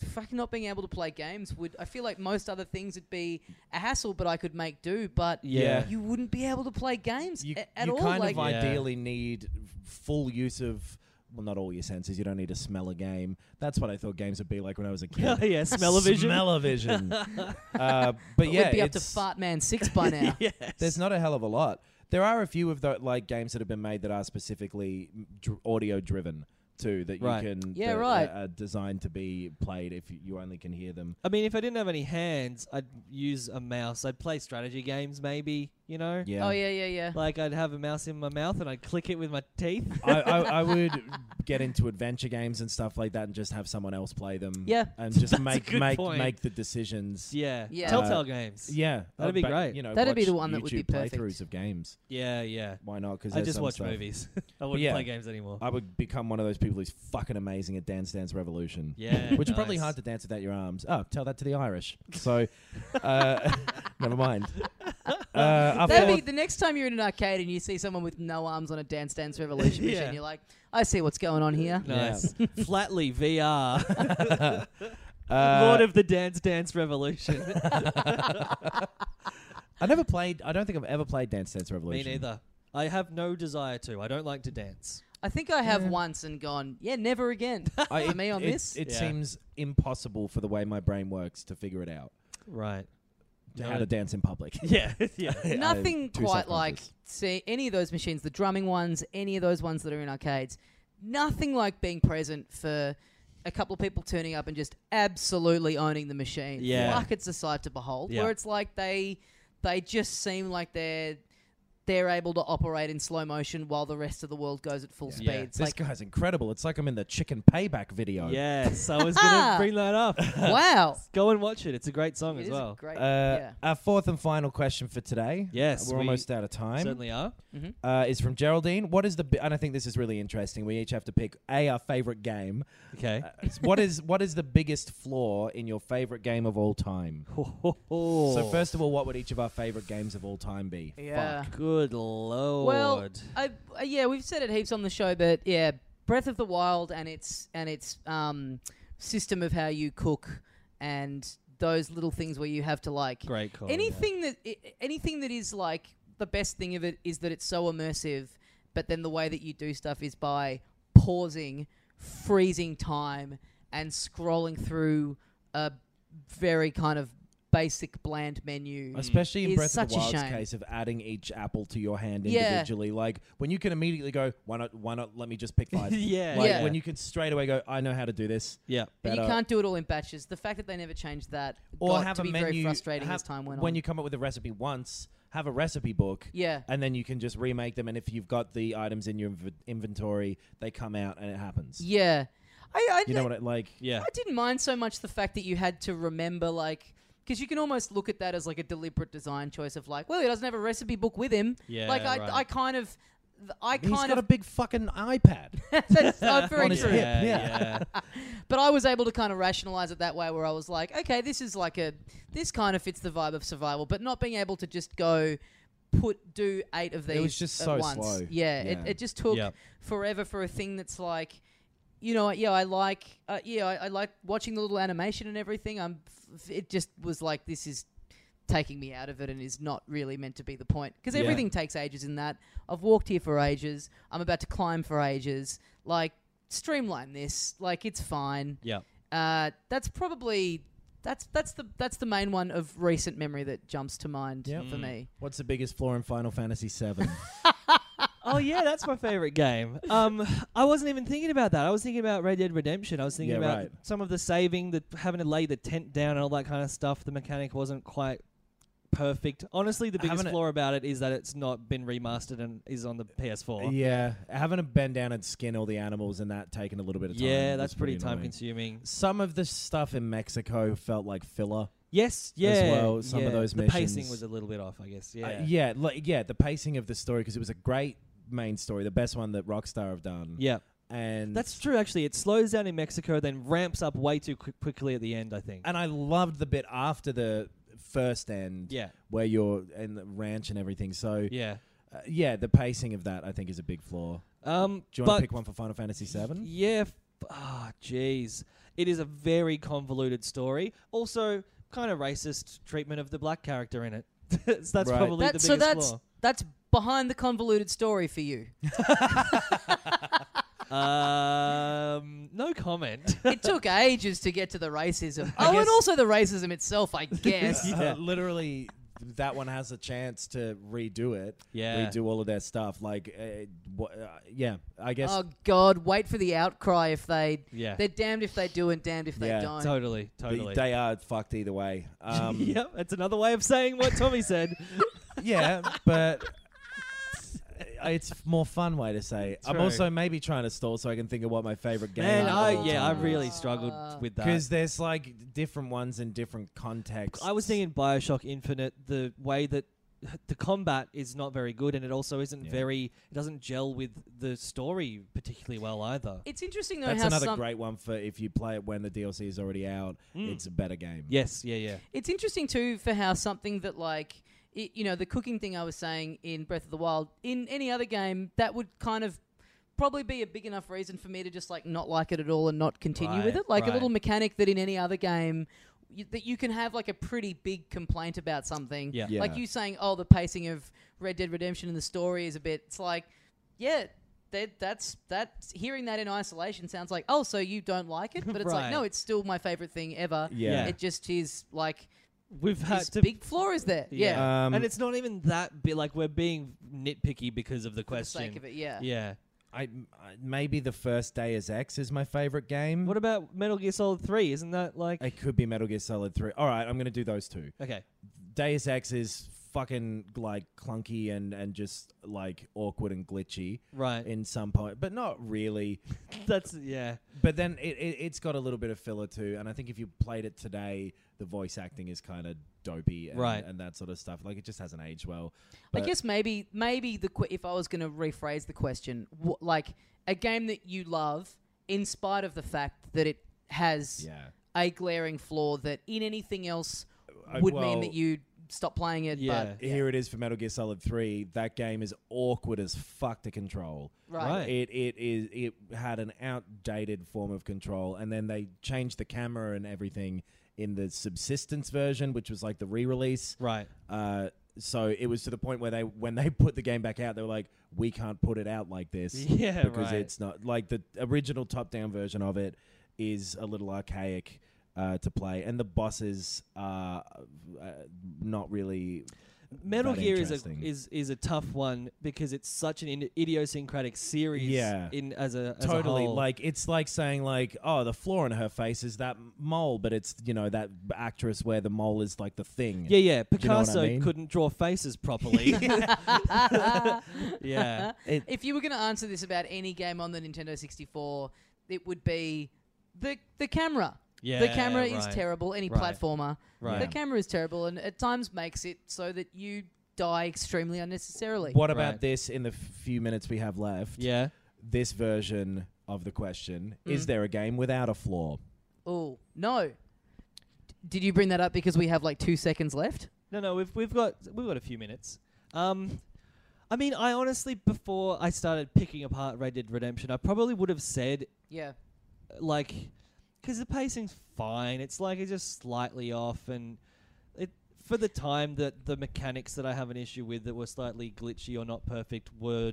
Speaker 4: fucking not being able to play games would I feel like most other things would be a hassle, but I could make do. But
Speaker 5: Yeah.
Speaker 4: you wouldn't be able to play games
Speaker 6: You,
Speaker 4: a- at
Speaker 6: you
Speaker 4: all.
Speaker 6: kind
Speaker 4: like
Speaker 6: of
Speaker 5: Yeah.
Speaker 6: ideally need full use of well, not all your senses. You don't need to smell a game. That's what I thought games would be like when I was a kid.
Speaker 5: yeah. Smell-o-vision.
Speaker 6: Smell-o-vision. uh, but yeah,
Speaker 4: would be up to
Speaker 6: it's-
Speaker 4: Fart Man Six by now.
Speaker 6: There's not a hell of a lot. There are a few of the like games that have been made that are specifically dr- audio driven too that you
Speaker 5: Right.
Speaker 6: can
Speaker 4: Yeah,
Speaker 6: that
Speaker 4: right.
Speaker 6: are, are designed to be played if you only can hear them.
Speaker 5: I mean, if I didn't have any hands, I'd use a mouse. I'd play strategy games, maybe. you know?
Speaker 6: Yeah.
Speaker 4: Oh yeah, yeah, yeah.
Speaker 5: Like I'd have a mouse in my mouth and I'd click it with my teeth.
Speaker 6: I, I, I would get into adventure games and stuff like that, and just have someone else play them.
Speaker 5: Yeah,
Speaker 6: and just
Speaker 5: that's a
Speaker 6: make
Speaker 5: good
Speaker 6: make
Speaker 5: point.
Speaker 6: make the decisions.
Speaker 5: yeah.
Speaker 4: Yeah.
Speaker 5: Telltale games.
Speaker 6: Uh, Yeah, uh,
Speaker 5: That'd be
Speaker 6: but,
Speaker 5: great.
Speaker 6: You know,
Speaker 4: That'd be
Speaker 6: watch
Speaker 4: the one that would be
Speaker 6: YouTube
Speaker 4: perfect.
Speaker 6: playthrough of games.
Speaker 5: Yeah, yeah.
Speaker 6: Why not? Because
Speaker 5: I just
Speaker 6: some
Speaker 5: watch
Speaker 6: stuff-
Speaker 5: movies. I wouldn't
Speaker 6: yeah.
Speaker 5: play games anymore.
Speaker 6: I would become one of those people who's fucking amazing at Dance Dance Revolution.
Speaker 5: Yeah,
Speaker 6: which is probably
Speaker 5: nice.
Speaker 6: hard to dance without your arms. Oh, tell that to the Irish. So, uh, never mind. Uh, after
Speaker 4: That'd be the next time you're in an arcade and you see someone with no arms on a Dance Dance Revolution
Speaker 5: Yeah.
Speaker 4: machine. You're like, I see what's going on here.
Speaker 5: Nice. Flatly VR.
Speaker 6: uh,
Speaker 5: Lord of the Dance Dance Revolution.
Speaker 6: I never played. I don't think I've ever played Dance Dance
Speaker 5: Me
Speaker 6: Revolution.
Speaker 5: neither. I have no desire to. I don't like to dance.
Speaker 4: I think I have once and gone, yeah, never again.
Speaker 6: I,
Speaker 4: For me on
Speaker 6: it-
Speaker 4: this,
Speaker 6: it
Speaker 5: Yeah.
Speaker 6: seems impossible for the way my brain works to figure it out
Speaker 5: Right.
Speaker 6: how to dance in public.
Speaker 5: Yeah, yeah.
Speaker 4: nothing
Speaker 6: too
Speaker 4: quite like
Speaker 6: self-conscious.
Speaker 4: see any of those machines, the drumming ones, any of those ones that are in arcades. Nothing like being present for a couple of people turning up and just absolutely owning the machine.
Speaker 5: Yeah.
Speaker 4: like it's a sight to behold.
Speaker 5: Yeah.
Speaker 4: Where it's like they they just seem like they're they're able to operate in slow motion while the rest of the world goes at full speed.
Speaker 5: Yeah.
Speaker 4: It's
Speaker 6: This
Speaker 4: like
Speaker 6: guy's incredible. It's like I'm in the chicken payback video.
Speaker 5: Yes, I was gonna bring that up.
Speaker 4: wow.
Speaker 5: Go and watch it. It's a great song
Speaker 4: Ah. It
Speaker 5: as
Speaker 4: is a
Speaker 5: well.
Speaker 4: great-
Speaker 6: Uh,
Speaker 4: yeah.
Speaker 6: Our fourth and final question for today.
Speaker 5: Yes,
Speaker 6: we're
Speaker 5: we
Speaker 6: almost out of time.
Speaker 5: Certainly are.
Speaker 6: uh, is from Geraldine. What is the? Bi- and I think this is really interesting. We each have to pick a our favorite game.
Speaker 5: Okay.
Speaker 6: It's what is what is the biggest flaw in your favorite game of all time? So first of all, what would each of our favorite games of all time be?
Speaker 4: Yeah.
Speaker 5: good lord.
Speaker 4: Well, I, uh, yeah, we've said it heaps on the show, but yeah, Breath of the Wild and its and its um, system of how you cook and those little things where you have to like
Speaker 5: great call. yeah.
Speaker 4: anything that i- anything that is like the best thing of it is that it's so immersive, but then the way that you do stuff is by pausing, freezing time, and scrolling through a very kind of basic bland menu.
Speaker 6: Especially in
Speaker 4: Is
Speaker 6: Breath of
Speaker 4: such
Speaker 6: the
Speaker 4: a
Speaker 6: Wild's
Speaker 4: shame.
Speaker 6: case of adding each apple to your hand
Speaker 4: Yeah.
Speaker 6: individually, like when you can immediately go, why not? Why not? Let me just pick five.
Speaker 5: yeah.
Speaker 6: Like
Speaker 4: Yeah.
Speaker 6: when you can straight away go, I know how to do this.
Speaker 5: Yeah.
Speaker 4: But you
Speaker 6: better.
Speaker 4: can't do it all in batches. The fact that they never changed that
Speaker 6: or
Speaker 4: got
Speaker 6: have
Speaker 4: to
Speaker 6: a
Speaker 4: be
Speaker 6: menu.
Speaker 4: very frustrating
Speaker 6: have-
Speaker 4: as time went
Speaker 6: when
Speaker 4: on.
Speaker 6: you come up with a recipe once, have a recipe book.
Speaker 4: yeah,
Speaker 6: and then you can just remake them. And if you've got the items in your inv- inventory, they come out and it happens.
Speaker 4: yeah. I, I,
Speaker 6: You know what? It, like,
Speaker 5: Yeah.
Speaker 4: I didn't mind so much the fact that you had to remember like. Because you can almost look at that as like a deliberate design choice of like, well, he doesn't have a recipe book with him.
Speaker 5: Yeah,
Speaker 4: Like I,
Speaker 5: right.
Speaker 4: I kind of, th- I
Speaker 6: he's
Speaker 4: kind
Speaker 6: got a
Speaker 4: of.
Speaker 6: big fucking iPad.
Speaker 4: that's uh, very
Speaker 6: on his
Speaker 4: true.
Speaker 6: hip.
Speaker 5: Yeah,
Speaker 6: Yeah.
Speaker 5: yeah.
Speaker 4: But I was able to kind of rationalize it that way, where I was like, okay, this is like a, this kind of fits the vibe of survival, but not being able to just go, put do eight of these.
Speaker 6: was just
Speaker 4: at
Speaker 6: so
Speaker 4: once.
Speaker 6: slow.
Speaker 4: Yeah,
Speaker 6: Yeah.
Speaker 4: It, it just took
Speaker 5: Yep.
Speaker 4: forever for a thing that's like, you know, yeah, I like, uh, yeah, I, I like watching the little animation and everything. I'm, f- it just was like this is taking me out of it and is not really meant to be the point because
Speaker 6: Yeah.
Speaker 4: everything takes ages in that. I've walked here for ages. I'm about to climb for ages. Like streamline this. Like it's fine.
Speaker 5: Yeah.
Speaker 4: Uh, that's probably that's that's the that's the main one of recent memory that jumps to mind
Speaker 6: Yep.
Speaker 4: for
Speaker 5: Mm.
Speaker 4: me.
Speaker 6: What's the biggest flaw in Final Fantasy VII?
Speaker 5: Oh yeah, that's my favorite game. Um, I wasn't even thinking about that. I was thinking about Red Dead Redemption. I was thinking
Speaker 6: Yeah,
Speaker 5: about
Speaker 6: right.
Speaker 5: some of the saving, the having to lay the tent down and all that kind of stuff. The mechanic wasn't quite perfect. Honestly, the biggest
Speaker 6: Haven't it-
Speaker 5: flaw about it is that it's not been remastered and is on the PS4.
Speaker 6: yeah, having to bend down and skin all the animals and that taking a little bit of time.
Speaker 5: Yeah,
Speaker 6: was
Speaker 5: that's pretty, time
Speaker 6: annoying.
Speaker 5: consuming.
Speaker 6: Some of the stuff in Mexico felt like filler.
Speaker 5: Yes, yeah.
Speaker 6: well, some of
Speaker 5: yeah.
Speaker 6: those
Speaker 5: the pacing
Speaker 6: missions-
Speaker 5: was a little bit off, I guess. Yeah.
Speaker 6: Uh, yeah, like, yeah, the pacing of the story because it was a great main story, the best one that Rockstar have done.
Speaker 5: Yeah.
Speaker 6: and
Speaker 5: That's true actually. It slows down in Mexico then ramps up way too quick- quickly at the end, I think.
Speaker 6: and I loved the bit after the first end.
Speaker 5: Yeah.
Speaker 6: where you're in the ranch and everything. So
Speaker 5: Yeah.
Speaker 6: Uh, yeah, the pacing of that I think is a big flaw.
Speaker 5: Um
Speaker 6: Do you
Speaker 5: but
Speaker 6: want to pick one Hmm? for Final Fantasy VII?
Speaker 5: Yeah. f- Ah, jeez. It is a very convoluted story. Also, kind of racist treatment of the black character in it. so that's
Speaker 6: Right.
Speaker 5: probably
Speaker 4: That,
Speaker 5: the biggest
Speaker 4: so that's
Speaker 5: flaw.
Speaker 4: that's behind the convoluted story for you.
Speaker 5: um, no comment.
Speaker 6: Uh,
Speaker 4: it took ages to get to the racism. oh,
Speaker 6: guess-
Speaker 4: and also the racism itself, I guess.
Speaker 6: Uh, literally, that one has a chance to redo it.
Speaker 5: Yeah.
Speaker 6: redo all of their stuff. Like, uh, wha- uh, yeah, I guess.
Speaker 4: Oh God! Wait for the outcry if they.
Speaker 5: Yeah.
Speaker 4: They're damned if they do and damned if they
Speaker 6: Yeah.
Speaker 4: don't.
Speaker 5: totally,
Speaker 6: th-
Speaker 5: totally.
Speaker 6: They are fucked either way. Um,
Speaker 5: yep, that's another way of saying what Tommy said.
Speaker 6: yeah, but it's more fun way to say. I'm
Speaker 5: True.
Speaker 6: also maybe trying to stall so I can think of what my favorite game.
Speaker 5: Man,
Speaker 6: of
Speaker 5: I
Speaker 6: all
Speaker 5: yeah, I
Speaker 6: time
Speaker 5: really struggled with that.
Speaker 6: because there's like different ones in different contexts.
Speaker 5: I was thinking Bioshock Infinite, the way that the combat is not very good, and it also isn't very. It doesn't gel with the story particularly well either.
Speaker 4: It's interesting though
Speaker 6: that's
Speaker 4: how
Speaker 6: another
Speaker 4: some,
Speaker 6: great one for if you play it when the DLC is already out.
Speaker 5: Hmm.
Speaker 6: It's a better game.
Speaker 5: yes, yeah, yeah.
Speaker 4: It's interesting too for how something that like i you know the cooking thing I was saying in Breath of the Wild in any other game that would kind of probably be a big enough reason for me to just like not like it at all and not continue with
Speaker 5: Right,
Speaker 4: it. Like
Speaker 5: right.
Speaker 4: a little mechanic that in any other game. You, that you can have like a pretty big complaint about something,
Speaker 5: Yeah.
Speaker 4: like
Speaker 6: Yeah.
Speaker 4: you saying, "Oh, the pacing of Red Dead Redemption and the story is a bit." It's like, yeah, that, that's that. Hearing that in isolation sounds like, "Oh, so you don't like it?" But it's
Speaker 5: Right.
Speaker 4: like, no, it's still my favorite thing ever.
Speaker 6: Yeah.
Speaker 4: It just is like
Speaker 5: We've had
Speaker 4: this
Speaker 5: Uh, to.
Speaker 4: big floor is there. Yeah.
Speaker 6: Um,
Speaker 5: and it's not even that bit like we're being nitpicky because of the
Speaker 4: For the
Speaker 5: question.
Speaker 4: sake of it, yeah.
Speaker 5: Yeah.
Speaker 6: I, I- maybe the first day is X is my favorite game.
Speaker 5: What about Metal Gear Solid Three? Isn't that like
Speaker 6: it could be Metal Gear Solid 3. All right, I'm going to do those two.
Speaker 5: okay?
Speaker 6: Deus Ex is fucking like clunky and and just like awkward and glitchy
Speaker 5: Right.
Speaker 6: in some point, but not really.
Speaker 5: That's yeah.
Speaker 6: But then it, it it's got a little bit of filler too, and I think if you played it today, the voice acting is kind of dopey, and,
Speaker 5: Right.
Speaker 6: and that sort of stuff. Like it just hasn't aged well.
Speaker 4: I
Speaker 6: But-
Speaker 4: guess maybe maybe the qu- if I was going to rephrase the question, wha- like a game that you love in spite of the fact that it has
Speaker 6: Yeah.
Speaker 4: a glaring flaw that in anything else
Speaker 6: Uh,
Speaker 4: would
Speaker 6: well-
Speaker 4: mean that you stop playing it
Speaker 5: Yeah.
Speaker 4: but
Speaker 6: Here it is for Metal Gear Solid Three. That game is awkward as fuck to control.
Speaker 4: Right.
Speaker 5: Right.
Speaker 6: It it is it had an outdated form of control, and then they changed the camera and everything in the subsistence version, which was like the re-release.
Speaker 5: Right.
Speaker 6: Uh, so it was to the point where they when they put the game back out, they were like, "We can't put it out like this,
Speaker 5: Yeah,
Speaker 6: because
Speaker 5: right.
Speaker 6: it's not like the original top-down version of it is a little archaic." Uh, to play and the bosses are uh, not really
Speaker 5: Metal
Speaker 6: that
Speaker 5: Gear is a
Speaker 6: interesting.
Speaker 5: is is a tough one because it's such an in- idiosyncratic series.
Speaker 6: Yeah.
Speaker 5: In as a as a
Speaker 6: totally
Speaker 5: whole.
Speaker 6: like it's like saying like oh the flaw in her face is that mole but it's you know that actress where the mole is like the thing
Speaker 5: Yeah, yeah.
Speaker 6: you know what I
Speaker 5: Picasso
Speaker 6: mean?
Speaker 5: couldn't draw faces properly. yeah.
Speaker 4: if you were going to answer this about any game on the Nintendo 64, it would be the the camera. the
Speaker 5: Yeah,
Speaker 4: camera is
Speaker 5: right.
Speaker 4: terrible. Any
Speaker 5: Right.
Speaker 4: platformer,
Speaker 5: Right.
Speaker 4: the camera is terrible, and at times makes it so that you die extremely unnecessarily.
Speaker 6: what about
Speaker 5: Right.
Speaker 6: this in the few minutes we have left
Speaker 5: Yeah. Mm.
Speaker 6: this version of the question is there a game without a flaw
Speaker 4: Oh no! D- Did you bring that up because we have like two seconds left?
Speaker 5: No, no, we've we've got we've got a few minutes. Um, I mean, I honestly, before I started picking apart Red Dead Redemption, I probably would have said uh,
Speaker 4: Yeah.
Speaker 5: like, because the pacing's fine. It's like it's just slightly off, and it for the time that the mechanics that I have an issue with that were slightly glitchy or not perfect were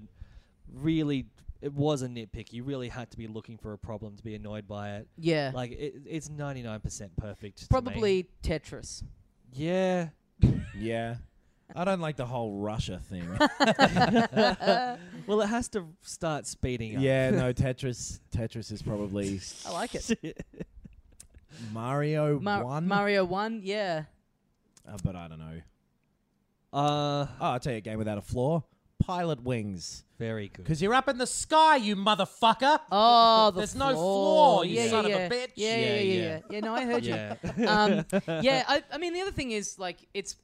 Speaker 5: really it was a nitpick. You really had to be looking for a problem to be annoyed by it.
Speaker 4: Yeah.
Speaker 5: Like it, it's ninety nine percent perfect. to me.
Speaker 4: Probably Tetris.
Speaker 5: Yeah.
Speaker 6: yeah i don't like the whole russia thing
Speaker 5: Well, it has to start speeding up.
Speaker 6: yeah no tetris tetris is probably
Speaker 4: I like it.
Speaker 6: mario
Speaker 4: Mar-
Speaker 6: 1
Speaker 4: Mario One. Yeah.
Speaker 6: Uh, but i don't know
Speaker 5: Uh,
Speaker 6: oh, i'll tell you a game without a flaw pilot wings
Speaker 5: very good.
Speaker 6: because you're up in the sky you motherfucker
Speaker 4: Oh, the
Speaker 6: There's no
Speaker 4: floor,
Speaker 6: floor, you
Speaker 4: yeah,
Speaker 6: son of a
Speaker 4: yeah, yeah.
Speaker 6: bitch.
Speaker 4: Yeah, yeah,
Speaker 5: Yeah,
Speaker 4: yeah, yeah.
Speaker 5: yeah.
Speaker 4: Yeah, no, I heard
Speaker 5: Yeah.
Speaker 4: you. Um, yeah, I, I mean, the other thing is like it's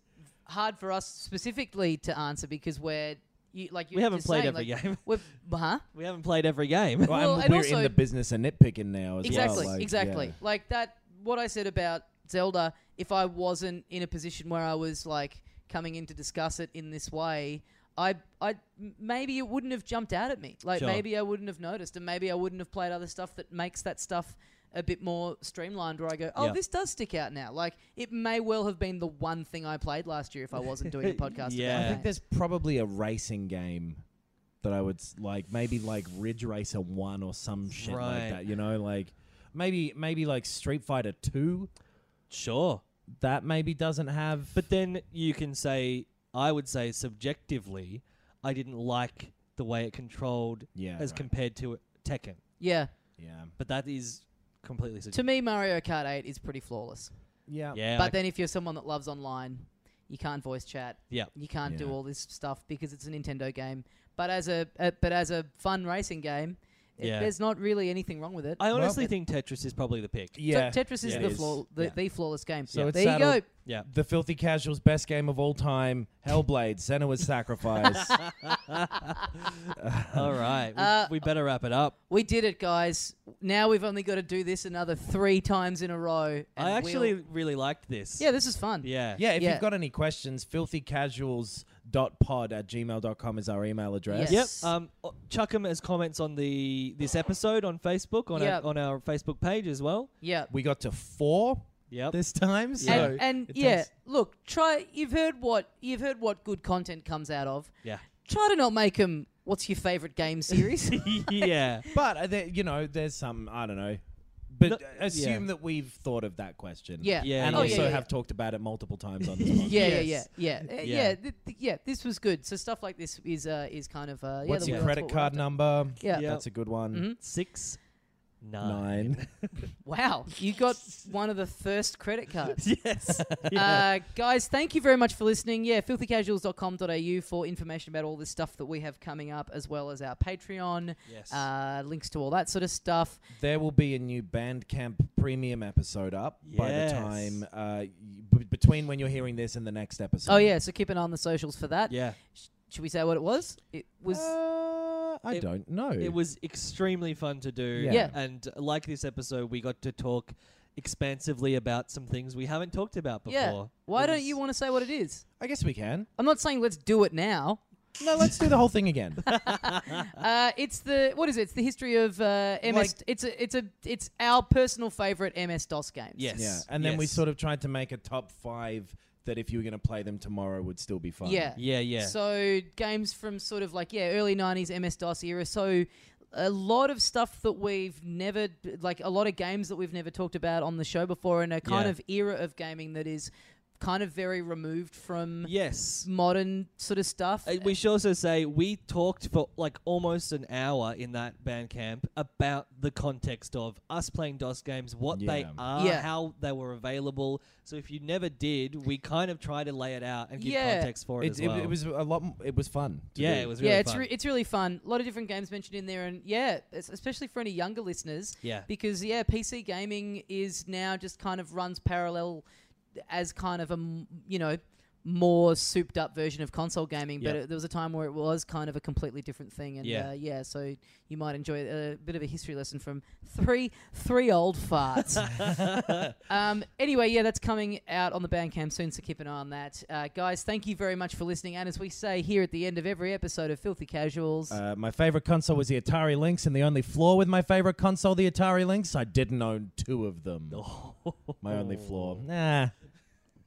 Speaker 4: hard for us specifically to answer because we're you like you
Speaker 5: We haven't
Speaker 4: just
Speaker 5: played
Speaker 4: saying,
Speaker 5: every
Speaker 4: like,
Speaker 5: game.
Speaker 4: We're, huh?
Speaker 5: we haven't played every game.
Speaker 6: Well,
Speaker 4: Well,
Speaker 6: and
Speaker 4: and
Speaker 6: we're in
Speaker 4: also-
Speaker 6: the business of nitpicking now as well.
Speaker 4: Exactly,
Speaker 6: like,
Speaker 4: exactly.
Speaker 6: yeah.
Speaker 4: Like that. What I said about Zelda, if I wasn't in a position where I was like coming in to discuss it in this way, I, I m- maybe it wouldn't have jumped out at me. Like
Speaker 5: Sure.
Speaker 4: maybe I wouldn't have noticed, and maybe I wouldn't have played other stuff that makes that stuff a bit more streamlined. Where I go, oh,
Speaker 5: Yeah.
Speaker 4: this does stick out now. Like it may well have been the one thing I played last year if I wasn't doing a podcast.
Speaker 5: Yeah.
Speaker 4: about
Speaker 6: I
Speaker 4: it.
Speaker 6: think there's probably a racing game that I would s- like, maybe like Ridge Racer One or some shit
Speaker 5: Right.
Speaker 6: like that. You know, like maybe maybe like Street Fighter Two
Speaker 5: Sure.
Speaker 6: that maybe doesn't have.
Speaker 5: But then you can say, I would say subjectively, I didn't like the way it controlled
Speaker 6: Yeah,
Speaker 5: as
Speaker 6: right.
Speaker 5: compared to Tekken.
Speaker 4: yeah.
Speaker 6: yeah,
Speaker 5: But that is completely
Speaker 4: To
Speaker 5: subjective.
Speaker 4: me, Mario Kart 8 is pretty flawless.
Speaker 6: yeah,
Speaker 5: yeah. I-
Speaker 4: But then if you're someone that loves online, You can't voice chat.
Speaker 5: Yeah.
Speaker 4: You can't do
Speaker 6: Yeah.
Speaker 4: all this stuff because it's a Nintendo game. But as a uh, but as a fun racing game, it-
Speaker 5: Yeah.
Speaker 4: there's not really anything wrong with it.
Speaker 5: I honestly
Speaker 4: It-
Speaker 5: think Tetris is probably the pick.
Speaker 4: Te-
Speaker 6: Yeah.
Speaker 4: Tetris is
Speaker 5: Yeah.
Speaker 4: the
Speaker 5: It is.
Speaker 4: flaw, the,
Speaker 5: Yeah.
Speaker 4: the flawless game.
Speaker 6: So it's
Speaker 4: there you go.
Speaker 6: saddled-
Speaker 5: Yeah.
Speaker 6: The Filthy Casual's best game of all time, Hellblade, Senua's Sacrifice.
Speaker 5: All right. We,
Speaker 4: Uh,
Speaker 5: we better wrap it up.
Speaker 4: We did it, guys. Now we've only got to do this another three times in a row. and
Speaker 5: I actually
Speaker 4: we'll-
Speaker 5: really liked this.
Speaker 4: yeah, this is fun.
Speaker 5: Yeah.
Speaker 6: yeah, if
Speaker 4: Yeah.
Speaker 6: you've got any questions, filthycasuals.pod at gmail.com is our email address.
Speaker 4: Yeah.
Speaker 5: Yep.
Speaker 4: Yes.
Speaker 5: Um, o- chuck them as comments on the this episode on Facebook on
Speaker 4: Yep.
Speaker 5: our, on our Facebook page as well.
Speaker 4: yeah.
Speaker 6: We got to four
Speaker 5: Yep.
Speaker 6: this time. So
Speaker 4: and, and
Speaker 6: it
Speaker 4: yeah,
Speaker 6: takes-
Speaker 4: look, try. You've heard what you've heard what good content comes out of.
Speaker 5: yeah.
Speaker 4: Try to not make them. What's your favorite game series?
Speaker 5: yeah.
Speaker 6: But, uh, there, you know, there's some, I don't know. But
Speaker 5: No,
Speaker 6: uh, assume
Speaker 5: yeah.
Speaker 6: that we've thought of that question.
Speaker 4: Yeah. oh,
Speaker 5: Yeah,
Speaker 6: And
Speaker 5: yeah,
Speaker 6: also
Speaker 4: yeah.
Speaker 6: have talked about it multiple times on this podcast.
Speaker 4: Yeah,
Speaker 5: Yes.
Speaker 4: yeah, yeah, yeah, Uh,
Speaker 5: Yeah.
Speaker 4: yeah. Th- th- yeah, this was good. So stuff like this is uh, is kind of uh, yeah,
Speaker 6: What's
Speaker 4: the
Speaker 6: your
Speaker 4: wheels-
Speaker 6: credit
Speaker 4: what we're
Speaker 6: card
Speaker 4: after.
Speaker 6: number?
Speaker 4: Yeah. Mm-hmm.
Speaker 5: Yep.
Speaker 6: That's a good one.
Speaker 5: Six,
Speaker 6: Uh,
Speaker 5: nine.
Speaker 6: Nine.
Speaker 4: Wow, you got one of the first credit cards.
Speaker 5: yes. Yeah.
Speaker 4: Uh, guys, thank you very much for listening. Yeah, filthycasuals.com.au for information about all this stuff that we have coming up, as well as our Patreon,
Speaker 5: yes.
Speaker 4: uh, links to all that sort of stuff.
Speaker 6: There will be a new Bandcamp premium episode up by the
Speaker 5: Yes.
Speaker 6: time uh, y- b- between when you're hearing this and the next episode.
Speaker 4: Oh, yeah, so keep an eye on the socials for that.
Speaker 5: yeah.
Speaker 4: Sh- Should we say what it was? It was.
Speaker 6: Uh, I
Speaker 5: It-
Speaker 6: don't know.
Speaker 5: It was extremely fun to do.
Speaker 6: Yeah.
Speaker 4: Yeah.
Speaker 5: And uh, like this episode, we got to talk expansively about some things we haven't talked about before.
Speaker 4: yeah. Why
Speaker 5: It
Speaker 4: don't
Speaker 5: was-
Speaker 4: you want to say what it is?
Speaker 6: I guess we can.
Speaker 4: I'm not saying let's do it now.
Speaker 6: No, let's do the whole thing again.
Speaker 4: Uh, it's the what is it? It's the history of uh, MS. it's a it's a it's our personal favorite MS DOS games.
Speaker 5: Yes.
Speaker 6: yeah, and then we
Speaker 5: yes.
Speaker 6: sort of tried to make a top five that if you were going to play them tomorrow would still be fun.
Speaker 4: Yeah.
Speaker 5: Yeah, yeah.
Speaker 4: So games from sort of like yeah early '90s MS DOS era. So a lot of stuff that we've never like a lot of games that we've never talked about on the show before, and a kind
Speaker 5: Yeah.
Speaker 4: of era of gaming that is kind of very removed from
Speaker 5: yes.
Speaker 4: modern sort of stuff.
Speaker 5: Uh, We should also say we talked for like almost an hour in that band camp about the context of us playing DOS games, what they
Speaker 6: Yeah.
Speaker 5: are,
Speaker 4: Yeah.
Speaker 5: how they were available. So if you never did, we kind of try to lay it out and give
Speaker 4: Yeah.
Speaker 5: context for it,
Speaker 6: It,
Speaker 5: as
Speaker 6: it,
Speaker 5: well.
Speaker 6: it was a lot. m- It was fun. to
Speaker 5: yeah,
Speaker 6: do.
Speaker 5: it was really
Speaker 4: yeah, it's
Speaker 5: fun.
Speaker 4: Re- it's really fun. A lot of different games mentioned in there, and yeah, es- especially for any younger listeners.
Speaker 5: Yeah.
Speaker 4: because yeah, PC gaming is now just kind of runs parallel as kind of a m- you know more souped up version of console gaming. But
Speaker 5: Yep.
Speaker 4: it, there was a time where it was kind of a completely different thing, and
Speaker 5: Yeah.
Speaker 4: uh, yeah, so you might enjoy a bit of a history lesson from three three old farts. Um, anyway, yeah, that's coming out on the Bandcamp soon, so keep an eye on that. Uh, guys, thank you very much for listening. And as we say here at the end of every episode of Filthy Casuals,
Speaker 6: Uh, my favorite console was the Atari Lynx, and the only flaw with my favorite console, the Atari Lynx, I didn't own two of them. My only flaw. Nah.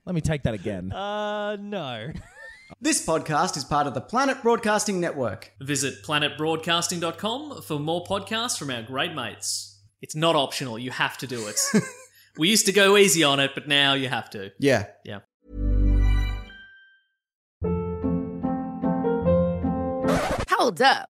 Speaker 6: Let me take that again.
Speaker 5: Uh, no.
Speaker 2: This podcast is part of the Planet Broadcasting Network.
Speaker 3: Visit planetbroadcasting.com for more podcasts from our great mates. It's not optional, you have to do it. we used to go easy on it, but now you have to.
Speaker 2: Yeah.
Speaker 3: Yeah.
Speaker 7: Hold up.